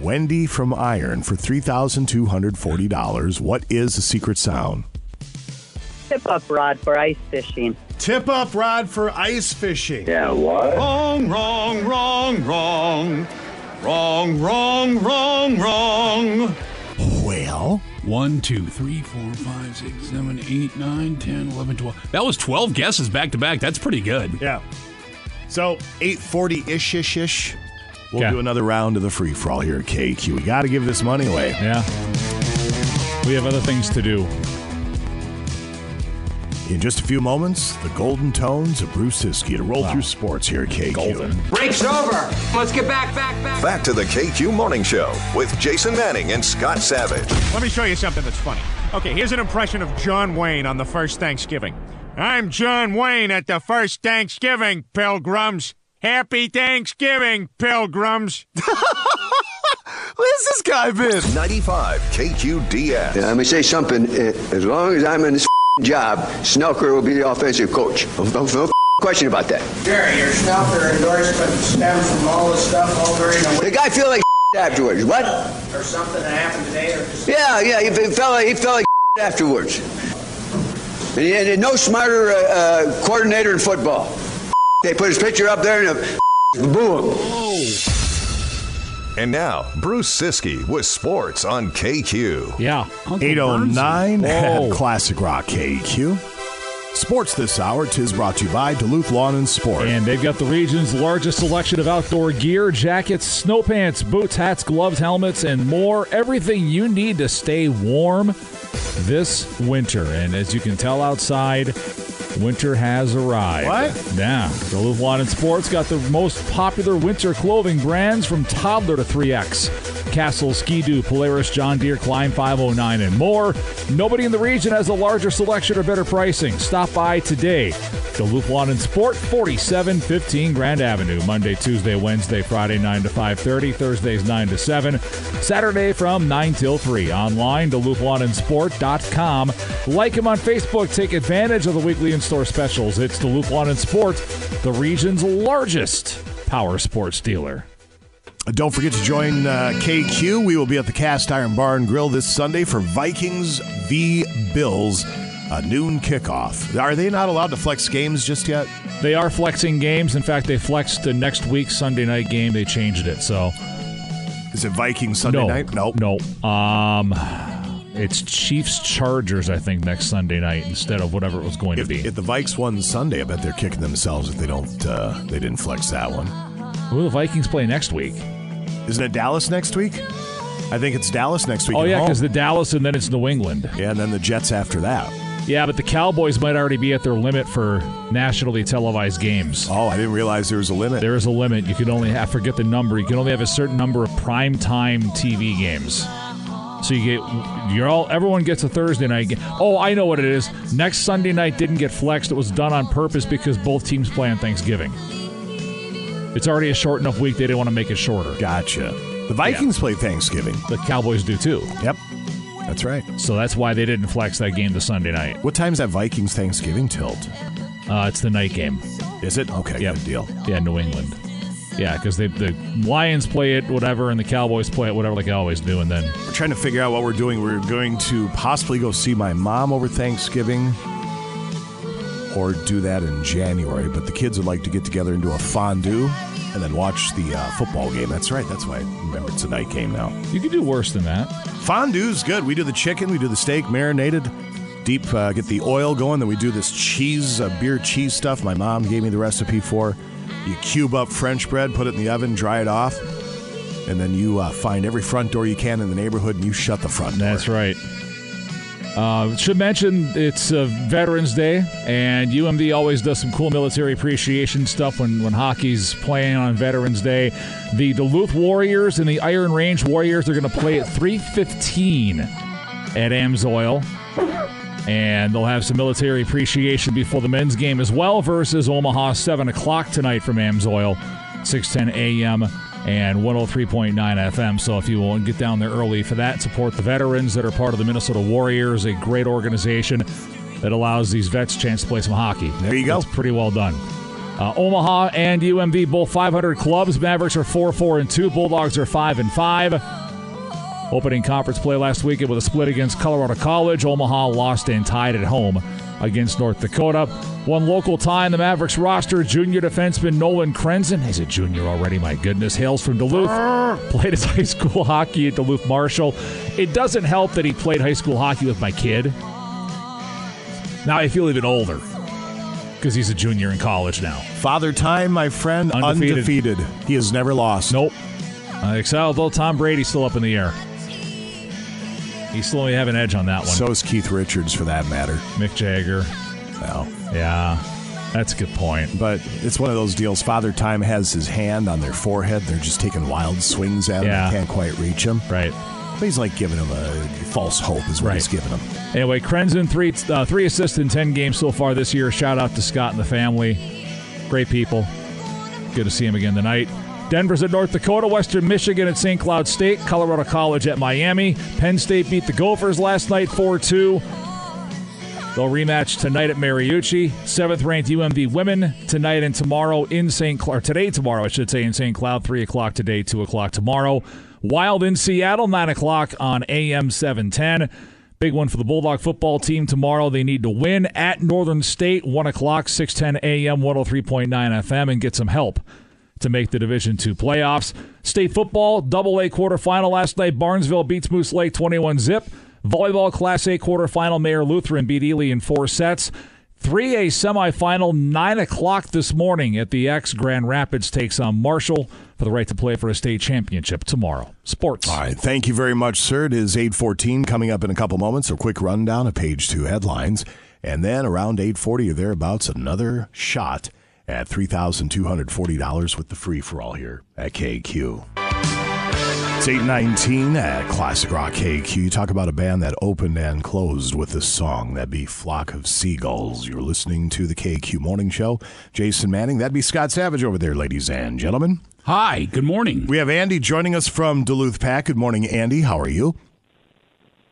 Speaker 15: Wendy from Iron for three thousand two hundred forty dollars. What is the secret sound?
Speaker 14: Tip up rod for ice fishing.
Speaker 15: Tip up rod for ice fishing.
Speaker 14: Yeah, what?
Speaker 7: Wrong, wrong, wrong, wrong. Wrong, wrong, wrong, wrong.
Speaker 15: Well,
Speaker 16: one, two, three, four, five, six, seven, eight, nine, ten, eleven, twelve. That was twelve guesses back to back. That's pretty good.
Speaker 15: Yeah. So eight forty ish ish ish. We'll do another round of the free for all here at KQ. We got to give this money away.
Speaker 6: Yeah. We have other things to do.
Speaker 15: In just a few moments, the golden tones of Bruce Siski to roll through sports here at KQ.
Speaker 10: Break's over. Let's get back, back, back.
Speaker 3: Back to the KQ Morning Show with Jason Manning and Scott Savage.
Speaker 17: Let me show you something that's funny. Okay, here's an impression of John Wayne on the first Thanksgiving. I'm John Wayne at the first Thanksgiving, pilgrims. Happy Thanksgiving, pilgrims.
Speaker 3: Where's this guy been? 95 KQDS.
Speaker 18: And let me say something. eh, As long as I'm in this job, Snelker will be the offensive coach. No, no question about that.
Speaker 19: Jerry, your Snelker endorsement stems from all this stuff all during the
Speaker 18: The guy feel like afterwards. What?
Speaker 19: week or something that happened today or
Speaker 18: Yeah, yeah. He he felt like, he felt like afterwards. And he had no smarter uh, uh, coordinator in football. They put his picture up there and uh, boom.
Speaker 3: And now, Bruce Siski with sports on KQ.
Speaker 16: Yeah.
Speaker 15: 809
Speaker 3: Whoa.
Speaker 15: at Classic Rock KQ. Sports this hour, tis brought to you by Duluth Lawn and Sport.
Speaker 6: And they've got the region's largest selection of outdoor gear, jackets, snow pants, boots, hats, gloves, helmets, and more. Everything you need to stay warm this winter. And as you can tell outside, winter has arrived.
Speaker 15: What?
Speaker 6: Yeah. Duluth Lawn and Sports got the most popular winter clothing brands from toddler to 3X. Castle, Ski-Doo, Polaris, John Deere, Klein 509, and more. Nobody in the region has a larger selection or better pricing. Stop by today. Duluth Lawn and Sport, 4715 Grand Avenue. Monday, Tuesday, Wednesday, Friday, 9 to 5.30. Thursdays, 9 to 7. Saturday from 9 till 3. Online, duluthwannandsport.com. Like him on Facebook. Take advantage of the weekly in-store specials. It's Duluth Lawn and Sport, the region's largest power sports dealer.
Speaker 15: Don't forget to join uh, KQ. We will be at the Cast Iron Bar and Grill this Sunday for Vikings v Bills, a noon kickoff. Are they not allowed to flex games just yet?
Speaker 6: They are flexing games. In fact, they flexed the next week's Sunday night game. They changed it. So,
Speaker 15: is it Vikings Sunday
Speaker 6: no,
Speaker 15: night? Nope.
Speaker 6: No. Um, it's Chiefs Chargers. I think next Sunday night instead of whatever it was going
Speaker 15: If,
Speaker 6: to be.
Speaker 15: if the Vikes won Sunday, I bet they're kicking themselves if they don't. Uh, they didn't flex that one.
Speaker 6: Who the Vikings play next week?
Speaker 15: Isn't it Dallas next week? I think it's Dallas next week.
Speaker 6: Oh
Speaker 15: at
Speaker 6: yeah,
Speaker 15: home.
Speaker 6: because the Dallas and then it's New England.
Speaker 15: Yeah, and then the Jets after that.
Speaker 6: Yeah, but the Cowboys might already be at their limit for nationally televised games.
Speaker 15: Oh, I didn't realize there was a limit.
Speaker 6: There is a limit. You can only have, I forget the number, you can only have a certain number of primetime TV games. So you get, you're all, everyone gets a Thursday night game. Oh, I know what it is. Next Sunday night didn't get flexed. It was done on purpose because both teams play on Thanksgiving. It's already a short enough week. They didn't want to make it shorter.
Speaker 15: Gotcha. The Vikings play Thanksgiving.
Speaker 6: The Cowboys do too.
Speaker 15: Yep. That's right.
Speaker 6: So that's why they didn't flex that game to Sunday night.
Speaker 15: What time's that Vikings Thanksgiving tilt?
Speaker 6: Uh, it's the night game.
Speaker 15: Is it? Okay, good deal.
Speaker 6: Yeah, New England. Yeah, because the Lions play it, whatever, and the Cowboys play it, whatever, like they always do. And then
Speaker 15: We're trying to figure out what we're doing. We're going to possibly go see my mom over Thanksgiving or do that in January. But the kids would like to get together and do a fondue and then watch the uh, football game. That's right. That's why I remember it's a night game now.
Speaker 6: You could do worse than that.
Speaker 15: Fondue's good. We do the chicken, we do the steak marinated. Deep, uh, get the oil going. Then we do this cheese, uh, beer cheese stuff. My mom gave me the recipe for. You cube up French bread, put it in the oven, dry it off, and then you uh, find every front door you can in the neighborhood and you shut the front door.
Speaker 6: That's right. Uh, should mention it's uh, Veterans Day, and UMD always does some cool military appreciation stuff when, when hockey's playing on Veterans Day. The Duluth Warriors and the Iron Range Warriors are going to play at 315 at Amsoil. And they'll have some military appreciation before the men's game as well versus Omaha 7 o'clock tonight from Amsoil, 610 a.m. and 103.9 FM. So if you want to get down there early for that, support the veterans that are part of the Minnesota Warriors, a great organization that allows these vets a chance to play some hockey. There you go. It's pretty well done. Uh, Omaha and UMV both 500 clubs. Mavericks are 4 4 and 2. Bulldogs are 5 and 5. Opening conference play last weekend with a split against Colorado College. Omaha lost and tied at home against North Dakota. One local tie in the Mavericks roster, junior defenseman Nolan Krenzen. He's a junior already, my goodness. Hails from Duluth. Played his high school hockey at Duluth Marshall. It doesn't help that he played high school hockey with my kid. Now I feel even older because he's a junior in college now.
Speaker 15: Father Time, my friend, undefeated. He has never lost.
Speaker 6: Nope. Uh, except although Tom Brady's still up in the air. He still only have an edge on that one.
Speaker 15: So is Keith Richards, for that matter.
Speaker 6: Mick Jagger.
Speaker 15: Well,
Speaker 6: yeah, that's a good point.
Speaker 15: But it's one of those deals. Father Time has his hand on their forehead. They're just taking wild swings at him.
Speaker 6: Yeah.
Speaker 15: They can't quite reach him.
Speaker 6: Right.
Speaker 15: But he's like giving him a false hope, is what he's giving him.
Speaker 6: Anyway, Krenzen, three uh, three assists in ten games so far this year. Shout out to Scott and the family. Great people. Good to see him again tonight. Denver's at North Dakota, Western Michigan at St. Cloud State, Colorado College at Miami. Penn State beat the Gophers last night 4 2. They'll rematch tonight at Mariucci. Seventh ranked UMD women tonight and tomorrow in St. Cloud. Today, tomorrow, I should say, in St. Cloud. 3 o'clock today, 2 o'clock tomorrow. Wild in Seattle, 9 o'clock on AM 710. Big one for the Bulldog football team tomorrow. They need to win at Northern State, 1 o'clock, 610 AM, 103.9 FM, and get some help to make the Division Two playoffs. State football, double A quarterfinal last night. Barnesville beats Moose Lake 21 zip. Volleyball Class A quarterfinal, Mayor Lutheran beat Ely in four sets. 3A semifinal, 9 o'clock this morning at the X. Grand Rapids takes on Marshall for the right to play for a state championship tomorrow. Sports.
Speaker 15: All right. Thank you very much, sir. It is 814 coming up in a couple moments. A quick rundown of page two headlines. And then around 840 or thereabouts, another shot at $3,240 with the free for all here at KQ. It's 819 at Classic Rock KQ. You talk about a band that opened and closed with a song. That'd be Flock of Seagulls. You're listening to the KQ Morning Show. Jason Manning, that'd be Scott Savage over there, ladies and gentlemen.
Speaker 16: Hi, good morning.
Speaker 15: We have Andy joining us from Duluth Pack. Good morning, Andy. How are you?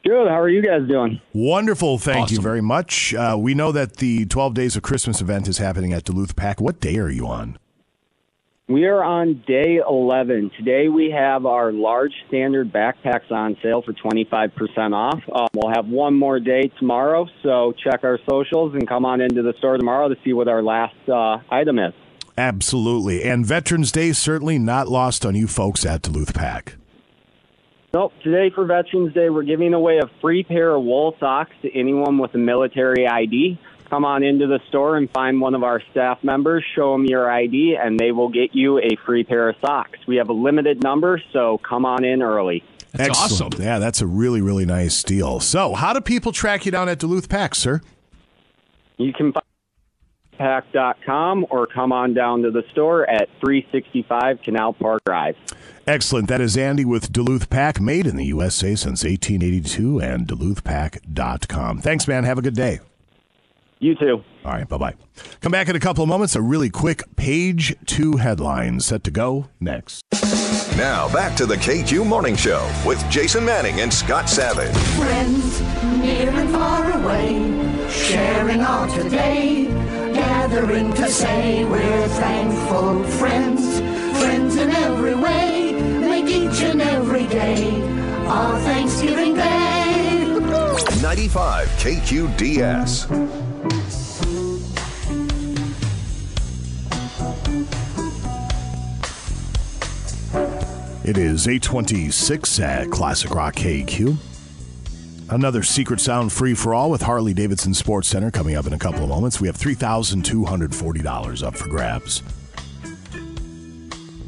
Speaker 2: Good. How are you guys doing?
Speaker 15: Wonderful. Thank you very much. Uh, we know that the 12 Days of Christmas event is happening at Duluth Pack. What day are you on?
Speaker 2: We are on day 11. Today we have our large standard backpacks on sale for 25% off. Uh, we'll have one more day tomorrow, so check our socials and come on into the store tomorrow to see what our last uh, item is.
Speaker 15: Absolutely. And Veterans Day certainly not lost on you folks at Duluth Pack.
Speaker 2: Nope. Today for Veterans Day, we're giving away a free pair of wool socks to anyone with a military ID. Come on into the store and find one of our staff members, show them your ID, and they will get you a free pair of socks. We have a limited number, so come on in early.
Speaker 15: Excellent. Yeah, that's a really, really nice deal. So, how do people track you down at Duluth Pack, sir?
Speaker 2: You can find pack.com or come on down to the store at 365 Canal Park Drive.
Speaker 15: Excellent. That is Andy with Duluth Pack, made in the USA since 1882, and duluthpack.com. Thanks, man. Have a good day.
Speaker 2: You too.
Speaker 15: All right. Bye bye. Come back in a couple of moments. A really quick page two headline set to go next.
Speaker 3: Now back to the KQ Morning Show with Jason Manning and Scott Savage.
Speaker 7: Friends, near and far away, sharing our today, gathering to say we're thankful. Friends, friends in every way, make each and every day our Thanksgiving Day.
Speaker 3: 95 KQDS.
Speaker 15: It is 826 at Classic Rock KQ. Another secret sound free for all with Harley Davidson Sports Center coming up in a couple of moments. We have $3,240 up for grabs.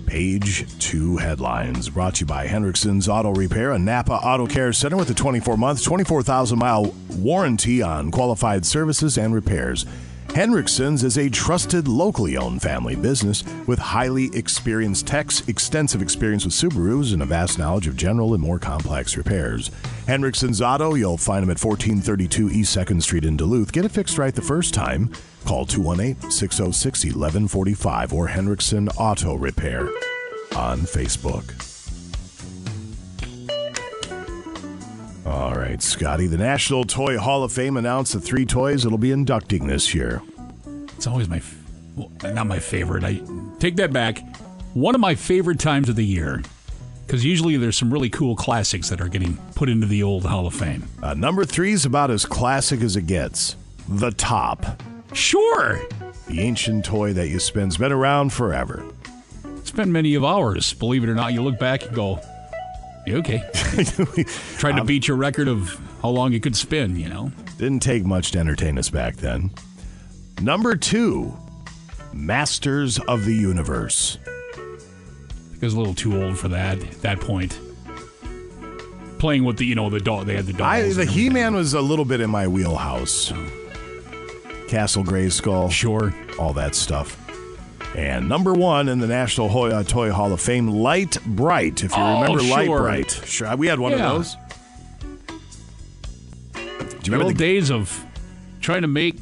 Speaker 15: Page two headlines brought to you by Hendrickson's Auto Repair and Napa Auto Care Center with a 24 month, 24,000 mile warranty on qualified services and repairs. Hendrickson's is a trusted, locally owned family business with highly experienced techs, extensive experience with Subarus, and a vast knowledge of general and more complex repairs. Hendrickson's Auto, you'll find them at 1432 East 2nd Street in Duluth. Get it fixed right the first time. Call 218 606 1145 or Hendrickson Auto Repair on Facebook. All right, Scotty. The National Toy Hall of Fame announced the three toys it'll be inducting this year.
Speaker 16: It's always my, f- well, not my favorite. I take that back. One of my favorite times of the year, because usually there's some really cool classics that are getting put into the old Hall of Fame.
Speaker 15: Uh, number three is about as classic as it gets the top.
Speaker 16: Sure.
Speaker 15: The ancient toy that you spend's been around forever.
Speaker 16: It's been many of ours, believe it or not. You look back and go, you okay? Trying
Speaker 15: Um,
Speaker 16: to beat your record of how long it could spin, you know?
Speaker 15: Didn't take much to entertain us back then. Number two, Masters of the Universe.
Speaker 16: I think I was a little too old for that at that point. Playing with the, you know, the doll. They had the dolls.
Speaker 15: I,
Speaker 16: and
Speaker 15: the
Speaker 16: everything.
Speaker 15: He Man was a little bit in my wheelhouse. Castle Grayskull.
Speaker 16: Sure.
Speaker 15: All that stuff. And number one in the National Hoy- uh, Toy Hall of Fame, Light Bright. If you
Speaker 16: Oh,
Speaker 15: remember Light
Speaker 16: sure.
Speaker 15: Bright, sure, we had one
Speaker 16: Yeah.
Speaker 15: of those. Do
Speaker 16: The
Speaker 15: you remember
Speaker 16: old
Speaker 15: the-
Speaker 16: days of trying to make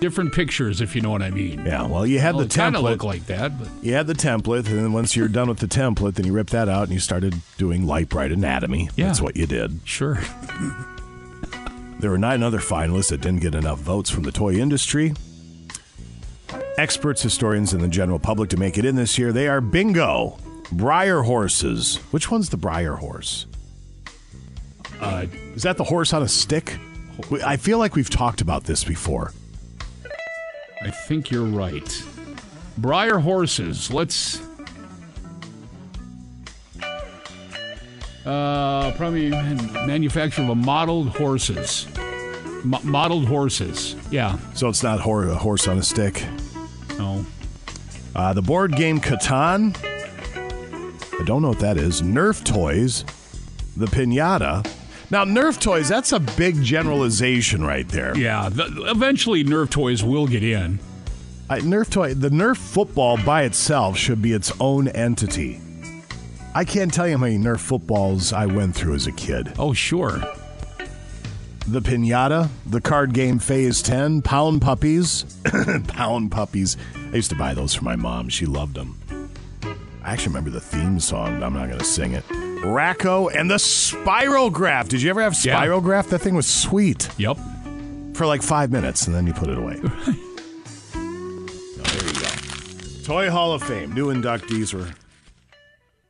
Speaker 16: different pictures, if you know what I mean.
Speaker 15: Yeah, well, you had the
Speaker 16: Kind
Speaker 15: template.
Speaker 16: of look like that, but
Speaker 15: You had the template, and then once you're done with the template, then you ripped that out and you started doing light bright anatomy.
Speaker 16: Yeah.
Speaker 15: That's what you did.
Speaker 16: Sure.
Speaker 15: there were nine other finalists that didn't get enough votes from the toy industry. Experts, historians, and the general public to make it in this year, they are bingo, briar horses. Which one's the briar horse?
Speaker 16: Uh,
Speaker 15: Is that the horse on a stick? We- I feel like we've talked about this before.
Speaker 16: I think you're right. Briar horses. Let's. Uh, probably man- manufacture of a modeled horses. Mo- modeled horses. Yeah.
Speaker 15: So it's not hor- a horse on a stick.
Speaker 16: No.
Speaker 15: Uh, the board game Catan. I don't know what that is. Nerf toys. The pinata. Now, Nerf toys, that's a big generalization right there.
Speaker 16: Yeah. th- eventually, Nerf toys will get in.
Speaker 15: I, Nerf toy, the Nerf football by itself should be its own entity. I can't tell you how many Nerf footballs I went through as a kid.
Speaker 16: Oh, sure.
Speaker 15: The pinata, the card game Phase 10, Pound Puppies. pound Puppies. I used to buy those for my mom. She loved them. I actually remember the theme song, but I'm not going to sing it. Racco and the Spirograph. Did you ever have
Speaker 16: Yeah.
Speaker 15: Spirograph? That thing was sweet.
Speaker 16: Yep.
Speaker 15: For like five minutes, and then you put it away. Toy Hall of Fame. New inductees were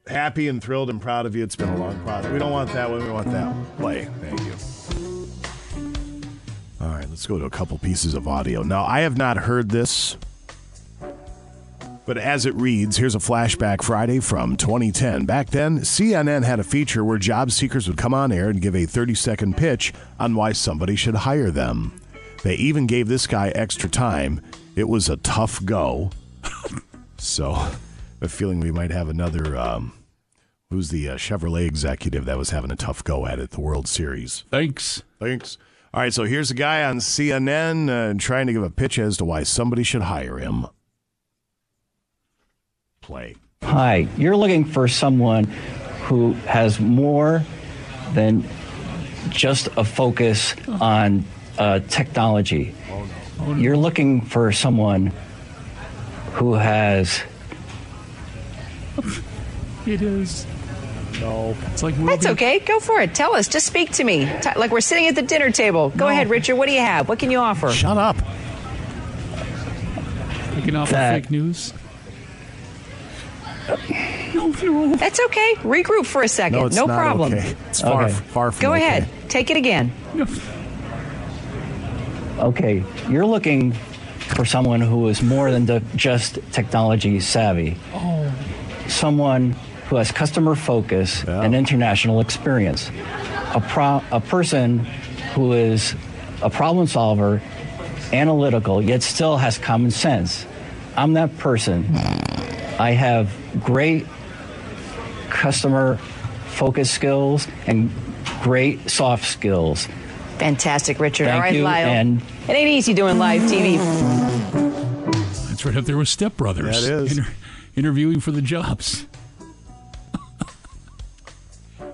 Speaker 15: happy and thrilled and proud of you. It's been a long process. We don't want that one. We want that one. Play. Thank you. All right, let's go to a couple pieces of audio. Now, I have not heard this, but as it reads, here's a flashback Friday from 2010. Back then, CNN had a feature where job seekers would come on air and give a 30 second pitch on why somebody should hire them. They even gave this guy extra time. It was a tough go. So, a feeling we might have another. Um, who's the uh, Chevrolet executive that was having a tough go at it? The World Series.
Speaker 16: Thanks.
Speaker 15: Thanks. All right, so here's a guy on CNN uh, trying to give a pitch as to why somebody should hire him. Play.
Speaker 4: Hi, you're looking for someone who has more than just a focus on uh, technology. You're looking for someone who has
Speaker 16: It is.
Speaker 15: No.
Speaker 16: It's like
Speaker 20: That's okay. Go for it. Tell us. Just speak to me. T- like we're sitting at the dinner table. Go ahead, Richard. What do you have? What can you offer?
Speaker 15: Shut up.
Speaker 16: Taking off the
Speaker 4: That-
Speaker 16: fake news.
Speaker 20: That's okay. Regroup for a second.
Speaker 15: No, it's not
Speaker 20: problem.
Speaker 15: okay. It's far- Okay. far from
Speaker 20: Go
Speaker 4: okay.
Speaker 20: ahead. Take it again.
Speaker 4: okay, you're looking for someone who is more than the, just technology savvy.
Speaker 22: Oh.
Speaker 4: someone who has customer focus and international experience. A, pro- a person who is a problem solver, analytical, yet still has common sense. I'm that person. I have great customer focus skills and great soft skills.
Speaker 20: Fantastic, Richard.
Speaker 4: Thank
Speaker 20: All right,
Speaker 4: you,
Speaker 20: Lyle.
Speaker 4: and-
Speaker 20: it ain't easy doing live TV.
Speaker 16: That's right up there with Step Brothers.
Speaker 15: That is.
Speaker 16: interviewing for the jobs.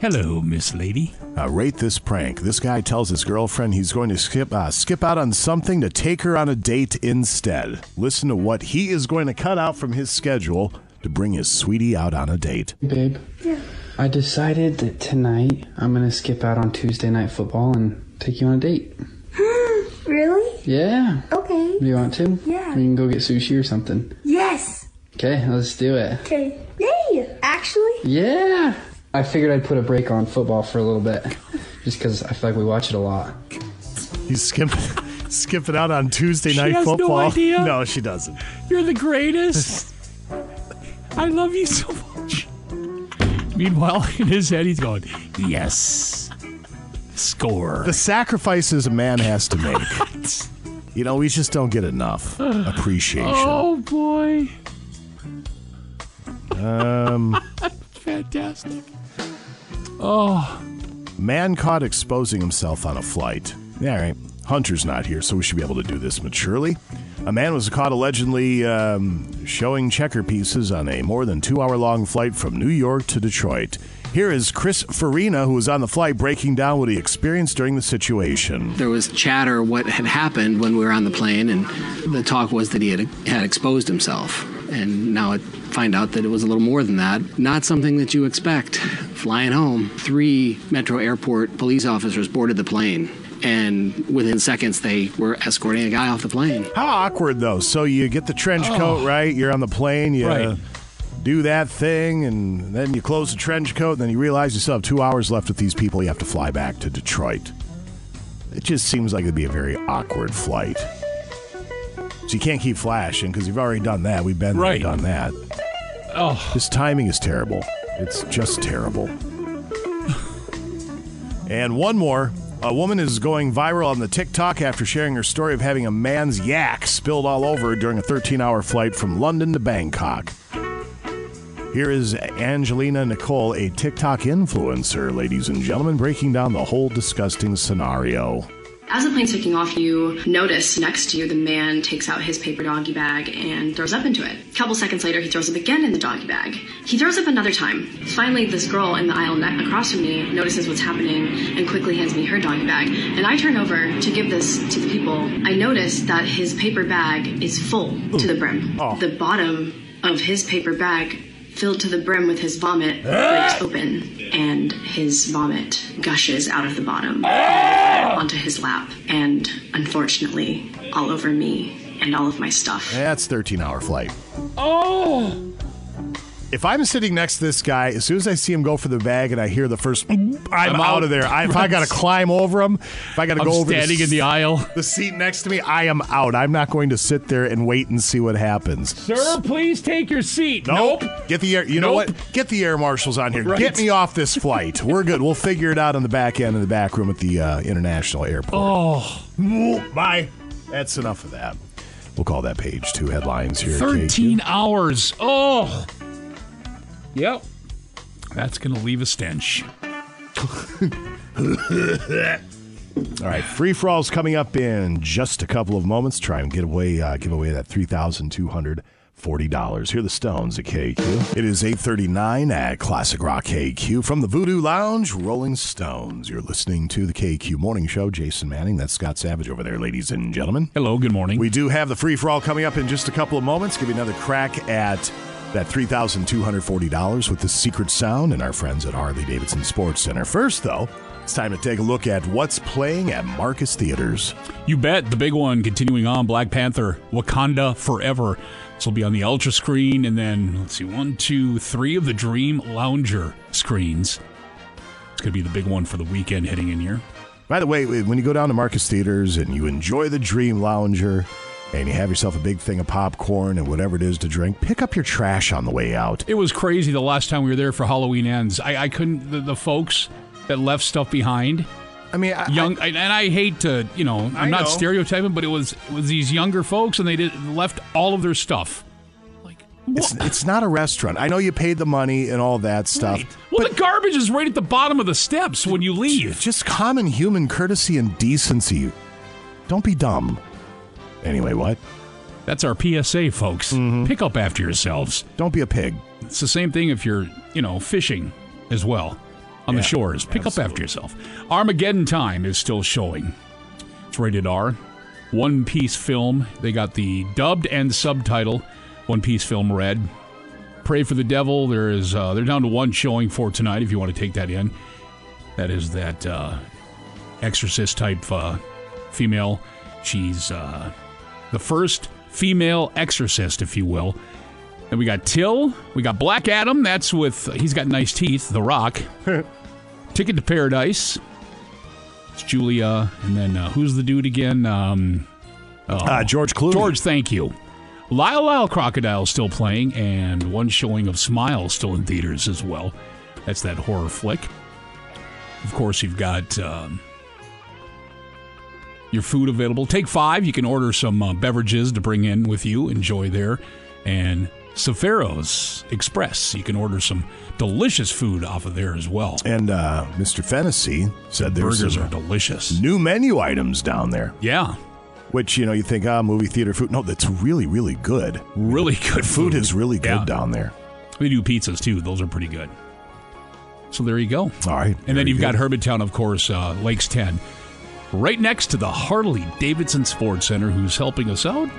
Speaker 16: Hello, Miss Lady.
Speaker 15: Uh, rate this prank. This guy tells his girlfriend he's going to skip uh, skip out on something to take her on a date instead. Listen to what he is going to cut out from his schedule to bring his sweetie out on a date.
Speaker 23: Babe, I decided that tonight I'm gonna skip out on Tuesday night football and take you on a date.
Speaker 24: Really?
Speaker 23: Yeah.
Speaker 24: Okay.
Speaker 23: Do you want to?
Speaker 24: Yeah.
Speaker 23: We can go get sushi or something.
Speaker 24: Yes.
Speaker 23: Okay, let's do it.
Speaker 24: Okay. Yay! Actually,
Speaker 23: Yeah. I figured I'd put a break on football for a little bit, just because I feel like we watch it a lot.
Speaker 15: He's skipping, skipping out on Tuesday
Speaker 23: She
Speaker 15: night
Speaker 23: has no
Speaker 15: football.
Speaker 23: idea.
Speaker 15: No, she doesn't.
Speaker 16: You're the greatest. I love you so much. Meanwhile, in his head, he's going, yes, score.
Speaker 15: The sacrifices a man has to make. you know, we just don't get enough appreciation.
Speaker 16: Oh, boy.
Speaker 15: Um,
Speaker 16: Fantastic. Oh.
Speaker 15: man caught exposing himself on a flight. All right. Hunter's not here, so we should be able to do this maturely. A man was caught allegedly um, showing checker pieces on a more than two hour long flight from New York to Detroit. Here is Chris Farina, who was on the flight, breaking down what he experienced during the situation.
Speaker 2: There was chatter what had happened when we were on the plane, and the talk was that he had, had exposed himself. And now I find out that it was a little more than that. Not something that you expect. Flying home, three Metro Airport police officers boarded the plane, and within seconds they were escorting a guy off the plane.
Speaker 15: How awkward, though. So you get the trench
Speaker 2: Oh.
Speaker 15: coat, right? You're on the plane, you
Speaker 2: Right.
Speaker 15: do that thing, and then you close the trench coat, and then you realize you still have two hours left with these people. You have to fly back to Detroit. It just seems like it'd be a very awkward flight. So you can't keep flashing because you've already done that. We've been right. done that. Oh, this timing is terrible. It's just terrible. And one more. A woman is going viral on the TikTok after sharing her story of having a man's yak spilled all over her during a 13 hour flight from London to Bangkok. Here is Angelina Nicole, a TikTok influencer, ladies and gentlemen, breaking down the whole disgusting scenario.
Speaker 9: As the plane's taking off, you notice next to you the man takes out his paper doggy bag and throws up into it. A couple seconds later, he throws up again in the doggy bag. He throws up another time. Finally, this girl in the aisle ne- across from me notices what's happening and quickly hands me her doggy bag. And I turn over to give this to the people. I notice that his paper bag is full to the brim. The bottom of his paper bag filled to the brim with his vomit breaks open and his vomit gushes out of the bottom onto his lap and unfortunately all over me and all of my stuff
Speaker 15: That's 13 hour flight.
Speaker 9: oh
Speaker 15: If I'm sitting next to this guy, as soon as I see him go for the bag and I hear the first, I'm, out of there. I, if I got to climb over him, if I got to
Speaker 16: I'm
Speaker 15: go over
Speaker 16: standing in the
Speaker 15: aisle, the seat next to me, I am out. I'm not going to sit there and wait and see what happens.
Speaker 16: Sir, please take your seat.
Speaker 15: Nope. Get the air. You know
Speaker 16: Nope.
Speaker 15: what? Get the air marshals on here.
Speaker 16: Right.
Speaker 15: Get me off this flight. We're good. We'll figure it out on the back end in the back room at the uh, international airport.
Speaker 16: Oh,
Speaker 15: bye. That's enough of that. We'll call that page two headlines here. at KQ.
Speaker 16: 13 hours. Oh. Yep. That's going to leave a stench.
Speaker 15: All right, free for all's coming up in just a couple of moments. Try and get away, uh, give away that three thousand two hundred forty dollars. Here are the Stones at KQ. It is eight thirty nine at Classic Rock KQ from the Voodoo Lounge. Rolling Stones. You're listening to the KQ Morning Show. Jason Manning. That's Scott Savage over there, ladies and gentlemen.
Speaker 16: Hello. Good morning.
Speaker 15: We do have the free for all coming up in just a couple of moments. Give you another crack at. That $3,240 with the secret sound and our friends at Harley Davidson Sports Center. First, though, it's time to take a look at what's playing at Marcus Theaters.
Speaker 16: You bet. The big one continuing on Black Panther, Wakanda Forever. This will be on the Ultra screen, and then let's see, one, two, three of the Dream Lounger screens. It's going to be the big one for the weekend heading in here.
Speaker 15: By the way, when you go down to Marcus Theaters and you enjoy the Dream Lounger and you have yourself a big thing of popcorn and whatever it is to drink, pick up your trash on the way out.
Speaker 16: It was crazy the last time we were there for Halloween ends. I, I couldn't the, the folks that left stuff behind.
Speaker 15: I mean, I,
Speaker 16: young, and I hate to, you know, I'm
Speaker 15: I
Speaker 16: not
Speaker 15: know.
Speaker 16: stereotyping, but it was it was these younger folks, and they did, left all of their stuff.
Speaker 15: It's, it's not a restaurant. I know you paid the money and all that stuff.
Speaker 16: Well, the garbage is right at the bottom of the steps when you leave.
Speaker 15: Just common human courtesy and decency. Don't be dumb. Anyway, what? Mm-hmm.
Speaker 16: That's our PSA, folks. Pick up after yourselves.
Speaker 15: Don't be a pig.
Speaker 16: It's the same thing if you're, you know, fishing as well on the shores. Pick up after yourself. Armageddon Time is still showing. It's rated R. One Piece film. They got the dubbed and subtitle One Piece film red. Pray for the Devil. There is uh, they're down to one showing for tonight. If you want to take that in, that is that uh, exorcist type uh, female. She's uh, the first female exorcist, if you will. And we got Till. We got Black Adam. That's with he's got nice teeth. The Rock. Ticket to Paradise. It's Julia, and then uh, who's the dude again? Um, uh,
Speaker 15: George Clooney.
Speaker 16: George, thank you. Lyle Lyle Crocodile still playing, and one showing of Smile still in theaters as well. That's that horror flick. Of course, you've got um, your food available. Take five. You can order some uh, beverages to bring in with you. Enjoy there. And Safaro's Express. You can order some delicious food off of there as well.
Speaker 15: And uh, Mr. Fennessy said there's
Speaker 16: burgers
Speaker 15: some
Speaker 16: are delicious.
Speaker 15: New menu items down there.
Speaker 16: Yeah.
Speaker 15: Which, you know, you think, ah, movie theater food. No, that's really, really good.
Speaker 16: Really good
Speaker 15: food. is really good down there.
Speaker 16: They do pizzas too. Those are pretty good. So there you go.
Speaker 15: All right.
Speaker 16: And then
Speaker 15: very
Speaker 16: you've got
Speaker 15: good.
Speaker 16: Hermantown, of course, uh, Lakes 10, right next to the Harley Davidson Sports Center, who's helping us out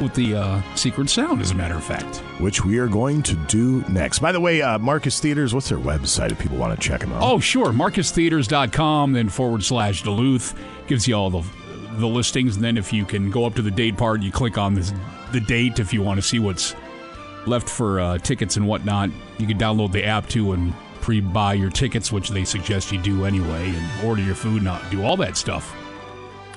Speaker 16: with the uh, Secret Sound, as a matter of fact.
Speaker 15: Which we are going to do next. By the way, uh, Marcus Theaters, what's their website if people want to check them out?
Speaker 16: Oh, sure. MarcusTheaters.com, then forward slash Duluth gives you all the the listings. And then if you can go up to the date part, you click on this, the date if you want to see what's left for uh, tickets and whatnot. You can download the app too and pre buy your tickets, which they suggest you do anyway, and order your food and uh, do all that stuff.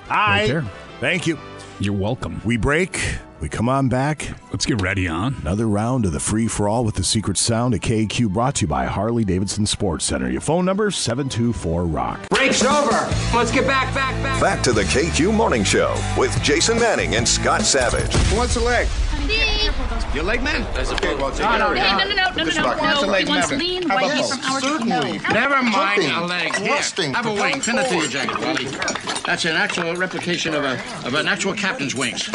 Speaker 15: Hi.
Speaker 16: Right there.
Speaker 15: Thank you.
Speaker 16: You're welcome.
Speaker 15: We break. We come on back.
Speaker 16: Let's get ready on.
Speaker 15: Another round of the free for all with the secret sound at KQ brought to you by Harley Davidson Sports Center. Your phone number 724 Rock.
Speaker 10: Break's over. Let's get back, back, back.
Speaker 3: Back to the KQ Morning Show with Jason Manning and Scott Savage.
Speaker 5: What's a leg?
Speaker 10: Your leg man. That's a okay, well,
Speaker 5: take No, it no, out. no, no, no, no, no,
Speaker 10: Just
Speaker 5: no,
Speaker 10: rock it.
Speaker 5: no.
Speaker 10: That's a leg
Speaker 5: He wants
Speaker 10: man.
Speaker 5: lean,
Speaker 10: How
Speaker 5: white
Speaker 10: about
Speaker 5: meat
Speaker 10: this?
Speaker 5: from our-
Speaker 10: Certainly.
Speaker 5: No.
Speaker 10: Never mind
Speaker 5: Dripping,
Speaker 10: a leg. Here,
Speaker 5: thrusting,
Speaker 10: Have a wing.
Speaker 5: propelling
Speaker 10: Send it to your
Speaker 5: forward.
Speaker 10: jacket, Wally. That's an actual replication of a of an actual captain's wings.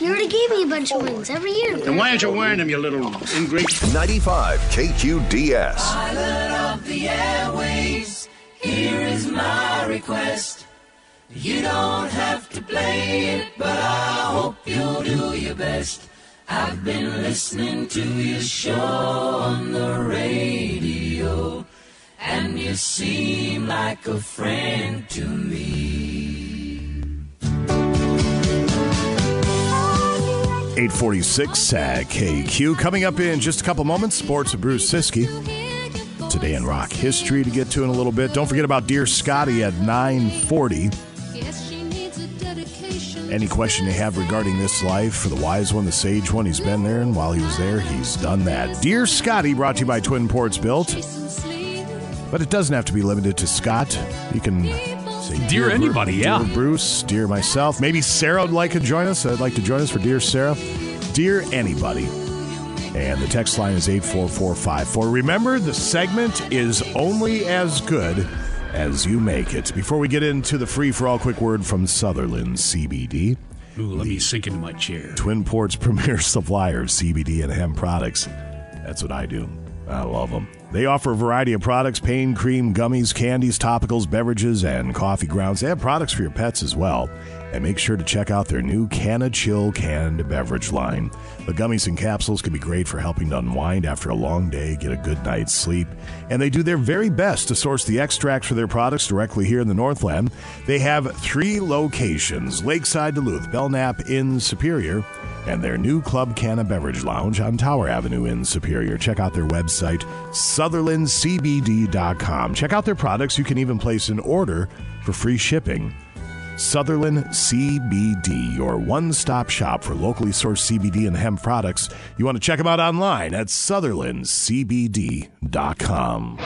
Speaker 5: You already gave me a bunch of wings every year.
Speaker 10: And why aren't you wearing them, you little ingrate?
Speaker 3: 95 KQDS.
Speaker 7: Pilot of the airways, here is my request. You don't have to play it, but I hope you'll do your best. I've been listening to your show on the radio, and you seem like a friend to me.
Speaker 15: 846 at KQ. uh, Coming up in just a couple moments, sports with Bruce Siski. Today in rock history to get to in a little bit. Don't forget about Dear Scotty at 940. Any question you have regarding this life for the wise one, the sage one, he's been there, and while he was there, he's done that. Dear Scotty, brought to you by Twin Ports Built. But it doesn't have to be limited to Scott. You can say
Speaker 16: Dear
Speaker 15: Bru-
Speaker 16: anybody,
Speaker 15: dear
Speaker 16: yeah.
Speaker 15: Bruce, dear myself. Maybe Sarah would like to join us. I'd like to join us for Dear Sarah. Dear anybody. And the text line is 84454. Remember, the segment is only as good as you make it. Before we get into the free for all, quick word from Sutherland CBD.
Speaker 16: Ooh, let me sink into my chair.
Speaker 15: Twin Ports premier supplier of CBD and hemp products. That's what I do. I love them. They offer a variety of products pain cream, gummies, candies, topicals, beverages, and coffee grounds. They have products for your pets as well. And make sure to check out their new Canna Chill canned beverage line. The gummies and capsules can be great for helping to unwind after a long day, get a good night's sleep, and they do their very best to source the extracts for their products directly here in the Northland. They have three locations Lakeside Duluth, Belknap in Superior, and their new Club Canna Beverage Lounge on Tower Avenue in Superior. Check out their website, SutherlandCBD.com. Check out their products. You can even place an order for free shipping. Sutherland CBD, your one stop shop for locally sourced CBD and hemp products. You want to check them out online at SutherlandCBD.com.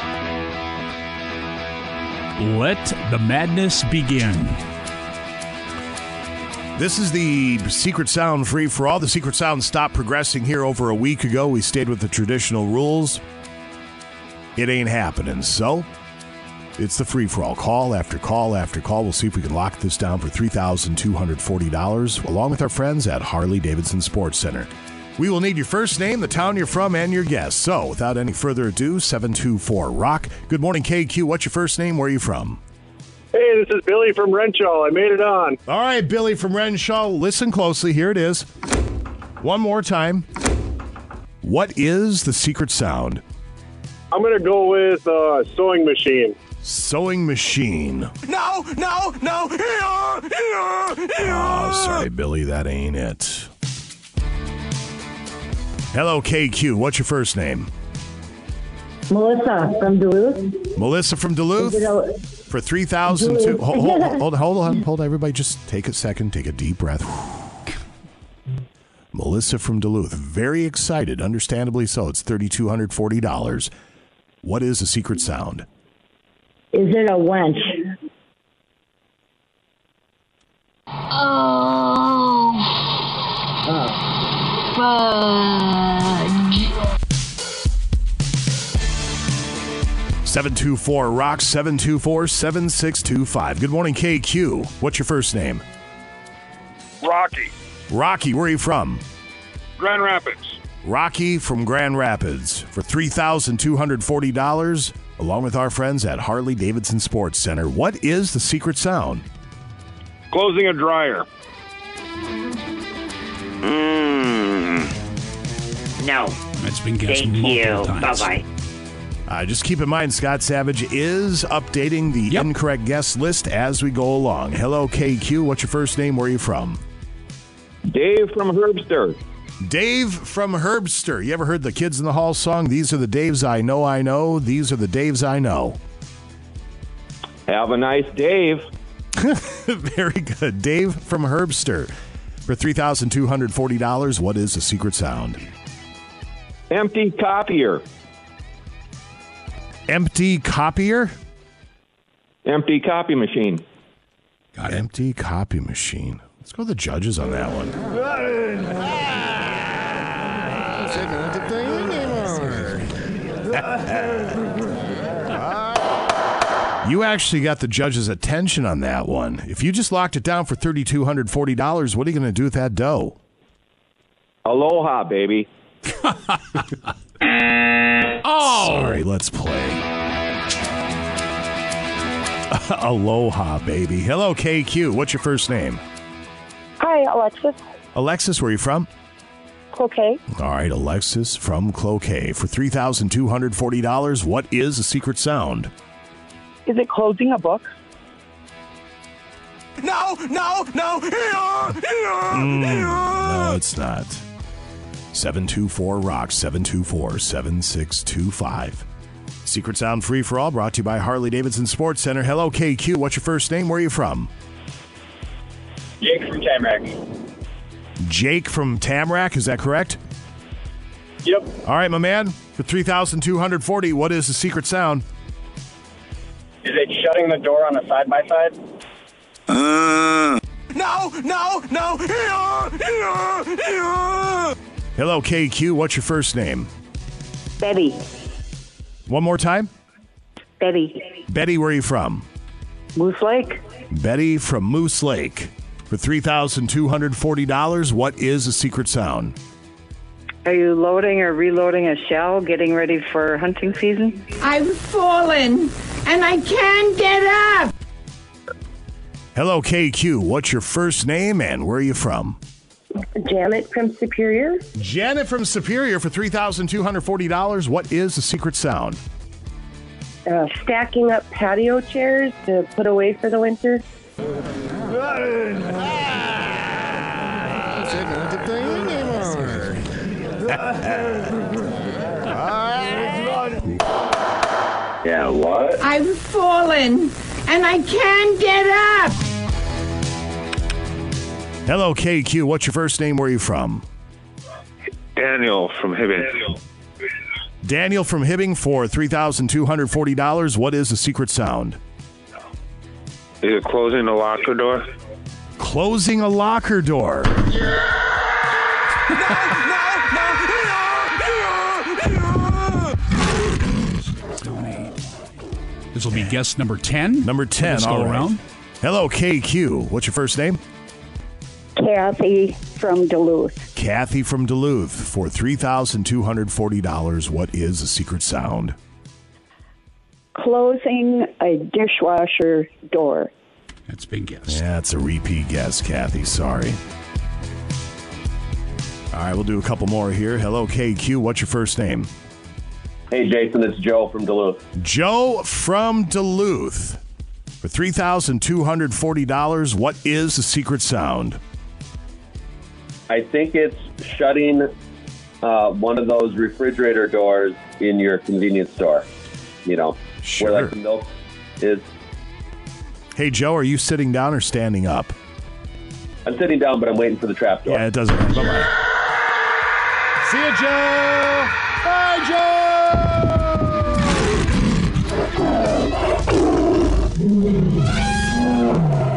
Speaker 16: Let the madness begin.
Speaker 15: This is the Secret Sound free for all. The Secret Sound stopped progressing here over a week ago. We stayed with the traditional rules. It ain't happening. So it's the free for all. Call after call after call. We'll see if we can lock this down for $3,240 along with our friends at Harley Davidson Sports Center. We will need your first name, the town you're from, and your guess. So without any further ado, 724 Rock. Good morning, KQ. What's your first name? Where are you from?
Speaker 11: Hey, this is Billy from Renshaw. I made it on.
Speaker 15: All right, Billy from Renshaw, listen closely. Here it is. One more time. What is the secret sound?
Speaker 11: I'm going to go with uh, sewing machine.
Speaker 15: Sewing machine.
Speaker 11: No, no, no.
Speaker 15: Oh, sorry, Billy, that ain't it. Hello, KQ. What's your first name?
Speaker 21: Melissa from Duluth.
Speaker 15: Melissa from Duluth.
Speaker 21: Is it a-
Speaker 15: For 3002
Speaker 21: Duluth.
Speaker 15: Hold, hold, hold, hold on, hold on. Everybody just take a second, take a deep breath. Melissa from Duluth. Very excited, understandably so. It's $3,240. What is a secret sound?
Speaker 21: Is it a wench?
Speaker 5: Oh. Fudge.
Speaker 15: 724 Rock 724 7625. Good morning, KQ. What's your first name?
Speaker 11: Rocky,
Speaker 15: Rocky, where are you from?
Speaker 11: Grand Rapids.
Speaker 15: Rocky from Grand Rapids for $3,240, along with our friends at Harley Davidson Sports Center. What is the secret sound?
Speaker 11: Closing a dryer.
Speaker 23: Hmm. Mm.
Speaker 12: No.
Speaker 16: That's been guessed
Speaker 12: Thank
Speaker 16: multiple
Speaker 12: you.
Speaker 16: times.
Speaker 12: Bye-bye.
Speaker 15: Uh, just keep in mind, Scott Savage is updating the incorrect guest list as we go along. Hello, KQ. What's your first name? Where are you from?
Speaker 11: Dave from Herbster.
Speaker 15: Dave from Herbster. You ever heard the Kids in the Hall song? These are the Daves I know, I know. These are the Daves I know.
Speaker 11: Have a nice Dave.
Speaker 15: Very good. Dave from Herbster. For $3,240, what is the secret sound?
Speaker 11: Empty copier.
Speaker 15: Empty copier?
Speaker 11: Empty copy machine.
Speaker 15: Empty copy machine. Let's go to the judges on that one. You actually got the judge's attention on that one. If you just locked it down for $3,240, what are you going to do with that dough?
Speaker 11: Aloha, baby.
Speaker 15: Oh! Sorry, let's play. Aloha, baby. Hello, KQ. What's your first name?
Speaker 13: Hi, Alexis.
Speaker 15: Alexis, where are you from?
Speaker 13: Okay.
Speaker 15: All right, Alexis from Cloquet. For $3,240, what is a secret sound?
Speaker 13: Is it closing a book?
Speaker 7: No, no, no.
Speaker 15: Mm, no, it's not. 724 Rock, 724 7625. Secret Sound Free for All brought to you by Harley Davidson Sports Center. Hello, KQ. What's your first name? Where are you from?
Speaker 14: Jake from Tamarack.
Speaker 15: Jake from Tamarack. Is that correct?
Speaker 14: Yep.
Speaker 15: All right, my man. For 3240 what is the secret sound?
Speaker 14: Is it shutting the door on a side by side? No, no, no.
Speaker 15: Hello, KQ. What's your first name?
Speaker 21: Betty.
Speaker 15: One more time.
Speaker 21: Betty.
Speaker 15: Betty, where are you from?
Speaker 21: Moose Lake.
Speaker 15: Betty from Moose Lake. For $3,240, what is a secret sound?
Speaker 22: Are you loading or reloading a shell, getting ready for hunting season?
Speaker 1: I've fallen and I can't get up.
Speaker 15: Hello, KQ. What's your first name and where are you from?
Speaker 21: Janet from Superior.
Speaker 15: Janet from Superior for $3,240. What is the secret sound?
Speaker 21: Uh, stacking up patio chairs to put away for the winter.
Speaker 7: Yeah, what?
Speaker 1: I've fallen and I can't get up.
Speaker 15: Hello, KQ. What's your first name? Where are you from?
Speaker 11: Daniel from Hibbing.
Speaker 15: Daniel from Hibbing for $3,240. What is the secret sound?
Speaker 11: Is it closing the locker door?
Speaker 15: Closing a locker door.
Speaker 16: This will be guest number 10.
Speaker 15: Number 10.
Speaker 16: Let's go
Speaker 15: all right.
Speaker 16: around.
Speaker 15: Hello, KQ. What's your first name?
Speaker 21: Kathy from Duluth.
Speaker 15: Kathy from Duluth for $3,240. What is the secret sound?
Speaker 21: Closing a dishwasher door.
Speaker 16: That's big guess.
Speaker 15: Yeah, it's a repeat guess, Kathy. Sorry. All right, we'll do a couple more here. Hello, KQ. What's your first name?
Speaker 14: Hey, Jason, it's Joe from Duluth.
Speaker 15: Joe from Duluth. For $3,240, what is the secret sound?
Speaker 14: I think it's shutting uh, one of those refrigerator doors in your convenience store. You know, where like the milk is.
Speaker 15: Hey, Joe, are you sitting down or standing up?
Speaker 14: I'm sitting down, but I'm waiting for the trap door.
Speaker 15: Yeah, it doesn't matter. Bye-bye. See you, Joe. Bye,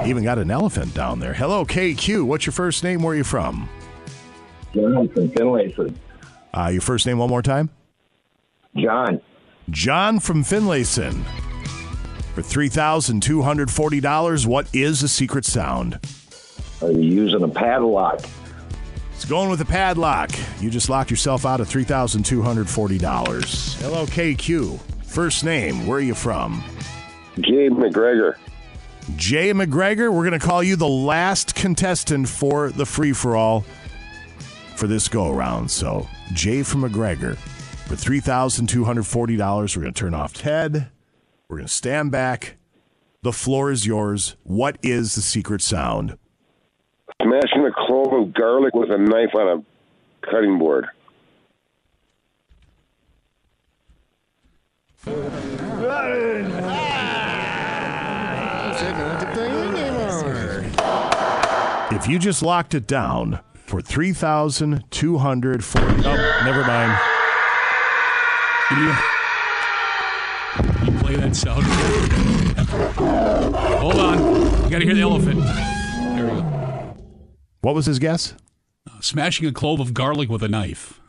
Speaker 15: Even got an elephant down there. Hello, KQ. What's your first name? Where are you from?
Speaker 14: John from Finlayson.
Speaker 15: Uh, your first name one more time?
Speaker 14: John.
Speaker 15: John from Finlayson. For $3,240, what is a secret sound?
Speaker 12: Are you using a padlock?
Speaker 15: It's going with a padlock. You just locked yourself out of $3,240. LOKQ. First name, where are you from?
Speaker 12: Jay McGregor.
Speaker 15: Jay McGregor, we're going to call you the last contestant for the free for all for this go around. So, Jay from McGregor, for $3,240, we're going to turn off Ted. We're going to stand back. The floor is yours. What is the secret sound?
Speaker 12: Smashing a clove of garlic with a knife on a cutting board.
Speaker 15: If you just locked it down for three thousand two hundred forty. Oh, never mind.
Speaker 16: You play that sound. Hold on. You got to hear the elephant. There we go. Uh,
Speaker 15: What was his guess?
Speaker 16: Smashing a clove of garlic with a knife.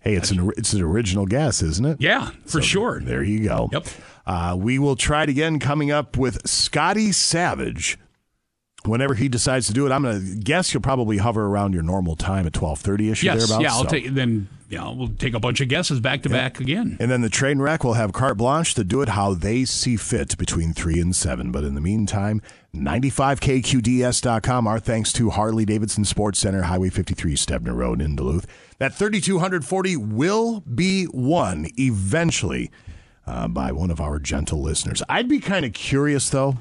Speaker 15: Hey, it's an or- it's an original guess, isn't it?
Speaker 16: Yeah, for sure.
Speaker 15: There you go. Yep. Uh, we will try it again coming up with Scotty Savage. Whenever he decides to do it, I'm going to guess you'll probably hover around your normal time at 12:30 ish. or
Speaker 16: Yes.
Speaker 15: thereabouts,
Speaker 16: Yeah. I'll
Speaker 15: so.
Speaker 16: take then. Yeah. We'll take a bunch of guesses back to back again.
Speaker 15: And then the train wreck will have carte blanche to do it how they see fit between 3 and 7. But in the meantime, 95kqds.com. Our thanks to Harley Davidson Sports Center, Highway 53, Stebner Road in Duluth. That 3240 will be won eventually uh, by one of our gentle listeners. I'd be kind of curious, though.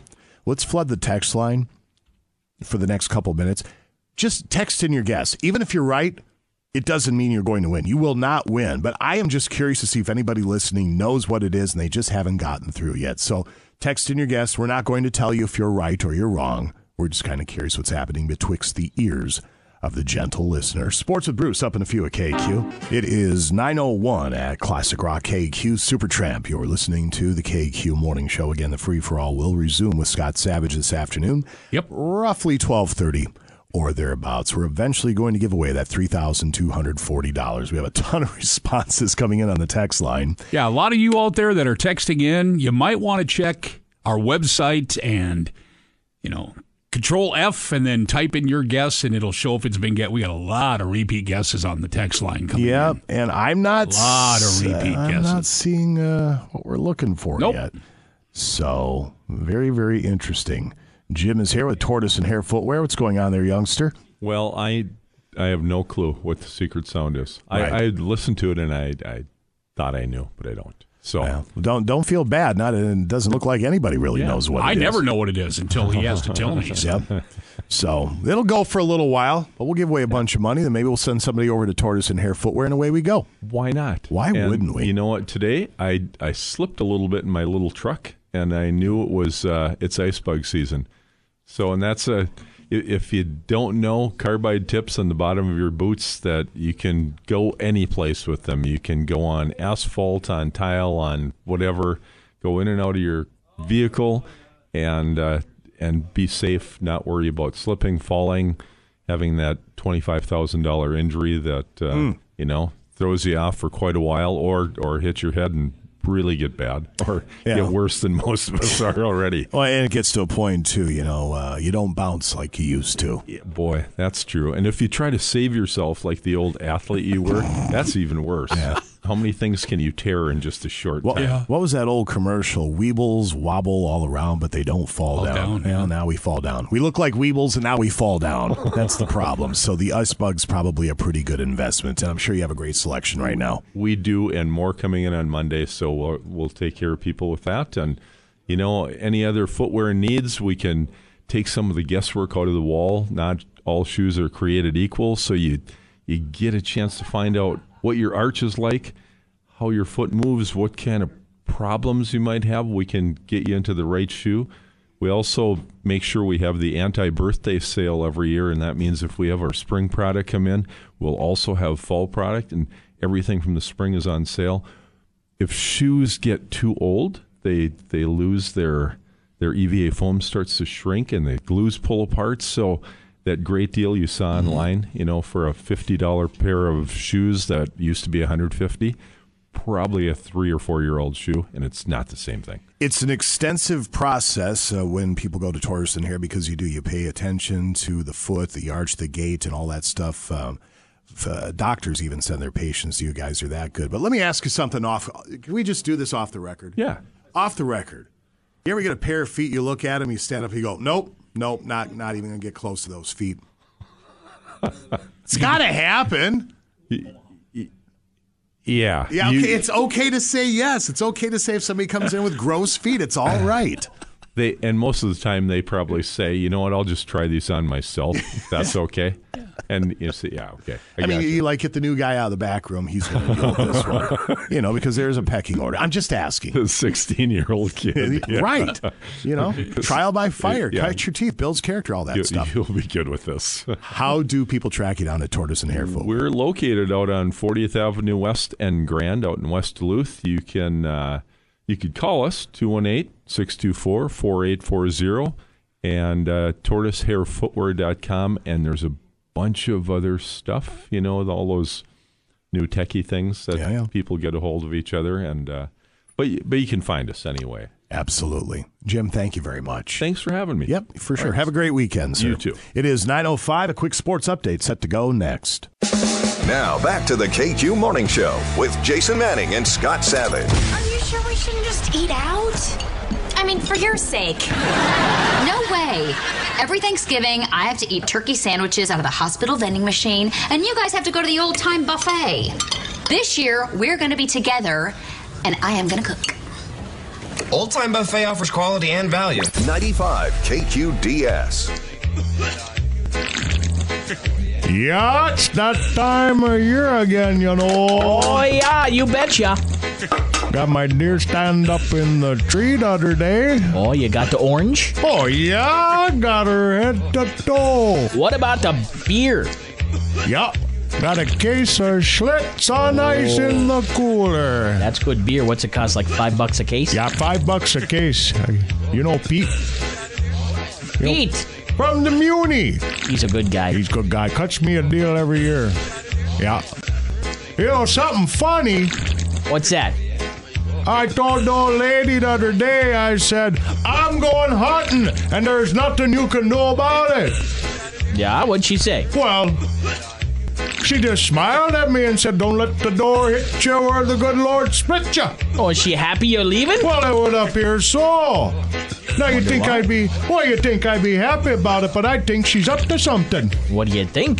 Speaker 15: Let's flood the text line for the next couple minutes. Just text in your guess. Even if you're right, it doesn't mean you're going to win. You will not win. But I am just curious to see if anybody listening knows what it is and they just haven't gotten through yet. So text in your guess. We're not going to tell you if you're right or you're wrong. We're just kind of curious what's happening betwixt the ears of the gentle listener. Sports with Bruce up in a few at KQ. It is 901 at Classic Rock KQ Supertramp. You're listening to the KQ Morning Show. Again, the free for all will resume with Scott Savage this afternoon. Yep. Roughly 1230 or thereabouts. We're eventually going to give away that $3,240. We have a ton of responses coming in on the text line.
Speaker 16: Yeah, a lot of you out there that are texting in, you might want to check our website and you know control F and then type in your guess and it'll show if it's been get. We got a lot of repeat guesses on the text line coming.
Speaker 15: Yeah, and I'm not
Speaker 16: A lot of
Speaker 15: s-
Speaker 16: repeat
Speaker 15: I'm not
Speaker 16: guesses.
Speaker 15: seeing uh, what we're looking for
Speaker 16: Nope.
Speaker 15: yet. So very, very interesting. Jim is here with Tortoise and Hair Footwear. What's going on there, youngster?
Speaker 17: Well, I I have no clue what the secret sound is.
Speaker 15: Right.
Speaker 17: I, I listened to it and I I thought I knew, but I don't. So
Speaker 15: Don't don't feel bad. Not it doesn't look like anybody really knows what.
Speaker 16: I
Speaker 15: it is.
Speaker 16: never know what it is until he has to tell me. So.
Speaker 15: Yep. So it'll go for a little while, but we'll give away a bunch of money. Then maybe we'll send somebody over to Tortoise and Hair Footwear, and away we go.
Speaker 17: Why not?
Speaker 15: Why
Speaker 17: And
Speaker 15: wouldn't we?
Speaker 17: You know what? Today I I slipped a little bit in my little truck, and I knew it was uh, it's ice bug season. So, and that's a i- if you don't know carbide tips on the bottom of your boots that you can go any place with them. You can go on asphalt, on tile, on whatever. Go in and out of your vehicle, and uh, and be safe. Not worry about slipping, falling, having that twenty five thousand dollar injury that uh,
Speaker 15: Mm.
Speaker 17: you know throws you off for quite a while, or or hit your head and really get bad, or
Speaker 15: Yeah.
Speaker 17: get worse than most of us are already.
Speaker 15: Well, and it gets to a point too. You know, uh, you don't bounce like you used to.
Speaker 17: Boy, that's true. And if you try to save yourself like the old athlete you were, that's even worse. How many things can you tear in just a short
Speaker 15: What,
Speaker 17: time?
Speaker 15: what was that old commercial? Weebles wobble all around, but they don't fall, down. Well, now we fall down. We look like Weebles, and now we fall down. That's the problem. So the us bug's probably a pretty good investment, and I'm sure you have a great selection right now.
Speaker 17: We do, and more coming in on Monday. So we'll, we'll take care of people with that. And, you know, any other footwear needs, we can take some of the guesswork out of the wall. Not all shoes are created equal. So you, you get a chance to find out what your arch is like, how your foot moves, what kind of problems you might have. We can get you into the right shoe. We also make sure we have the anti birthday sale every year, and that means if we have our spring product come in, we'll also have fall product, and everything from the spring is on sale. If shoes get too old, they they E lose their their EVA foam starts to shrink and the glues pull apart. So that great deal you saw online, you know, for a $50 pair of shoes that used to be 150, probably a 3 or 4 year old shoe and it's not the same thing.
Speaker 8: It's an extensive process uh, when people go to Torreson here because you do you pay attention to the foot, the arch, the gait, and all that stuff. Um, f- uh, doctors even send their patients. You guys are that good. But let me ask you something off. Can we just do this off the record?
Speaker 17: Yeah.
Speaker 8: Off the record. You ever get a pair of feet? You look at them. You stand up. You go, nope, nope, not not even gonna get close to those feet. it's gotta happen.
Speaker 17: Yeah.
Speaker 8: Yeah, okay.
Speaker 17: You-
Speaker 8: it's okay to say yes. It's okay to say if somebody comes in with gross feet. It's all right.
Speaker 17: They and most of the time they probably say, you know what, I'll just try these on myself. If that's okay. And you say, yeah, okay.
Speaker 8: I, mean,
Speaker 17: got
Speaker 8: you.
Speaker 17: you.
Speaker 8: like get the new guy out of the back room. He's going to deal with this one, you know, because there's a pecking order. I'm just asking.
Speaker 17: The 16 year old kid. yeah.
Speaker 8: Right. You know, trial by fire,
Speaker 17: Yeah.
Speaker 8: cut your teeth, builds character, all that
Speaker 17: You-
Speaker 8: stuff.
Speaker 17: You'll be good with this.
Speaker 8: How do people track you down at Tortoise and Hare Folk?
Speaker 17: We're located out on 40th Avenue West and Grand out in West Duluth. You can uh, you could call us 218-624-4840 and uh, tortoisehairfootwear.com and there's a bunch of other stuff, you know, all those new techie things that people get a hold of each other and uh, but y- but you can find us anyway.
Speaker 8: Absolutely. Jim, thank you very much.
Speaker 17: Thanks for having me.
Speaker 8: Yep, for sure.
Speaker 17: All right.
Speaker 8: Have a great weekend, sir.
Speaker 17: You too.
Speaker 8: It is 9.05, a quick sports update set to go next.
Speaker 3: Now back to the KQ Morning Show with Jason Manning and Scott Savage.
Speaker 10: Are you sure we shouldn't just eat out? I mean, for your sake. No way. Every Thanksgiving, I have to eat turkey sandwiches out of the hospital vending machine, and you guys have to go to the old time buffet. This year, we're going to be together, and I am going to cook.
Speaker 3: Old Time Buffet offers quality and value. 95 KQDS.
Speaker 8: Yeah, it's that time of year again, you know.
Speaker 19: Oh, yeah, you betcha.
Speaker 8: Got my deer stand up in the tree the other day.
Speaker 19: Oh, you got the orange?
Speaker 8: Oh, yeah, I got her head to toe.
Speaker 19: What about the beer?
Speaker 8: Yup. Got a case of Schlitz on ice in the cooler.
Speaker 19: Oh. That's good beer. What's it cost? Like five bucks a case?
Speaker 8: Yeah, five bucks a case. You know Pete?
Speaker 19: Pete!
Speaker 8: From the Muni.
Speaker 19: He's a good guy.
Speaker 8: He's a good guy. Cuts me a deal every year. Yeah. You know, something funny.
Speaker 19: What's that?
Speaker 8: I told the old lady the other day, I said, I'm going hunting and there's nothing you can do about it.
Speaker 19: Yeah, what'd she say?
Speaker 8: Well, she just smiled at me and said, Don't let the door hit you or the good Lord split you.
Speaker 19: Oh, is she happy you're leaving?
Speaker 8: Well, it would appear so. Now you
Speaker 19: Wonder
Speaker 8: think
Speaker 19: why.
Speaker 8: I'd be well, you think I'd be happy about it, but I think she's up to something.
Speaker 19: What do you think?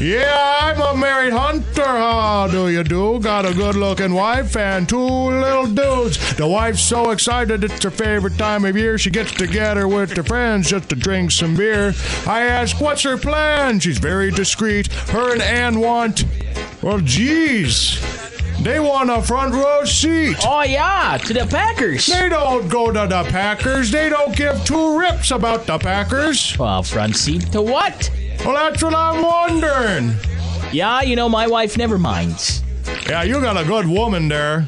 Speaker 8: Yeah, I'm a married hunter. How do you do? Got a good looking wife and two little dudes. The wife's so excited it's her favorite time of year. She gets together with her friends just to drink some beer. I ask, what's her plan? She's very discreet. Her and Ann want. Well, geez. They want a front row seat.
Speaker 19: Oh, yeah, to the Packers.
Speaker 8: They don't go to the Packers. They don't give two rips about the Packers.
Speaker 19: Well, front seat to what?
Speaker 8: Well, that's what I'm wondering.
Speaker 19: Yeah, you know, my wife never minds.
Speaker 8: Yeah, you got a good woman there.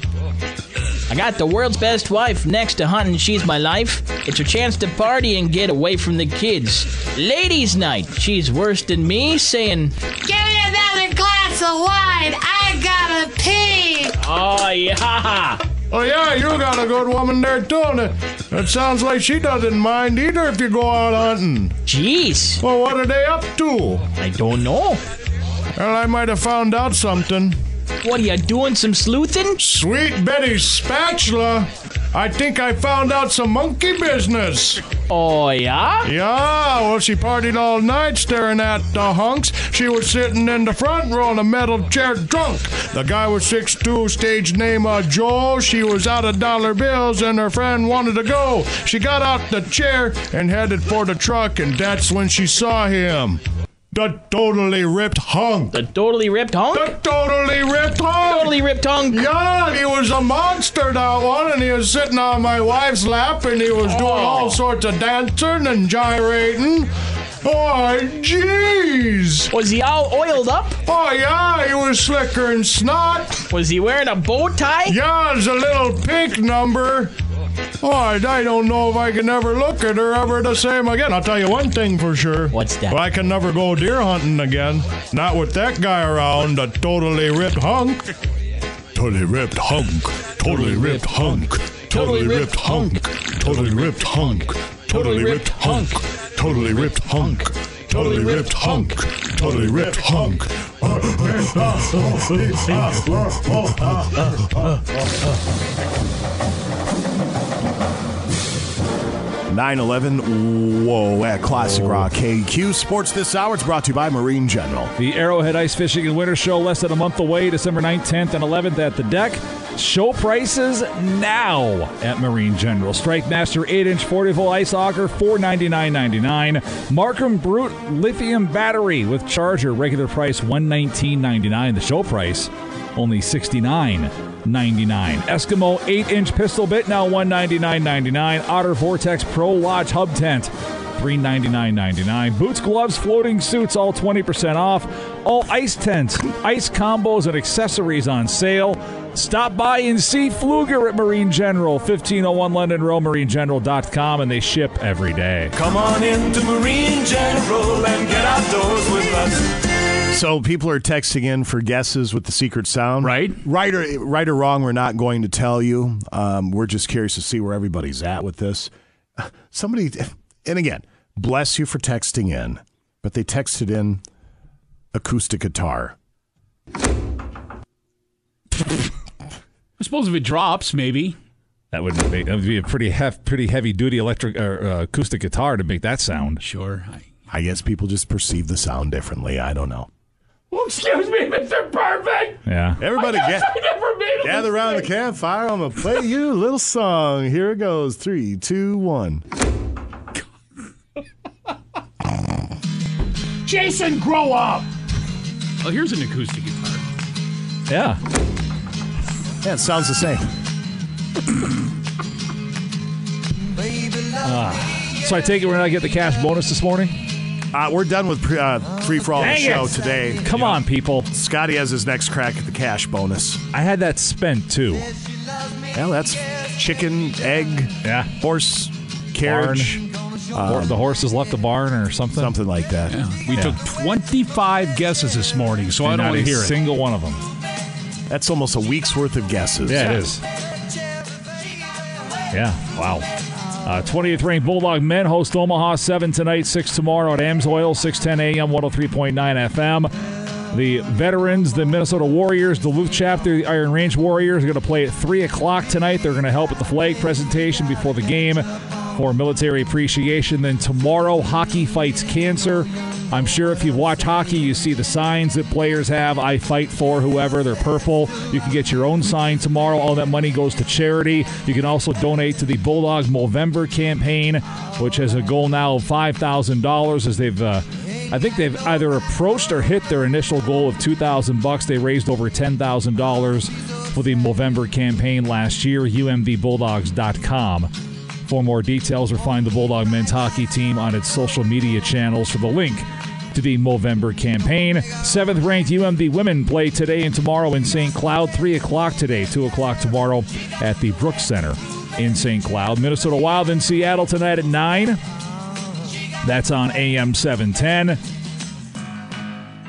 Speaker 19: I got the world's best wife next to hunting. She's my life. It's her chance to party and get away from the kids. Ladies' night. She's worse than me, saying,
Speaker 7: Give me another glass of wine. I gotta pee.
Speaker 19: Oh, yeah.
Speaker 8: Oh, yeah, you got a good woman there, too. And it, it sounds like she doesn't mind either if you go out hunting.
Speaker 19: Jeez.
Speaker 8: Well, what are they up to?
Speaker 19: I don't know.
Speaker 8: Well, I might have found out something.
Speaker 19: What are you doing? Some sleuthing?
Speaker 8: Sweet Betty's spatula. I think I found out some monkey business.
Speaker 19: Oh, yeah?
Speaker 8: Yeah, well, she partied all night staring at the hunks. She was sitting in the front row in a metal chair drunk. The guy was 6'2, stage name uh, Joe. She was out of dollar bills and her friend wanted to go. She got out the chair and headed for the truck, and that's when she saw him. The totally ripped hunk.
Speaker 19: The totally ripped hunk?
Speaker 8: The totally ripped hunk.
Speaker 19: Totally ripped hunk.
Speaker 8: Yeah, he was a monster that one, and he was sitting on my wife's lap, and he was doing
Speaker 19: Oh.
Speaker 8: all sorts of dancing and gyrating. Oh, jeez!
Speaker 19: Was he all oiled up?
Speaker 8: Oh yeah, he was slicker and snot.
Speaker 19: Was he wearing a bow tie?
Speaker 8: Yeah, it's a little pink number. Oh, I, I don't know if I can ever look at her ever the same again. I'll tell you one thing for sure. What's that? I can never go deer hunting again. Not with that guy around, a totally ripped hunk. Totally ripped hunk. Totally ripped hunk. Totally ripped hunk. Totally ripped hunk. Totally ripped hunk. Totally ripped hunk. Totally ripped hunk. Totally ripped hunk.
Speaker 15: Nine eleven. Whoa, at Classic Rock KQ Sports this hour. It's brought to you by Marine General.
Speaker 6: The Arrowhead Ice Fishing and Winter Show, less than a month away, December 9th, 10th, and 11th at the deck. Show prices now at Marine General. Strike Master 8 inch 40 volt ice auger, $499.99. Markham Brute lithium battery with charger, regular price $119.99. The show price only $69.99. Eskimo 8 inch pistol bit, now $199.99. Otter Vortex Pro Lodge Hub Tent. $399.99. Boots, gloves, floating suits, all 20% off. All ice tents, ice combos, and accessories on sale. Stop by and see Pfluger at Marine General, 1501 London Row, marinegeneral.com, and they ship every day.
Speaker 1: Come on in to Marine General and get outdoors with us.
Speaker 15: So people are texting in for guesses with the secret sound. Right. Right or, right or wrong, we're not going to tell you. Um, we're just curious to see where everybody's at with this. Somebody, and again, bless you for texting in, but they texted in acoustic guitar.
Speaker 16: I suppose if it drops, maybe.
Speaker 6: That would be, that would be a pretty hef, pretty heavy duty electric or uh, acoustic guitar to make that sound.
Speaker 16: Sure. I,
Speaker 15: I guess people just perceive the sound differently. I don't know.
Speaker 8: Well, excuse me, Mr. Perfect.
Speaker 6: Yeah.
Speaker 15: Everybody
Speaker 8: I
Speaker 15: get.
Speaker 8: guess I never made a
Speaker 15: Gather around the
Speaker 8: mistake.
Speaker 15: campfire. I'm gonna play you a little song. Here it goes. Three, two, one.
Speaker 8: Jason, grow up.
Speaker 16: Oh, here's an acoustic guitar.
Speaker 6: Yeah.
Speaker 15: Yeah, it sounds the same.
Speaker 6: Ah. so I take it we're not get the cash bonus this morning.
Speaker 15: Uh, we're done with pre- uh, free for all the
Speaker 6: Dang
Speaker 15: show
Speaker 6: it.
Speaker 15: today.
Speaker 6: Come on, people.
Speaker 15: Scotty has his next crack at the cash bonus.
Speaker 6: I had that spent too.
Speaker 15: Yeah, that's chicken, egg,
Speaker 6: yeah,
Speaker 15: horse, carriage.
Speaker 6: Or the horse has left the barn or something.
Speaker 15: Uh, Something like that.
Speaker 16: We
Speaker 6: Yeah.
Speaker 16: took 25 guesses this morning, so I don't
Speaker 6: Not
Speaker 16: want to
Speaker 6: a
Speaker 16: hear it.
Speaker 6: Single one of them.
Speaker 15: That's almost a week's worth of guesses.
Speaker 6: Yeah, it is. Yeah. Wow. Uh, 20th ranked Bulldog men host Omaha 7 tonight, 6 tomorrow at Amsoil, 610 a.m., 103.9 FM. The veterans, the Minnesota Warriors, Duluth chapter, the Iron Range Warriors, are going to play at 3 o'clock tonight. They're going to help with the flag presentation before the game for military appreciation. Then tomorrow, hockey fights cancer. I'm sure if you watch hockey, you see the signs that players have. I fight for whoever. They're purple. You can get your own sign tomorrow. All that money goes to charity. You can also donate to the Bulldog Movember campaign, which has a goal now of five thousand dollars. As they've, uh, I think they've either approached or hit their initial goal of two thousand bucks. They raised over ten thousand dollars for the Movember campaign last year. UMVBulldogs.com. For more details or find the Bulldog men's hockey team on its social media channels for the link to the Movember campaign. Seventh ranked UMD women play today and tomorrow in St. Cloud, 3 o'clock today, 2 o'clock tomorrow at the Brooks Center in St. Cloud. Minnesota Wild in Seattle tonight at 9. That's on AM 710.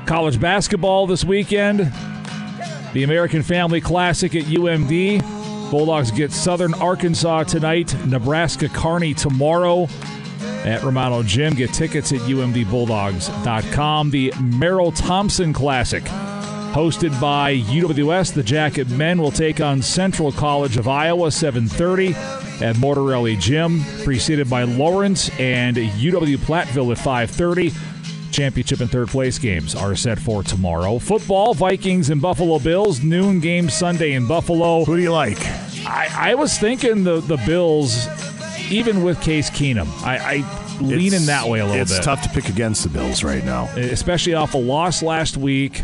Speaker 6: College basketball this weekend. The American Family Classic at UMD. Bulldogs get Southern Arkansas tonight, Nebraska Kearney tomorrow at Romano Gym. Get tickets at umdbulldogs.com. The Merrill Thompson Classic, hosted by UWS. The Jacket men will take on Central College of Iowa, 7.30 at Mortarelli Gym, preceded by Lawrence and UW Platteville at 5.30. Championship and third place games are set for tomorrow. Football, Vikings and Buffalo Bills, noon game Sunday in Buffalo. Who
Speaker 15: do you like?
Speaker 6: I, I was thinking the, the Bills, even with Case Keenum. I, I lean in that way a little
Speaker 15: it's
Speaker 6: bit.
Speaker 15: It's tough to pick against the Bills right now.
Speaker 6: Especially off a loss last week.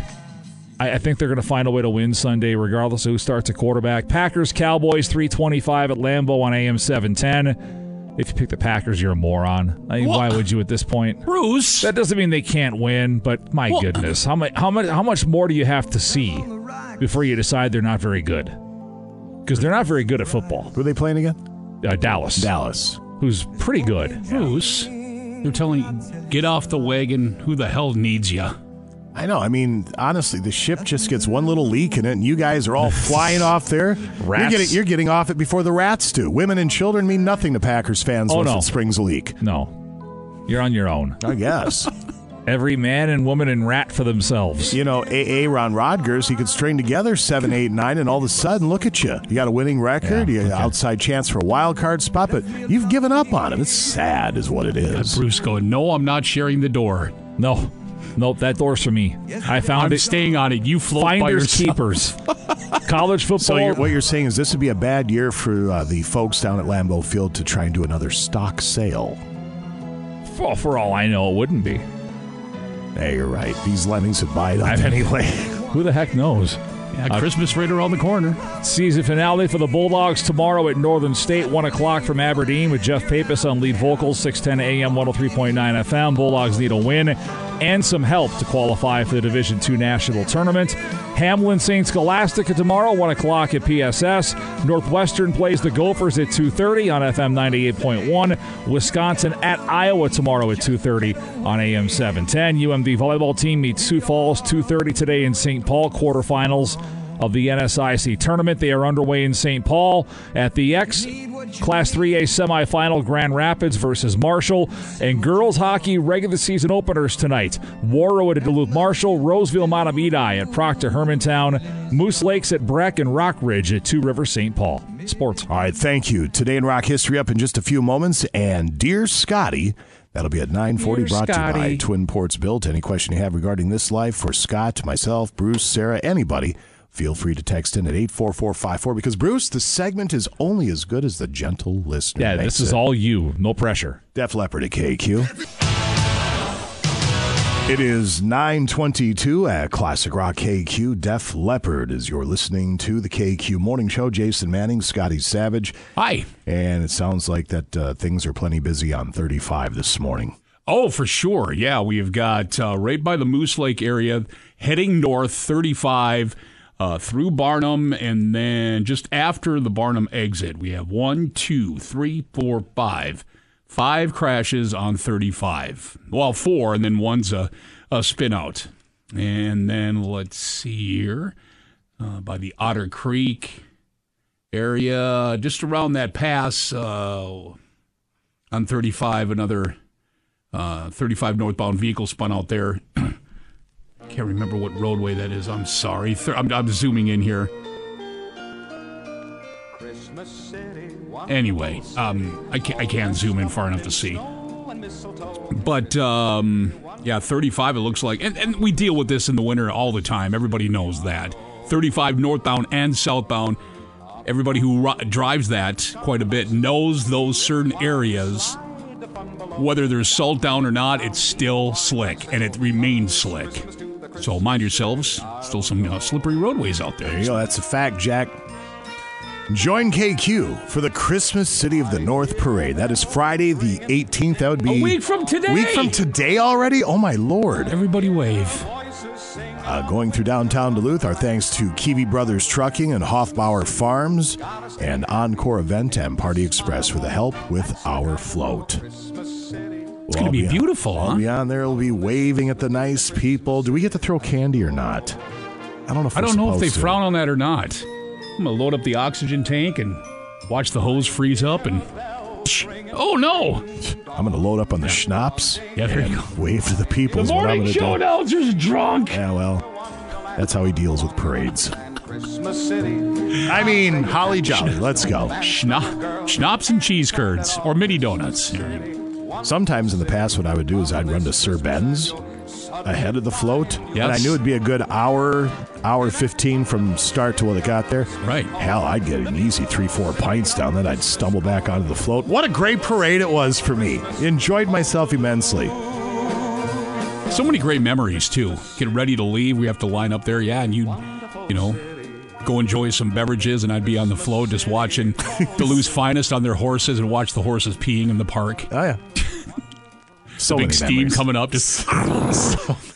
Speaker 6: I, I think they're going to find a way to win Sunday, regardless of who starts at quarterback. Packers, Cowboys, 325 at Lambeau on AM 710. If you pick the Packers, you're a moron. I mean, why would you at this point?
Speaker 16: Bruce.
Speaker 6: That doesn't mean they can't win, but my
Speaker 16: Well-
Speaker 6: goodness. How much, how, much, how much more do you have to see before you decide they're not very good? Because they're not very good at football.
Speaker 15: Who are they playing again?
Speaker 6: uh, Dallas.
Speaker 15: Dallas.
Speaker 6: Who's pretty good.
Speaker 16: Bruce, they're telling you, get off the wagon. Who the hell needs you?
Speaker 15: I know. I mean, honestly, the ship just gets one little leak in it, and you guys are all flying off there. You're
Speaker 6: Rats.
Speaker 15: getting, you're getting off it before the rats do. Women and children mean nothing to Packers fans
Speaker 6: Oh,
Speaker 15: once
Speaker 6: no.
Speaker 15: it springs a leak.
Speaker 6: No. You're on your own.
Speaker 15: I guess.
Speaker 6: Every man and woman and rat for themselves.
Speaker 15: You know, A.A. Ron Rodgers, he could string together seven, eight, nine, and all of a sudden, look at you. You got a winning record, you got an outside chance for a wild card spot, but you've given up on him. It's sad, is what it is.
Speaker 16: Bruce going, no, I'm not sharing the door.
Speaker 6: No. Nope, that door's for me. I found
Speaker 16: I'm
Speaker 6: it.
Speaker 16: staying on it. You float by
Speaker 6: Finders
Speaker 16: yourself.
Speaker 6: keepers. College football.
Speaker 15: So you're, what you're saying is this would be a bad year for uh, the folks down at Lambeau Field to try and do another stock sale.
Speaker 6: for, for all I know, it wouldn't be.
Speaker 15: Hey, you're right. These lemmings would buy it up anyway.
Speaker 6: Who the heck knows?
Speaker 16: Yeah, Christmas right around the corner.
Speaker 6: Season finale for the Bulldogs tomorrow at Northern State, 1 o'clock from Aberdeen with Jeff Pappas on lead vocals, 610 AM, 103.9 FM. Bulldogs need a win and some help to qualify for the Division II National Tournament. Hamlin St. Scholastica tomorrow, 1 o'clock at PSS. Northwestern plays the Gophers at 2.30 on FM 98.1. Wisconsin at Iowa tomorrow at 2.30 on AM 710. UMD volleyball team meets Sioux Falls, 2.30 today in St. Paul, quarterfinals of the NSIC tournament. They are underway in St. Paul at the X Class 3A semifinal Grand Rapids versus Marshall and girls hockey regular season openers tonight. Warrow at Duluth Marshall, Roseville Montemedi at Proctor Hermantown, Moose Lakes at Breck and Rockridge at Two River St. Paul. Sports.
Speaker 15: All right, thank you. Today in Rock History up in just a few moments. And Dear Scotty, that'll be at 940,
Speaker 6: Dear
Speaker 15: brought to you by
Speaker 6: Scotty.
Speaker 15: Twin Ports Built. Any question you have regarding this live for Scott, myself, Bruce, Sarah, anybody, feel free to text in at 84454 because, Bruce, the segment is only as good as the gentle listener.
Speaker 6: Yeah,
Speaker 15: makes
Speaker 6: this is
Speaker 15: it.
Speaker 6: all you. No pressure.
Speaker 15: Def Leppard at KQ. It is 922 at Classic Rock KQ. Def Leppard is you're listening to the KQ Morning Show. Jason Manning, Scotty Savage.
Speaker 16: Hi.
Speaker 15: And it sounds like that uh, things are plenty busy on 35 this morning.
Speaker 16: Oh, for sure. Yeah, we've got uh, right by the Moose Lake area, heading north 35 uh, through Barnum, and then just after the Barnum exit, we have one, two, three, four, five, five crashes on 35. Well, four, and then one's a, a spin out. And then let's see here uh, by the Otter Creek area, just around that pass uh, on 35, another uh, 35 northbound vehicle spun out there. Can't remember what roadway that is. I'm sorry. Thir- I'm, I'm zooming in here. Anyway, um, I, can't, I can't zoom in far enough to see. But um, yeah, 35 it looks like. And, and we deal with this in the winter all the time. Everybody knows that. 35 northbound and southbound. Everybody who ri- drives that quite a bit knows those certain areas. Whether there's salt down or not, it's still slick and it remains slick. So mind yourselves, still some uh, slippery roadways out there.
Speaker 15: There you go. That's a fact, Jack. Join KQ for the Christmas City of the North Parade. That is Friday the 18th. That would be
Speaker 16: A week from today.
Speaker 15: Week from today already? Oh my lord.
Speaker 16: Everybody wave.
Speaker 15: Uh, going through downtown Duluth, our thanks to Kiwi Brothers Trucking and Hoffbauer Farms and Encore Event and Party Express for the help with our float. It's
Speaker 16: gonna be beautiful,
Speaker 15: I'll
Speaker 16: huh?
Speaker 15: be on there. We'll be waving at the nice people. Do we get to throw candy or not? I don't know if
Speaker 16: I
Speaker 15: we're
Speaker 16: don't know if they
Speaker 15: supposed to.
Speaker 16: frown on that or not. I'm gonna load up the oxygen tank and watch the hose freeze up and. Oh no!
Speaker 15: I'm going to load up on the schnapps.
Speaker 16: Yeah, there you
Speaker 15: and Wave to the people.
Speaker 16: The
Speaker 15: is what I'm
Speaker 16: morning
Speaker 15: gonna do.
Speaker 16: show now is just drunk.
Speaker 15: Yeah, well, that's how he deals with parades. I mean, Holly Jolly. Let's go.
Speaker 16: Schna- schnapps and cheese curds or mini donuts.
Speaker 15: Sometimes in the past, what I would do is I'd run to Sir Ben's ahead of the float, and I
Speaker 16: Yes.
Speaker 15: knew it'd be a good hour, hour fifteen from start to when it got there.
Speaker 16: Right.
Speaker 15: Hell, I'd get an easy three, four pints down, then I'd stumble back onto the float. What a great parade it was for me! Enjoyed myself immensely.
Speaker 16: So many great memories too. Get ready to leave. We have to line up there. Yeah, and you, you know, go enjoy some beverages, and I'd be on the float just watching Duluth's finest on their horses and watch the horses peeing in the park.
Speaker 15: Oh yeah. So
Speaker 16: the big
Speaker 15: many
Speaker 16: steam
Speaker 15: memories.
Speaker 16: coming up. Just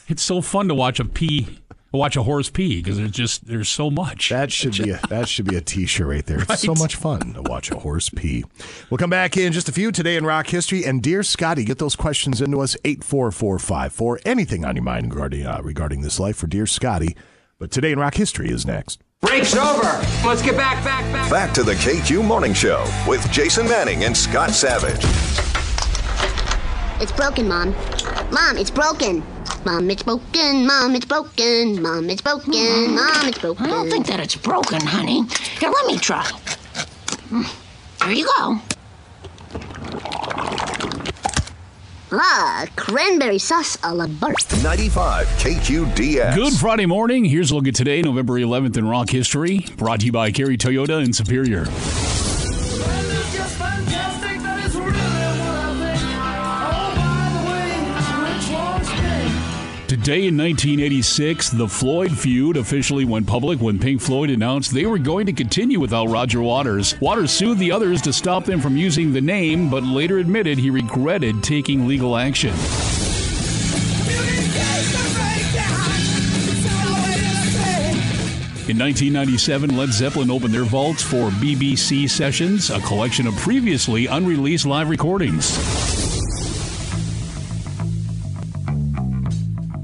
Speaker 16: it's so fun to watch a pee watch a horse pee because it's just there's so much.
Speaker 15: That should be a, that should be a T-shirt right there. It's so much fun to watch a horse pee. We'll come back in just a few today in rock history. And dear Scotty, get those questions into us eight four four five four. Anything on your mind regarding uh, regarding this life for dear Scotty. But today in rock history is next.
Speaker 1: Break's over. Let's get back, back, back.
Speaker 3: Back to the KQ Morning Show with Jason Manning and Scott Savage.
Speaker 5: It's broken, Mom. Mom, it's broken. Mom, it's broken. Mom, it's broken. Mom, it's broken. Mom, it's broken. Mm. I don't think that it's broken, honey. Here, let me try. Mm. Here you go. Ah, cranberry sauce a la burst.
Speaker 3: 95 KQDS.
Speaker 16: Good Friday morning. Here's a look at today, November 11th in rock history. Brought to you by Kerry Toyota in Superior. Today in 1986, the Floyd feud officially went public when Pink Floyd announced they were going to continue without Roger Waters. Waters sued the others to stop them from using the name, but later admitted he regretted taking legal action. In 1997, Led Zeppelin opened their vaults for BBC Sessions, a collection of previously unreleased live recordings.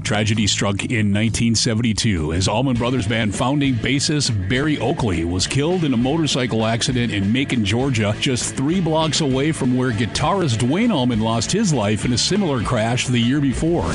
Speaker 16: Tragedy struck in 1972 as Allman Brothers Band founding bassist Barry Oakley was killed in a motorcycle accident in Macon, Georgia, just three blocks away from where guitarist Dwayne Allman lost his life in a similar crash the year before.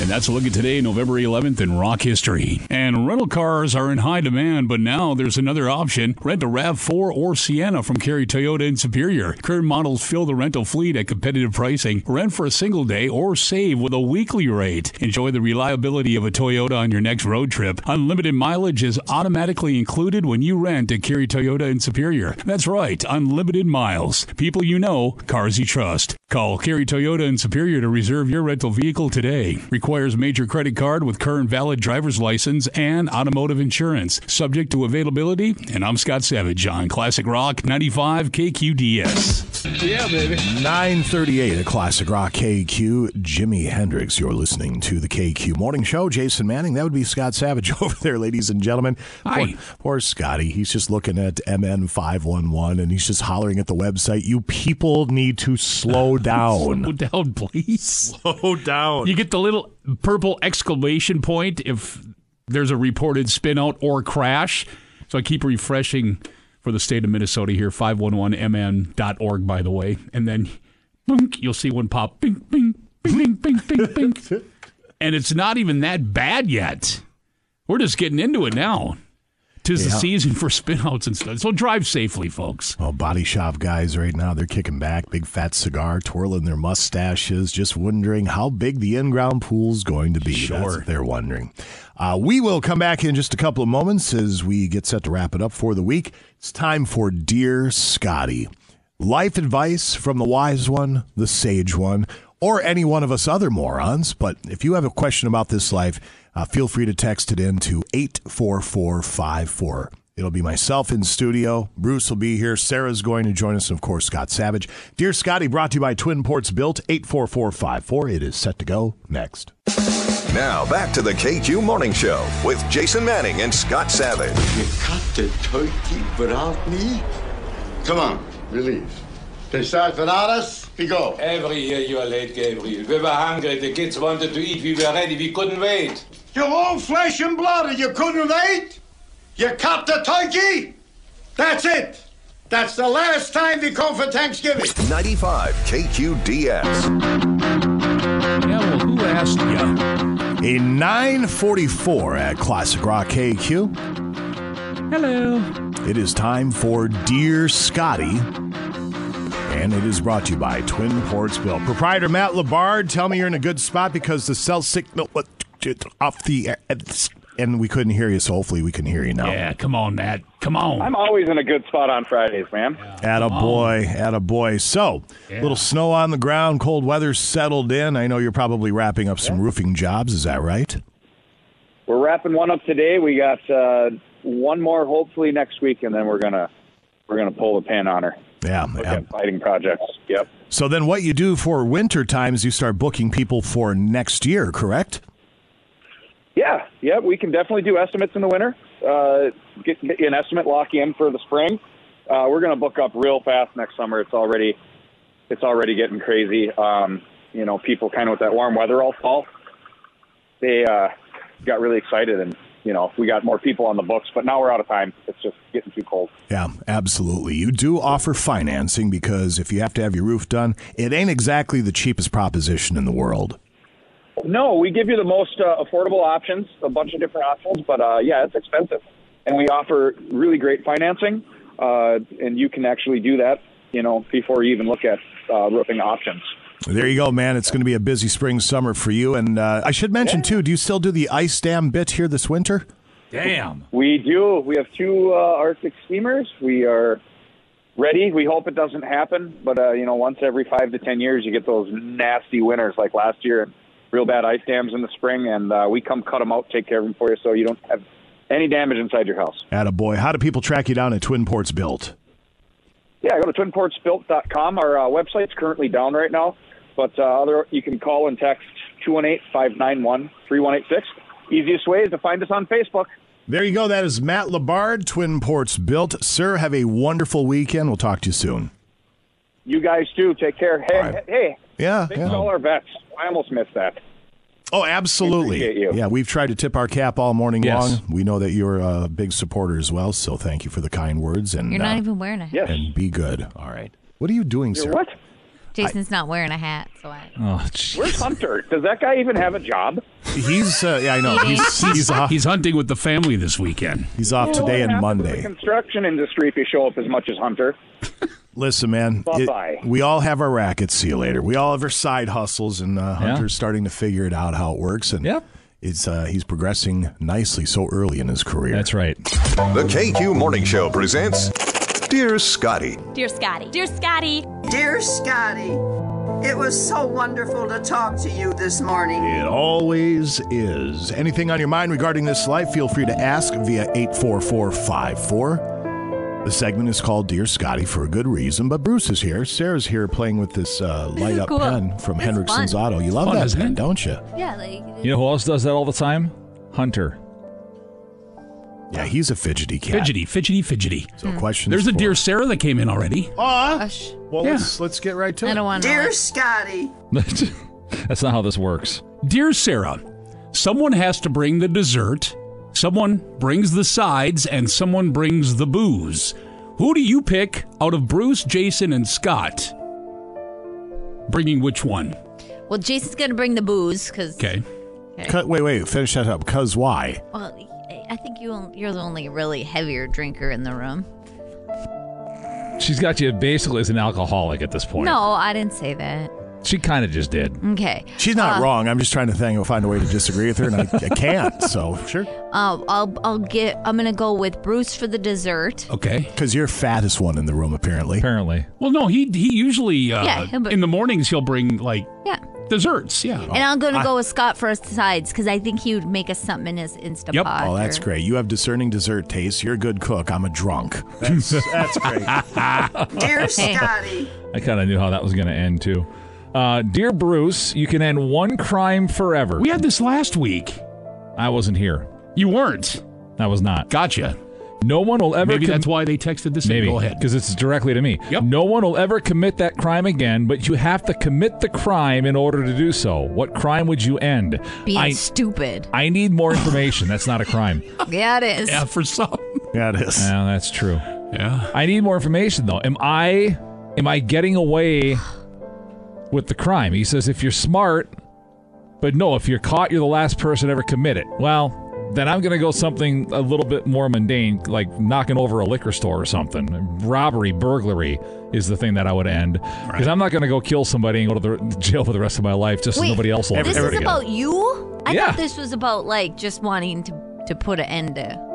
Speaker 16: And that's a look at today, November 11th, in rock history. And rental cars are in high demand, but now there's another option. Rent a RAV4 or Sienna from Carry Toyota in Superior. Current models fill the rental fleet at competitive pricing. Rent for a single day or save with a weekly rate. Enjoy the reliability of a Toyota on your next road trip. Unlimited mileage is automatically included when you rent at Carry Toyota in Superior. That's right, unlimited miles. People you know, cars you trust. Call Carry Toyota in Superior to reserve your rental vehicle today. Requires major credit card with current valid driver's license and automotive insurance. Subject to availability. And I'm Scott Savage on Classic Rock 95 KQDS.
Speaker 15: Yeah, baby. 938 at Classic Rock KQ. Jimi Hendrix, you're listening to the KQ Morning Show. Jason Manning, that would be Scott Savage over there, ladies and gentlemen. Poor, poor Scotty. He's just looking at MN511 and he's just hollering at the website. You people need to slow down.
Speaker 16: Slow down, please. Slow
Speaker 15: down.
Speaker 16: You get the little purple exclamation point if there's a reported spin out or crash. So I keep refreshing for the state of Minnesota here, 511mn.org, by the way. And then boink, you'll see one pop. Bing, bing, bing, bing, bing, bing, bing. and it's not even that bad yet. We're just getting into it now. Tis the
Speaker 15: Yeah.
Speaker 16: season for spinouts and stuff. So drive safely, folks.
Speaker 15: Well, body shop guys right now, they're kicking back, big fat cigar, twirling their mustaches, just wondering how big the in ground pool's going to be. That's what they're wondering. Uh, we will come back in just a couple of moments as we get set to wrap it up for the week. It's time for Dear Scotty. Life advice from the wise one, the sage one, or any one of us other morons. But if you have a question about this life, uh, feel free to text it in to 84454. It'll be myself in studio. Bruce will be here. Sarah's going to join us, and of course, Scott Savage. Dear Scotty, brought to you by Twin Ports Built 84454. It is set to go next.
Speaker 3: Now back to the KQ Morning Show with Jason Manning and Scott Savage.
Speaker 2: You cut the turkey without me? Come on, release. They start without us, we go.
Speaker 9: Every year you are late, Gabriel. We were hungry. The kids wanted to eat. We were ready. We couldn't wait.
Speaker 2: Your own flesh and blood, and you couldn't wait? You cut the turkey? That's it. That's the last time we go for Thanksgiving.
Speaker 3: 95 KQDS.
Speaker 16: who asked
Speaker 15: A 944 at Classic Rock KQ.
Speaker 16: Hello.
Speaker 15: It is time for Dear Scotty. And it is brought to you by Twin Ports Bill. Proprietor Matt Labard, tell me you're in a good spot because the cell signal was off the and we couldn't hear you, so hopefully we can hear you now.
Speaker 16: Yeah, come on, Matt. Come on.
Speaker 23: I'm always in a good spot on Fridays, man.
Speaker 15: At a boy, at a boy. So, little snow on the ground, cold weather settled in. I know you're probably wrapping up some roofing jobs. Is that right?
Speaker 23: We're wrapping one up today. We got uh, one more hopefully next week, and then we're gonna we're gonna pull the pin on her.
Speaker 15: Yeah. yeah.
Speaker 23: Fighting projects. Yep.
Speaker 15: So then, what you do for winter times, you start booking people for next year, correct?
Speaker 23: Yeah. yeah, we can definitely do estimates in the winter. Uh, get, get you an estimate, lock you in for the spring. Uh, we're going to book up real fast next summer. It's already, it's already getting crazy. Um, you know, people kind of with that warm weather all fall, they uh, got really excited, and you know, we got more people on the books. But now we're out of time. It's just getting too cold.
Speaker 15: Yeah, absolutely. You do offer financing because if you have to have your roof done, it ain't exactly the cheapest proposition in the world.
Speaker 23: No, we give you the most uh, affordable options, a bunch of different options, but uh, yeah, it's expensive. And we offer really great financing, uh, and you can actually do that, you know, before you even look at uh, roofing options.
Speaker 15: There you go, man. It's going to be a busy spring summer for you. And uh, I should mention, too, do you still do the ice dam bit here this winter?
Speaker 23: Damn. We do. We have two uh, Arctic steamers. We are ready. We hope it doesn't happen, but uh, you know, once every five to ten years, you get those nasty winters like last year and real bad ice dams in the spring, and uh, we come cut them out, take care of them for you, so you don't have any damage inside your house.
Speaker 15: Attaboy. How do people track you down at Twin Ports Built?
Speaker 23: Yeah, go to twinportsbuilt.com. Our uh, website's currently down right now, but uh, other you can call and text 218-591-3186. Easiest way is to find us on Facebook.
Speaker 15: There you go. That is Matt Labard, Twin Ports Built. Sir, have a wonderful weekend. We'll talk to you soon.
Speaker 23: You guys do. Take care. Hey, hey.
Speaker 15: Yeah,
Speaker 23: Thanks
Speaker 15: yeah.
Speaker 23: to all our vets. I almost missed that.
Speaker 15: Oh, absolutely. Yeah, we've tried to tip our cap all morning
Speaker 23: Yes.
Speaker 15: long. We know that you're a big supporter as well, so thank you for the kind words and
Speaker 10: You're
Speaker 15: uh,
Speaker 10: not even wearing a hat.
Speaker 15: and be good. All right. What are you doing, sir? What?
Speaker 10: Jason's not wearing a hat, so I.
Speaker 15: Oh,
Speaker 23: Where's Hunter? Does that guy even have a job?
Speaker 15: He's uh, yeah, I know. He's he's off.
Speaker 16: He's hunting with the family this weekend.
Speaker 15: He's off
Speaker 23: You know what
Speaker 15: today and
Speaker 23: happens to
Speaker 15: Monday.
Speaker 23: The construction industry, if you show up as much as Hunter.
Speaker 15: Listen, man. it-
Speaker 23: Bye-bye.
Speaker 15: we all have our rackets. See you later. We all have our side hustles, and uh, Hunter's starting to figure it out how it works. And it's uh, he's progressing nicely so early in his career. That's
Speaker 6: right.
Speaker 3: The KQ Morning Show presents Dear Scotty.
Speaker 26: Dear Scotty. Dear Scotty.
Speaker 7: Dear Scotty, it was so wonderful to talk to you this morning.
Speaker 15: It always is. Anything on your mind regarding this life, feel free to ask via 84454. The segment is called Dear Scotty for a good reason, but Bruce is here. Sarah's here playing with this uh, light
Speaker 10: is
Speaker 15: up
Speaker 10: cool.
Speaker 15: pen from
Speaker 10: This is
Speaker 15: Hendrickson's
Speaker 10: fun.
Speaker 15: Auto. You love
Speaker 10: Fun,
Speaker 15: that
Speaker 10: isn't
Speaker 15: pen,
Speaker 10: it?
Speaker 15: don't you?
Speaker 10: Yeah, like
Speaker 6: You know who else does that all the time? Hunter.
Speaker 15: Yeah, he's a fidgety cat.
Speaker 16: Fidgety, fidgety, fidgety.
Speaker 15: So questions.
Speaker 16: There's a
Speaker 15: for-
Speaker 16: dear Sarah that came in already.
Speaker 15: Aw. Well,
Speaker 16: Yeah.
Speaker 15: let's, let's get right to it.
Speaker 10: I don't want
Speaker 7: Dear Scotty,
Speaker 6: That's not how this works.
Speaker 16: Dear Sarah, someone has to bring the dessert, someone brings the sides, and someone brings the booze. Who do you pick out of Bruce, Jason, and Scott? Bringing which one?
Speaker 10: Well, Jason's gonna bring the booze because.
Speaker 16: Okay.
Speaker 15: Cut, wait, wait, finish that up. Cause why?
Speaker 10: Well, I- I think you on- you're the only really heavier drinker in the room.
Speaker 6: She's got you basically as an alcoholic at this point.
Speaker 10: No, I didn't say that.
Speaker 6: She kind of just did.
Speaker 10: Okay.
Speaker 15: She's not
Speaker 10: Uh,
Speaker 15: wrong. I'm just trying to think, find a way to disagree with her, and I, I can't. So sure.
Speaker 10: Uh, I'll I'll get. I'm gonna go with Bruce for the dessert.
Speaker 16: Okay.
Speaker 15: Because you're fattest one in the room, apparently.
Speaker 6: Apparently.
Speaker 16: Well, no, he he usually uh,
Speaker 10: Yeah, he'll br-
Speaker 16: in the mornings he'll bring like
Speaker 10: Yeah.
Speaker 16: desserts. Yeah.
Speaker 10: And I'm gonna go with Scott for sides because I think he would make us something in his Instapot.
Speaker 15: Oh, that's
Speaker 10: or-
Speaker 15: great. You have discerning dessert taste. You're a good cook. I'm a drunk. That's, that's great.
Speaker 7: dear Scotty,
Speaker 6: I kind of knew how that was going to end too. Uh, dear Bruce, you can end one crime forever. We
Speaker 16: had this last week.
Speaker 6: I wasn't here.
Speaker 16: You weren't.
Speaker 6: I was not.
Speaker 16: Gotcha.
Speaker 6: No one will ever.
Speaker 16: Maybe that's why they texted this. in.
Speaker 6: Maybe
Speaker 16: Go ahead.
Speaker 6: because it's directly to me. Yep. No one will ever commit that crime again, but you have to commit the crime in order to do so. What crime would you end?
Speaker 10: Being
Speaker 6: I,
Speaker 10: stupid.
Speaker 6: I need more information. That's not a crime.
Speaker 10: Yeah, it is.
Speaker 16: for some.
Speaker 15: Yeah, it is.
Speaker 6: Yeah, that's true.
Speaker 16: Yeah.
Speaker 6: I need more information though. Am I am I getting away with the crime? He says if you're smart, but no, if you're caught, you're the last person to ever commit it. Well, then I'm gonna go something a little bit more mundane, like knocking over a liquor store or something. Robbery, burglary is the thing that I would end because I'm not gonna go kill somebody and go to the jail for the rest of my life just so
Speaker 10: Wait,
Speaker 6: nobody else will.
Speaker 10: This
Speaker 6: ever
Speaker 10: is
Speaker 6: get it.
Speaker 10: about you. I
Speaker 6: Yeah.
Speaker 10: thought this was about like just wanting to to put an end to.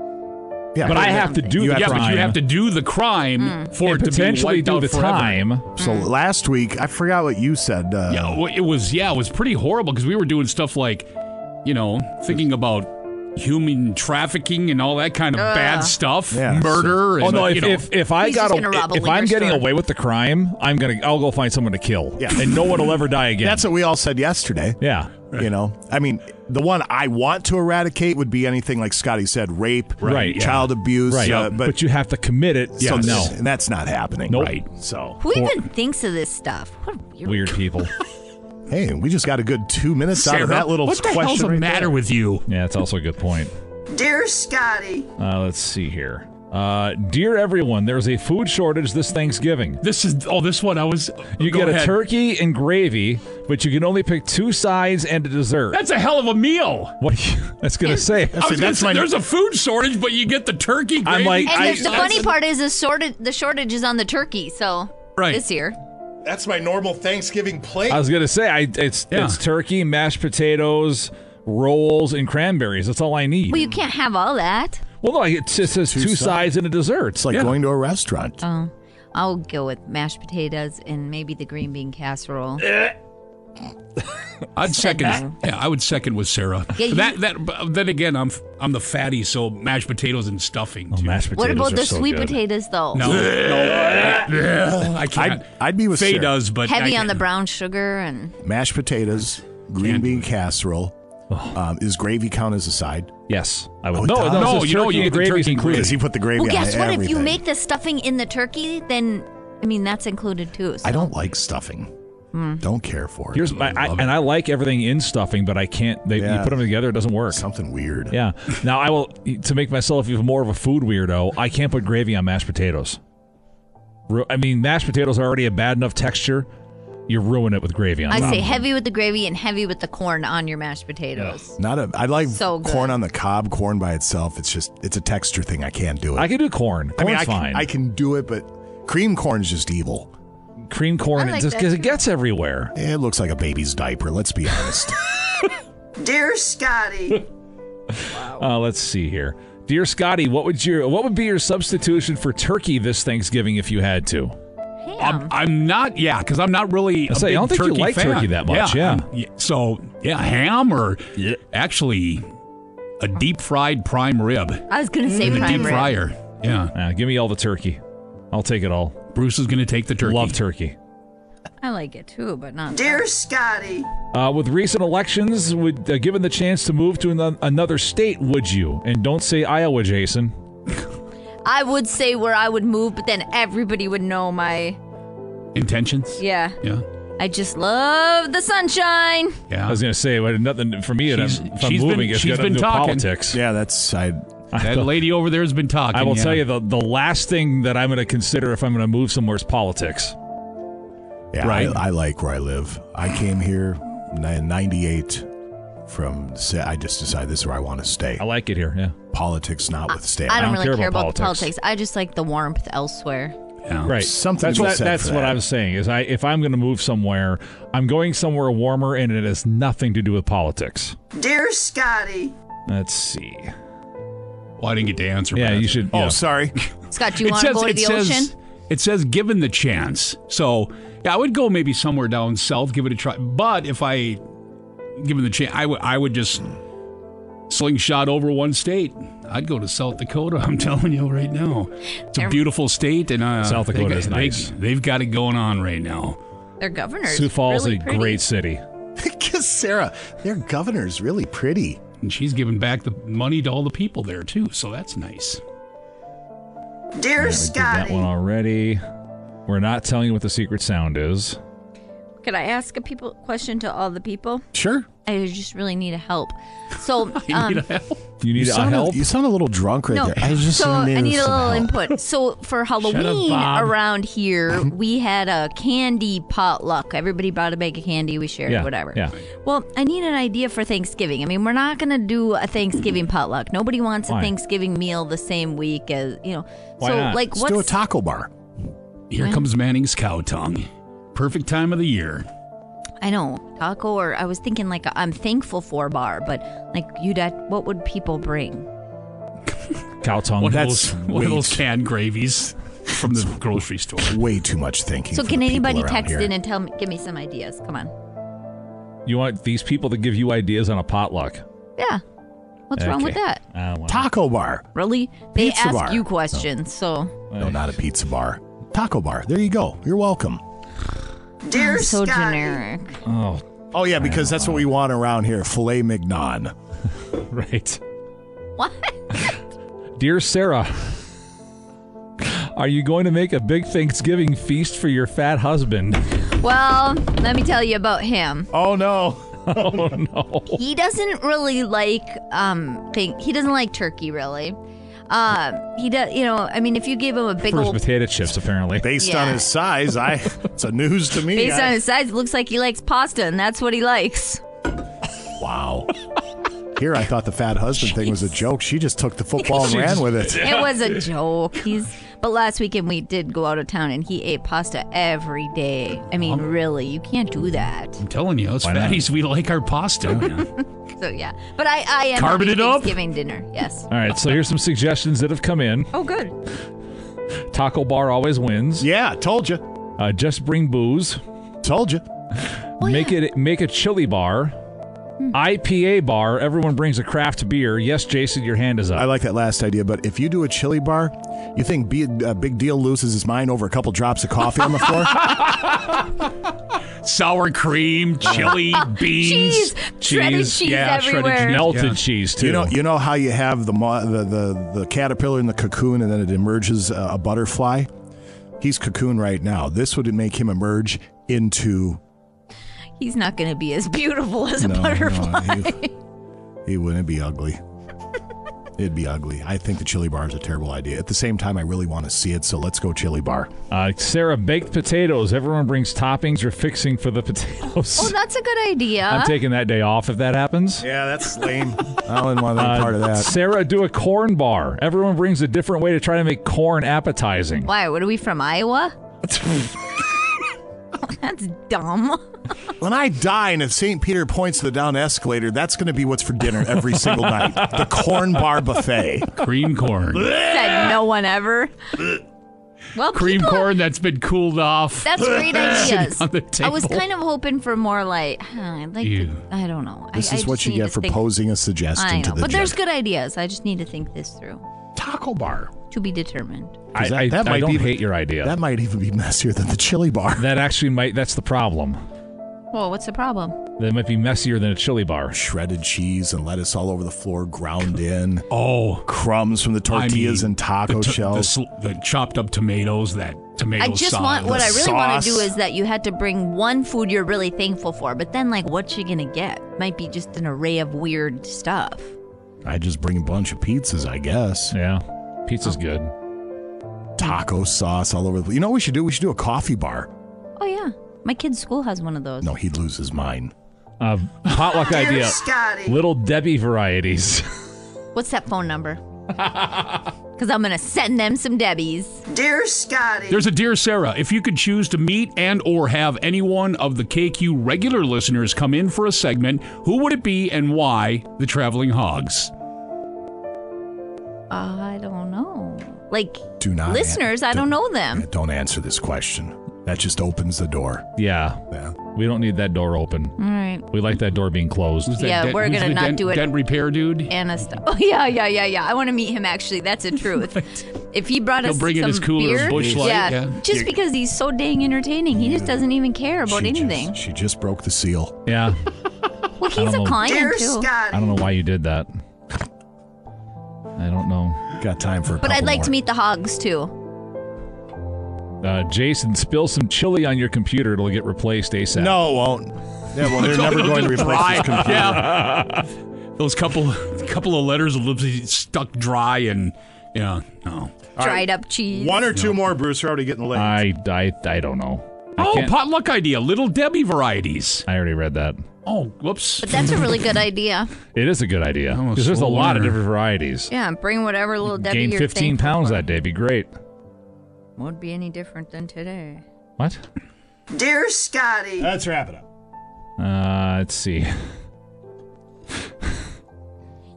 Speaker 15: Yeah,
Speaker 16: but I have to do
Speaker 15: You
Speaker 16: the
Speaker 15: have
Speaker 16: crime.
Speaker 15: to-
Speaker 16: But you have to do the crime
Speaker 10: Mm.
Speaker 16: for
Speaker 15: And
Speaker 16: it to
Speaker 15: potentially
Speaker 16: be wiped
Speaker 15: do
Speaker 16: out
Speaker 15: the
Speaker 16: forever. Mm.
Speaker 15: time. So last week, I forgot what you said. Uh,
Speaker 6: oh,
Speaker 16: Yeah, well, it was yeah, it was pretty horrible because we were doing stuff like, you know, thinking about human trafficking and all that kind
Speaker 10: Ah.
Speaker 16: of bad
Speaker 6: Ugh.
Speaker 16: stuff,
Speaker 6: Yeah,
Speaker 16: murder.
Speaker 6: oh
Speaker 16: and,
Speaker 6: no!
Speaker 16: uh,
Speaker 6: If,
Speaker 16: you know.
Speaker 6: if if I
Speaker 16: He's
Speaker 6: got
Speaker 16: just
Speaker 6: a,
Speaker 16: gonna rob a
Speaker 6: if I'm
Speaker 16: liquor
Speaker 6: getting
Speaker 16: store.
Speaker 6: away with the crime, I'm gonna I'll go find someone to kill.
Speaker 15: Yeah.
Speaker 6: and no one will ever die again.
Speaker 15: That's what we all said yesterday.
Speaker 6: Yeah.
Speaker 15: You know, I mean, the one I want to eradicate would be anything like Scotty said rape,
Speaker 6: Right, yeah.
Speaker 15: child abuse.
Speaker 6: Right.
Speaker 15: uh,
Speaker 6: Yep.
Speaker 15: but,
Speaker 6: But you have to commit it.
Speaker 15: Yes,
Speaker 6: So no.
Speaker 15: And that's not happening.
Speaker 6: Nope.
Speaker 15: Right. So,
Speaker 10: Who even thinks of this stuff? What weird.
Speaker 6: weird people.
Speaker 15: hey, we just got a good two minutes out
Speaker 16: Sarah,
Speaker 15: of that little
Speaker 16: what the
Speaker 15: question.
Speaker 16: hell's the
Speaker 15: right
Speaker 16: matter
Speaker 15: there.
Speaker 16: with you?
Speaker 6: Yeah, that's also a good point.
Speaker 7: Dear Scotty,
Speaker 6: Uh, let's see here. Uh, dear everyone, there's a food shortage this Thanksgiving.
Speaker 16: This is oh, this one I was.
Speaker 6: You
Speaker 16: go
Speaker 6: get a
Speaker 16: ahead.
Speaker 6: turkey and gravy, but you can only pick two sides and a dessert.
Speaker 16: That's a hell of a meal.
Speaker 6: what are you, that's gonna say.
Speaker 16: I was gonna say, there's a food shortage, but you get the turkey.
Speaker 6: I'm
Speaker 16: gravy,
Speaker 6: like,
Speaker 10: And
Speaker 16: I-
Speaker 10: the, the funny part is the shortage. The shortage is on the turkey. So
Speaker 16: Right.
Speaker 10: this year,
Speaker 27: That's my normal Thanksgiving plate.
Speaker 6: I was gonna say I, it's
Speaker 27: Yeah.
Speaker 6: it's turkey, mashed potatoes, rolls, and cranberries. That's all I need.
Speaker 10: well, you can't have all that.
Speaker 6: Well, no, it just says two,
Speaker 15: sides.
Speaker 6: sides. and a dessert.
Speaker 15: It's like
Speaker 6: Yeah.
Speaker 15: going to a restaurant.
Speaker 10: Oh, I'll go with mashed potatoes and maybe the green bean casserole.
Speaker 16: I'd second. yeah, I would second with Sarah.
Speaker 10: Yeah, you-
Speaker 16: that that. But then again, I'm I'm the fatty, so mashed potatoes and stuffing.
Speaker 6: Oh,
Speaker 16: Too. mashed
Speaker 10: what about the sweet potatoes though?
Speaker 16: No, no, I can't.
Speaker 15: I'd, I'd be with
Speaker 16: Faye
Speaker 15: Sarah.
Speaker 16: does, but
Speaker 10: Heavy on the brown sugar and
Speaker 15: mashed potatoes, green bean casserel. Um, is gravy count as a side? Oh,
Speaker 6: Yes, I
Speaker 15: would.
Speaker 6: No, it does. No, It says you know, turkey you and get the gravy's turkey included.
Speaker 15: Because he put the gravy
Speaker 10: well,
Speaker 15: on
Speaker 10: guess what? If you
Speaker 15: everything.
Speaker 10: make the stuffing in the turkey, then I mean that's included too. So. Hmm.
Speaker 15: I don't like stuffing. Don't care for it.
Speaker 6: Here's my, I, and I like everything in stuffing, but I can't. They, You
Speaker 15: Yeah.
Speaker 6: put them together, it doesn't work.
Speaker 15: Something weird.
Speaker 6: Yeah. Now I will to make myself even more of a food weirdo. I can't put gravy on mashed potatoes. Ru- I mean, mashed potatoes are already a bad enough texture. You ruin it with gravy on.
Speaker 10: I
Speaker 6: top
Speaker 10: say
Speaker 6: of it.
Speaker 10: heavy with the gravy and heavy with the corn on your mashed potatoes.
Speaker 15: Not a. I like
Speaker 10: So good.
Speaker 15: corn on the cob. Corn by itself, it's just it's a texture thing. I can't do it.
Speaker 6: I can do corn.
Speaker 15: I mean,
Speaker 6: Corn's
Speaker 15: I can,
Speaker 6: fine.
Speaker 15: I can do it, but cream corn's just evil.
Speaker 6: Cream corn,
Speaker 15: I
Speaker 6: it
Speaker 15: like
Speaker 6: just
Speaker 15: that
Speaker 6: because it
Speaker 15: too.
Speaker 6: gets everywhere.
Speaker 15: It looks like a baby's diaper. Let's be honest.
Speaker 7: dear Scotty,
Speaker 6: Uh, let's see here, dear Scotty, what would your what would be your substitution for turkey this Thanksgiving if you had to?
Speaker 16: I'm, I'm not. Yeah, because I'm not really.
Speaker 6: I
Speaker 16: a
Speaker 6: say, I
Speaker 16: big
Speaker 6: don't think you
Speaker 16: turkey
Speaker 6: like
Speaker 16: fan.
Speaker 6: turkey that much, yeah.
Speaker 16: I'm- y- So yeah, ham or actually a deep fried prime rib.
Speaker 10: I was gonna say
Speaker 16: in the
Speaker 10: prime
Speaker 16: deep
Speaker 10: rib.
Speaker 16: fryer. Yeah.
Speaker 6: Uh, give me all the turkey. I'll take it all.
Speaker 16: Bruce is going to take the turkey.
Speaker 6: Love turkey.
Speaker 10: I like it too, but not.
Speaker 7: dear Scotty,
Speaker 6: Uh, with recent elections, would uh, given the chance to move to an- another state, would you? And don't say Iowa, Jason.
Speaker 10: I would say where I would move, but then everybody would know my.
Speaker 16: Intentions.
Speaker 10: Yeah.
Speaker 16: Yeah.
Speaker 10: I just love the sunshine.
Speaker 16: Yeah.
Speaker 6: I was gonna say, but nothing for me.
Speaker 16: She's-
Speaker 6: if I'm
Speaker 16: she's been-
Speaker 6: moving, it's
Speaker 16: she's
Speaker 6: got nothing to do
Speaker 16: been
Speaker 6: with
Speaker 16: talking.
Speaker 6: politics.
Speaker 15: yeah, that's I.
Speaker 16: That lady over there has been talking.
Speaker 6: I will
Speaker 16: yeah.
Speaker 6: tell you the the last thing that I'm going to consider if I'm going to move somewhere is politics.
Speaker 15: Yeah,
Speaker 6: Right.
Speaker 15: I, I like where I live. I came here in '98 from. Sa- I just decided this is where I want to stay. I
Speaker 6: like it here. Yeah,
Speaker 15: politics notwithstanding.
Speaker 10: I don't, really care, about, the politics. I just like the warmth elsewhere.
Speaker 6: Right.
Speaker 15: Something
Speaker 6: that's
Speaker 15: to be
Speaker 6: what,
Speaker 15: said
Speaker 6: that's
Speaker 15: for
Speaker 6: what
Speaker 15: that.
Speaker 6: I'm saying is I if I'm going to move somewhere, I'm going somewhere warmer and it has nothing to do with politics.
Speaker 7: dear Scotty,
Speaker 6: Let's see.
Speaker 16: Well, I didn't get to answer.
Speaker 6: Yeah,
Speaker 16: Matt.
Speaker 6: you should. yeah.
Speaker 15: Oh, sorry.
Speaker 10: Scott, do you want to go to the
Speaker 16: says,
Speaker 10: ocean?
Speaker 16: It says given the chance. So yeah, I would go maybe somewhere down south, give it a try. But if I given the chance, I would I would just slingshot over one state. I'd go to South Dakota. I'm telling you right now, it's a beautiful state, and uh,
Speaker 6: South Dakota
Speaker 16: they,
Speaker 6: is nice.
Speaker 16: They, have got it going on right now.
Speaker 10: Their governor.
Speaker 6: Sioux Falls
Speaker 10: really
Speaker 6: is a
Speaker 10: pretty.
Speaker 6: great city.
Speaker 15: Because Sarah, their governor's really pretty.
Speaker 16: And she's giving back the money to all the people there too, so that's nice.
Speaker 6: Yeah,
Speaker 7: dear
Speaker 6: we did that one
Speaker 7: Scotty,
Speaker 6: already. We're not telling you what the secret sound is.
Speaker 10: Could I ask a people question to all the people?
Speaker 15: Sure.
Speaker 10: I just really need a help. So,
Speaker 16: I
Speaker 10: um,
Speaker 16: need a help.
Speaker 6: You need
Speaker 15: you
Speaker 6: a
Speaker 15: sound
Speaker 6: help.
Speaker 15: you sound a little drunk right
Speaker 10: no.
Speaker 15: there. I just
Speaker 10: so I
Speaker 15: needed
Speaker 10: need a
Speaker 15: some
Speaker 10: little
Speaker 15: help.
Speaker 10: input. So for Halloween
Speaker 15: Bob.
Speaker 10: around here, we had a candy potluck. Everybody brought a bag of candy. We shared
Speaker 28: Yeah,
Speaker 10: whatever.
Speaker 28: yeah.
Speaker 10: Well, I need an idea for Thanksgiving. I mean, we're not going to do a Thanksgiving potluck. Nobody wants
Speaker 15: Why?
Speaker 10: a Thanksgiving meal the same week as you know.
Speaker 16: Why
Speaker 10: so
Speaker 16: not?
Speaker 10: like,
Speaker 16: Let's
Speaker 10: what's
Speaker 15: do a taco bar.
Speaker 16: Here
Speaker 10: Yeah.
Speaker 16: comes Manning's cow tongue. Perfect time of the year.
Speaker 10: I know taco, or I was thinking like I'm thankful for bar, but like you, would what would people bring?
Speaker 6: Cow tongue.
Speaker 16: One
Speaker 6: That's
Speaker 16: of those, one
Speaker 6: way
Speaker 16: of those canned gravies from the grocery store.
Speaker 15: Way too much thinking.
Speaker 10: So
Speaker 15: for
Speaker 10: can
Speaker 15: the people
Speaker 10: anybody
Speaker 15: around
Speaker 10: text
Speaker 15: here.
Speaker 10: in and tell me, give me some ideas? Come on.
Speaker 6: You want these people to give you ideas on a potluck. Ah,
Speaker 10: Yeah. What's wrong with
Speaker 15: Okay.
Speaker 10: that?
Speaker 15: Taco bar.
Speaker 10: Really? They
Speaker 15: Pizza
Speaker 10: ask
Speaker 15: bar.
Speaker 10: you questions, so
Speaker 15: No, not a pizza bar. Taco bar. There you go. You're welcome.
Speaker 10: Dear so generic.
Speaker 15: Oh. Oh yeah, because that's what we want around here. Filet mignon.
Speaker 6: right.
Speaker 10: What?
Speaker 6: Dear Sarah, are you going to make a big Thanksgiving feast for your fat husband?
Speaker 10: Well, let me tell you about him.
Speaker 6: Oh no. Oh no.
Speaker 10: He doesn't really like um think he doesn't like turkey really. Um he does you know, I mean if you give him a big
Speaker 6: First
Speaker 10: old
Speaker 6: potato chips, apparently.
Speaker 10: Based on Yeah. his
Speaker 15: size, I it's a news to me.
Speaker 10: based on his size, it looks like he likes pasta and that's what he likes.
Speaker 15: Wow. Here I thought the fat husband thing was a joke. She just took the football and
Speaker 10: She
Speaker 15: ran
Speaker 10: just-
Speaker 15: with it.
Speaker 10: It was a joke. He's but last weekend we did go out of town and he ate pasta every day. I mean, really, you can't do that.
Speaker 16: I'm telling you, us
Speaker 10: Why not?
Speaker 16: fatties, we like our pasta.
Speaker 10: So yeah. But I I am
Speaker 6: Carb it
Speaker 10: having
Speaker 6: up.
Speaker 10: Thanksgiving dinner. Yes.
Speaker 6: All right, so here's some suggestions that have come in.
Speaker 10: Oh good.
Speaker 6: Taco bar always wins.
Speaker 15: Yeah, told you.
Speaker 6: Uh, just bring booze.
Speaker 15: Told you.
Speaker 6: make it make a chili bar.
Speaker 10: Hmm.
Speaker 6: IPA bar. Everyone brings a craft beer. Yes, Jason, your hand is up.
Speaker 15: I like that last idea, but if you do a chili bar, you think B, uh, Big Deal loses his mind over a couple drops of coffee on the floor?
Speaker 16: Sour cream, chili, beans,
Speaker 10: Cheese. Shredded Cheese. cheese
Speaker 16: yeah,
Speaker 10: everywhere.
Speaker 16: shredded melted
Speaker 15: Yeah.
Speaker 16: cheese too.
Speaker 15: You know, you know how you have the, mo- the the the caterpillar in the cocoon, and then it emerges uh, a butterfly. He's cocoon right now. This would make him emerge into.
Speaker 10: He's not going to be as beautiful as a
Speaker 15: No, no,
Speaker 10: butterfly.
Speaker 15: he- He wouldn't be ugly. It'd be ugly. I think the chili bar is a terrible idea. At the same time, I really want to see it, so let's go chili bar.
Speaker 6: Uh, Sarah, baked potatoes. Everyone brings toppings or fixing for the potatoes.
Speaker 10: oh, that's a good idea.
Speaker 6: I'm taking that day off if that happens.
Speaker 15: Yeah, that's lame. I wouldn't want to be
Speaker 6: Uh,
Speaker 15: part of that.
Speaker 6: Sarah, do a corn bar. Everyone brings a different way to try to make corn appetizing.
Speaker 10: Why? What are we from Iowa? that's dumb.
Speaker 15: When I die and if St. Peter points to the down escalator, that's going to be what's for dinner every single night. The corn bar buffet.
Speaker 16: Cream corn.
Speaker 10: Said no one ever. Well,
Speaker 16: cream
Speaker 10: people-
Speaker 16: corn that's been cooled off.
Speaker 10: That's great
Speaker 16: Sitting
Speaker 10: ideas.
Speaker 16: on the
Speaker 10: I was
Speaker 16: table.
Speaker 10: kind of hoping for more like, huh, I like,
Speaker 15: Ew.
Speaker 10: to, I don't know.
Speaker 15: This
Speaker 10: I, I
Speaker 15: is
Speaker 10: just
Speaker 15: what you
Speaker 10: need
Speaker 15: get
Speaker 10: to
Speaker 15: for
Speaker 10: think-
Speaker 15: posing a suggestion
Speaker 10: I know,
Speaker 15: to the
Speaker 10: but there's good ideas. I just need to think this through.
Speaker 15: Taco bar
Speaker 10: to be determined.
Speaker 6: I, I, I don't
Speaker 15: even-
Speaker 6: hate your idea.
Speaker 15: That might even be messier than the chili bar.
Speaker 6: That actually might. That's the problem.
Speaker 10: Well, what's the problem?
Speaker 6: That might be messier than a chili bar.
Speaker 15: Shredded cheese and lettuce all over the floor, ground in.
Speaker 16: Oh,
Speaker 15: crumbs from the tortillas
Speaker 16: mean,
Speaker 15: and taco
Speaker 16: the to-
Speaker 15: shells.
Speaker 16: The, sl- the chopped up tomatoes, that tomato
Speaker 10: I just
Speaker 16: sauce.
Speaker 10: want what I really want to do
Speaker 16: Sauce.
Speaker 10: is that you had to bring one food you're really thankful for, but then like what you gonna get might be just an array of weird stuff.
Speaker 15: I just bring a bunch of pizzas, I guess.
Speaker 6: Yeah, pizza's good.
Speaker 15: Taco sauce all over. the You know what we should do? We should do a coffee bar.
Speaker 10: Oh yeah, my kid's school has one of those.
Speaker 15: No, he'd lose his mind.
Speaker 6: Uh, potluck
Speaker 10: Dear
Speaker 6: idea.
Speaker 10: Scotty.
Speaker 6: Little Debbie varieties.
Speaker 10: What's that phone number? Because I'm gonna send them some Debbie's.
Speaker 29: Dear Scotty.
Speaker 16: There's a dear Sarah. If you could choose to meet and or have any one of the KQ regular listeners come in for a segment, who would it be and why? The traveling hogs.
Speaker 10: I don't know. Like
Speaker 15: Do not
Speaker 10: listeners, I don't know them.
Speaker 15: Don't answer this question. That just opens the door.
Speaker 6: Yeah. We don't need that door open.
Speaker 10: All right.
Speaker 6: We like that door being closed.
Speaker 10: that Yeah, dent- we're who's gonna the not dent- do it. dent
Speaker 16: repair dude.
Speaker 10: Anna stuff. Oh yeah, yeah, yeah, yeah. I want to meet him. Actually, that's a truth. If he brought
Speaker 16: He'll
Speaker 10: us
Speaker 16: bring in
Speaker 10: some
Speaker 16: his cooler of
Speaker 10: beer,
Speaker 16: Busch Light,
Speaker 10: yeah,
Speaker 16: yeah.
Speaker 10: just because he's so dang entertaining, he just doesn't even care about
Speaker 15: She just-
Speaker 10: anything.
Speaker 15: she just broke the seal.
Speaker 6: Yeah.
Speaker 10: well,
Speaker 6: I
Speaker 10: he's
Speaker 6: don't
Speaker 10: a
Speaker 6: know.
Speaker 10: client
Speaker 6: Dear
Speaker 10: too.
Speaker 6: I don't know why you did that. I don't know.
Speaker 15: Got time for
Speaker 10: But I'd like to meet the hogs too.
Speaker 6: Uh, Jason, spill some chili on your computer. It'll get replaced ASAP.
Speaker 15: No, it won't. Yeah, well, they're never going to replace
Speaker 16: Dry.
Speaker 15: this computer.
Speaker 16: Yeah. Those couple couple of letters will be stuck dry and yeah, no.
Speaker 10: Dried up cheese.
Speaker 16: One or two
Speaker 15: more, Bruce. We're already getting late.
Speaker 6: I, I, I don't know.
Speaker 16: Oh, potluck idea, little Debbie varieties.
Speaker 6: I already read that.
Speaker 16: Oh, whoops.
Speaker 10: But that's a really good idea.
Speaker 6: It is a good idea. Because there's a
Speaker 16: slow
Speaker 6: lot of
Speaker 16: learner.
Speaker 6: different varieties.
Speaker 10: Yeah, bring whatever little Debbie
Speaker 6: Gain
Speaker 10: you're
Speaker 6: 15
Speaker 10: thankful
Speaker 6: pounds
Speaker 10: for.
Speaker 6: that day. Be great.
Speaker 10: Won't be any different than today.
Speaker 6: What?
Speaker 29: Dear Scotty.
Speaker 15: Let's wrap it up.
Speaker 6: Uh, let's see.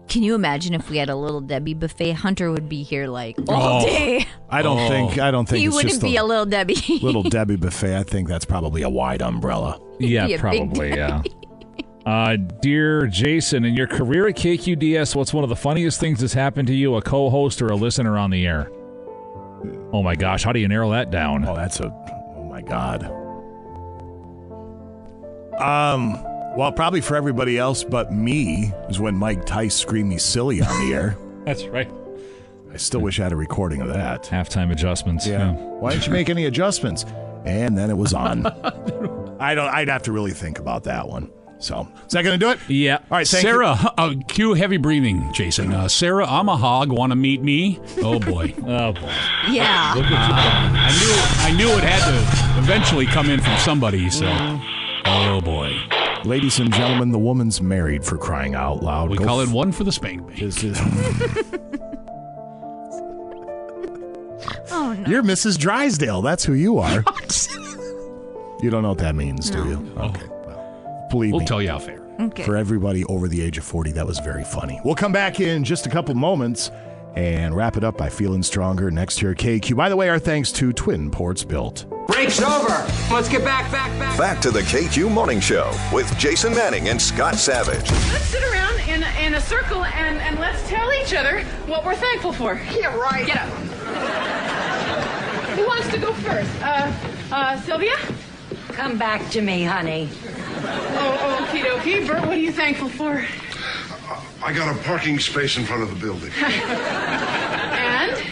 Speaker 10: Can you imagine if we had a little Debbie buffet? Hunter would be here like all
Speaker 15: Oh.
Speaker 10: day.
Speaker 15: I don't
Speaker 10: Oh.
Speaker 15: think. I don't think
Speaker 10: he
Speaker 15: it's
Speaker 10: wouldn't
Speaker 15: just
Speaker 10: be a little Debbie.
Speaker 15: little Debbie buffet. I think that's probably a wide umbrella.
Speaker 10: Be a big
Speaker 6: Yeah.
Speaker 19: Uh, dear Jason, in your career at KQDS, what's one of the funniest things that's happened to you, a co host or a listener on the air? Oh my gosh, how do you narrow that down? Oh,
Speaker 15: that's a. Oh my God.
Speaker 19: Um,
Speaker 15: well, probably for everybody else but me is when Mike Tice screamed me silly on the air.
Speaker 19: That's right.
Speaker 15: I still wish I had a recording of that.
Speaker 19: Halftime adjustments.
Speaker 15: Yeah. Why didn't you make any adjustments? And then it was on. I don't. I'd have to really think about that one. So is that going to do it?
Speaker 16: Yeah.
Speaker 15: All right. Thank
Speaker 16: Sarah, uh, cue heavy breathing, Jason. Uh, Sarah, I'm a hog. Want to meet me? Oh, boy.
Speaker 19: oh, boy.
Speaker 10: Yeah.
Speaker 16: Uh, I, knew, I knew it had to eventually come in from somebody, so. Oh, boy.
Speaker 15: Ladies and gentlemen, the woman's married for crying out loud.
Speaker 16: We
Speaker 15: Go
Speaker 16: call it
Speaker 15: f-
Speaker 16: one for the spank bank.
Speaker 10: Oh no.
Speaker 15: You're Mrs. Drysdale. That's who you are. you don't know what that means, do you? Okay. Well, believe
Speaker 16: We'll
Speaker 15: me.
Speaker 16: tell you off air.
Speaker 10: Okay.
Speaker 15: For everybody over the age of 40, that was very funny. We'll come back in just a couple moments and wrap it up by feeling stronger next year at KQ. By the way, our thanks to Twin Ports Built.
Speaker 1: Break's over. Let's get back, back, back.
Speaker 3: Back to the KQ Morning Show with Jason Manning and Scott Savage.
Speaker 11: Let's sit around in, in a circle and, and let's tell each other what we're thankful for. Yeah, right. Get up. Who wants to go first? Uh, uh, Sylvia?
Speaker 14: Come back to me, honey.
Speaker 11: Oh, okie dokie. Bert, what are you thankful for?
Speaker 21: I got a parking space in front of the building.
Speaker 11: And?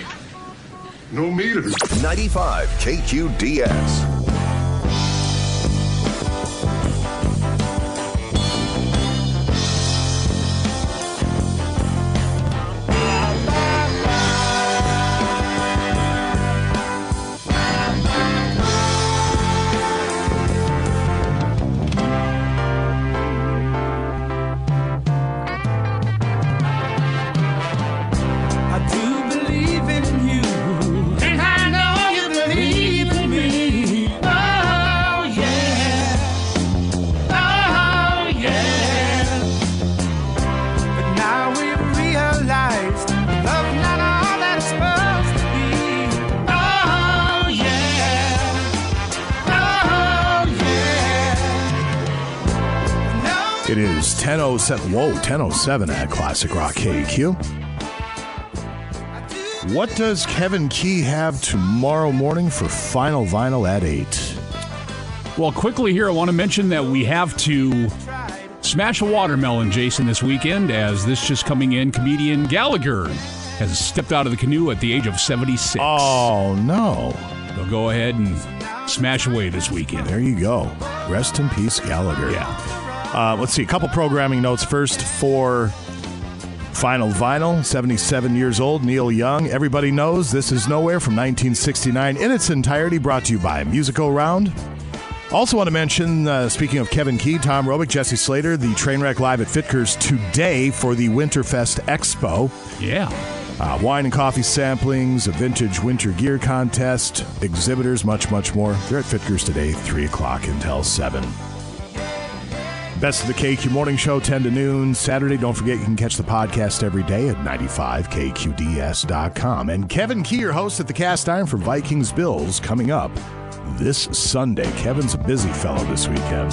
Speaker 3: No meter. 95 KQDS.
Speaker 20: I do believe in you. And I know you believe in me. Oh, yeah. Oh, yeah. But now we've realized love not all that's supposed to be. Oh, yeah. Oh, yeah.
Speaker 15: It is 1007. Whoa, 1007 at Classic Rock KQ. What does Kevin Key have tomorrow morning for final vinyl at 8?
Speaker 16: Well, quickly here, I want to mention that we have to smash a watermelon, Jason, this weekend, as this just coming in, comedian Gallagher has stepped out of the canoe at the age of 76.
Speaker 15: Oh, no.
Speaker 16: They'll go ahead and smash away this weekend.
Speaker 15: There you go. Rest in peace, Gallagher. Yeah. Uh, let's see, a couple programming notes first for Final Vinyl, 77 years old, Neil Young. Everybody knows this is Nowhere from 1969 in its entirety, brought to you by Musical Round. Also, want to mention, uh, speaking of Kevin Key, Tom Robick, Jesse Slater, the Trainwreck Live at Fitker's today for the Winterfest Expo.
Speaker 16: Yeah.
Speaker 15: Uh, wine and coffee samplings, a vintage winter gear contest, exhibitors, much, much more. They're at Fitker's today, 3 o'clock until 7. Best of the KQ Morning Show, 10 to noon Saturday. Don't forget you can catch the podcast every day at 95kqds.com. And Kevin Key, your host at the Cast Iron for Vikings Bills, coming up this Sunday. Kevin's a busy fellow this weekend.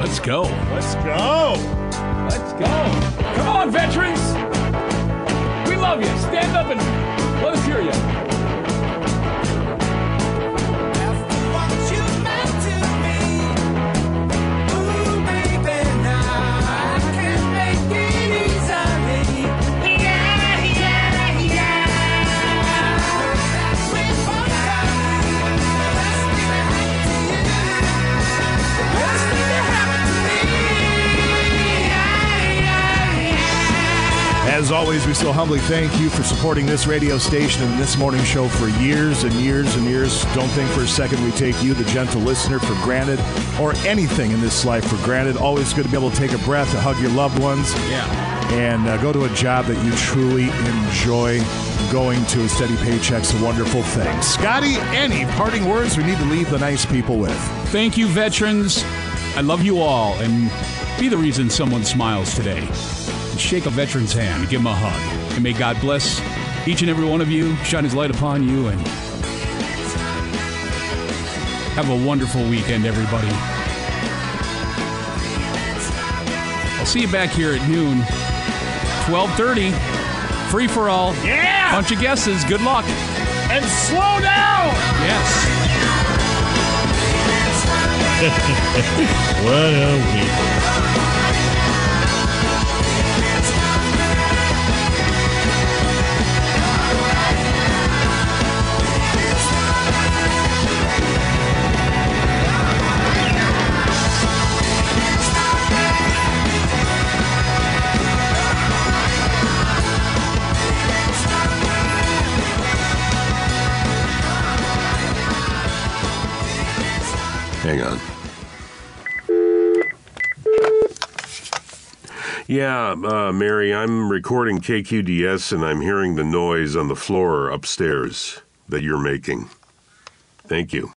Speaker 16: Let's go.
Speaker 15: Let's go.
Speaker 20: Let's go. Come on, veterans. We love you. Stand up and let us hear you.
Speaker 15: As always, we so humbly thank you for supporting this radio station and this morning show for years and years and years. Don't think for a second we take you, the gentle listener, for granted or anything in this life for granted. Always good to be able to take a breath, to hug your loved ones.
Speaker 16: Yeah.
Speaker 15: And uh, go to a job that you truly enjoy going to. A steady paycheck's a wonderful thing. Scotty, any parting words we need to leave the nice people with?
Speaker 16: Thank you, veterans. I love you all, and be the reason someone smiles today. Shake a veteran's hand, give him a hug, and may God bless each and every one of you, shine His light upon you, and have a wonderful weekend, everybody. See you back here at noon. 1230. Free for all. Yeah! Bunch of guesses. Good luck.
Speaker 15: And slow down!
Speaker 16: Yes.
Speaker 7: what a week.
Speaker 17: Hang on. Yeah, uh, Mary, I'm recording KQDS and I'm hearing the noise on the floor upstairs that you're making. Thank you.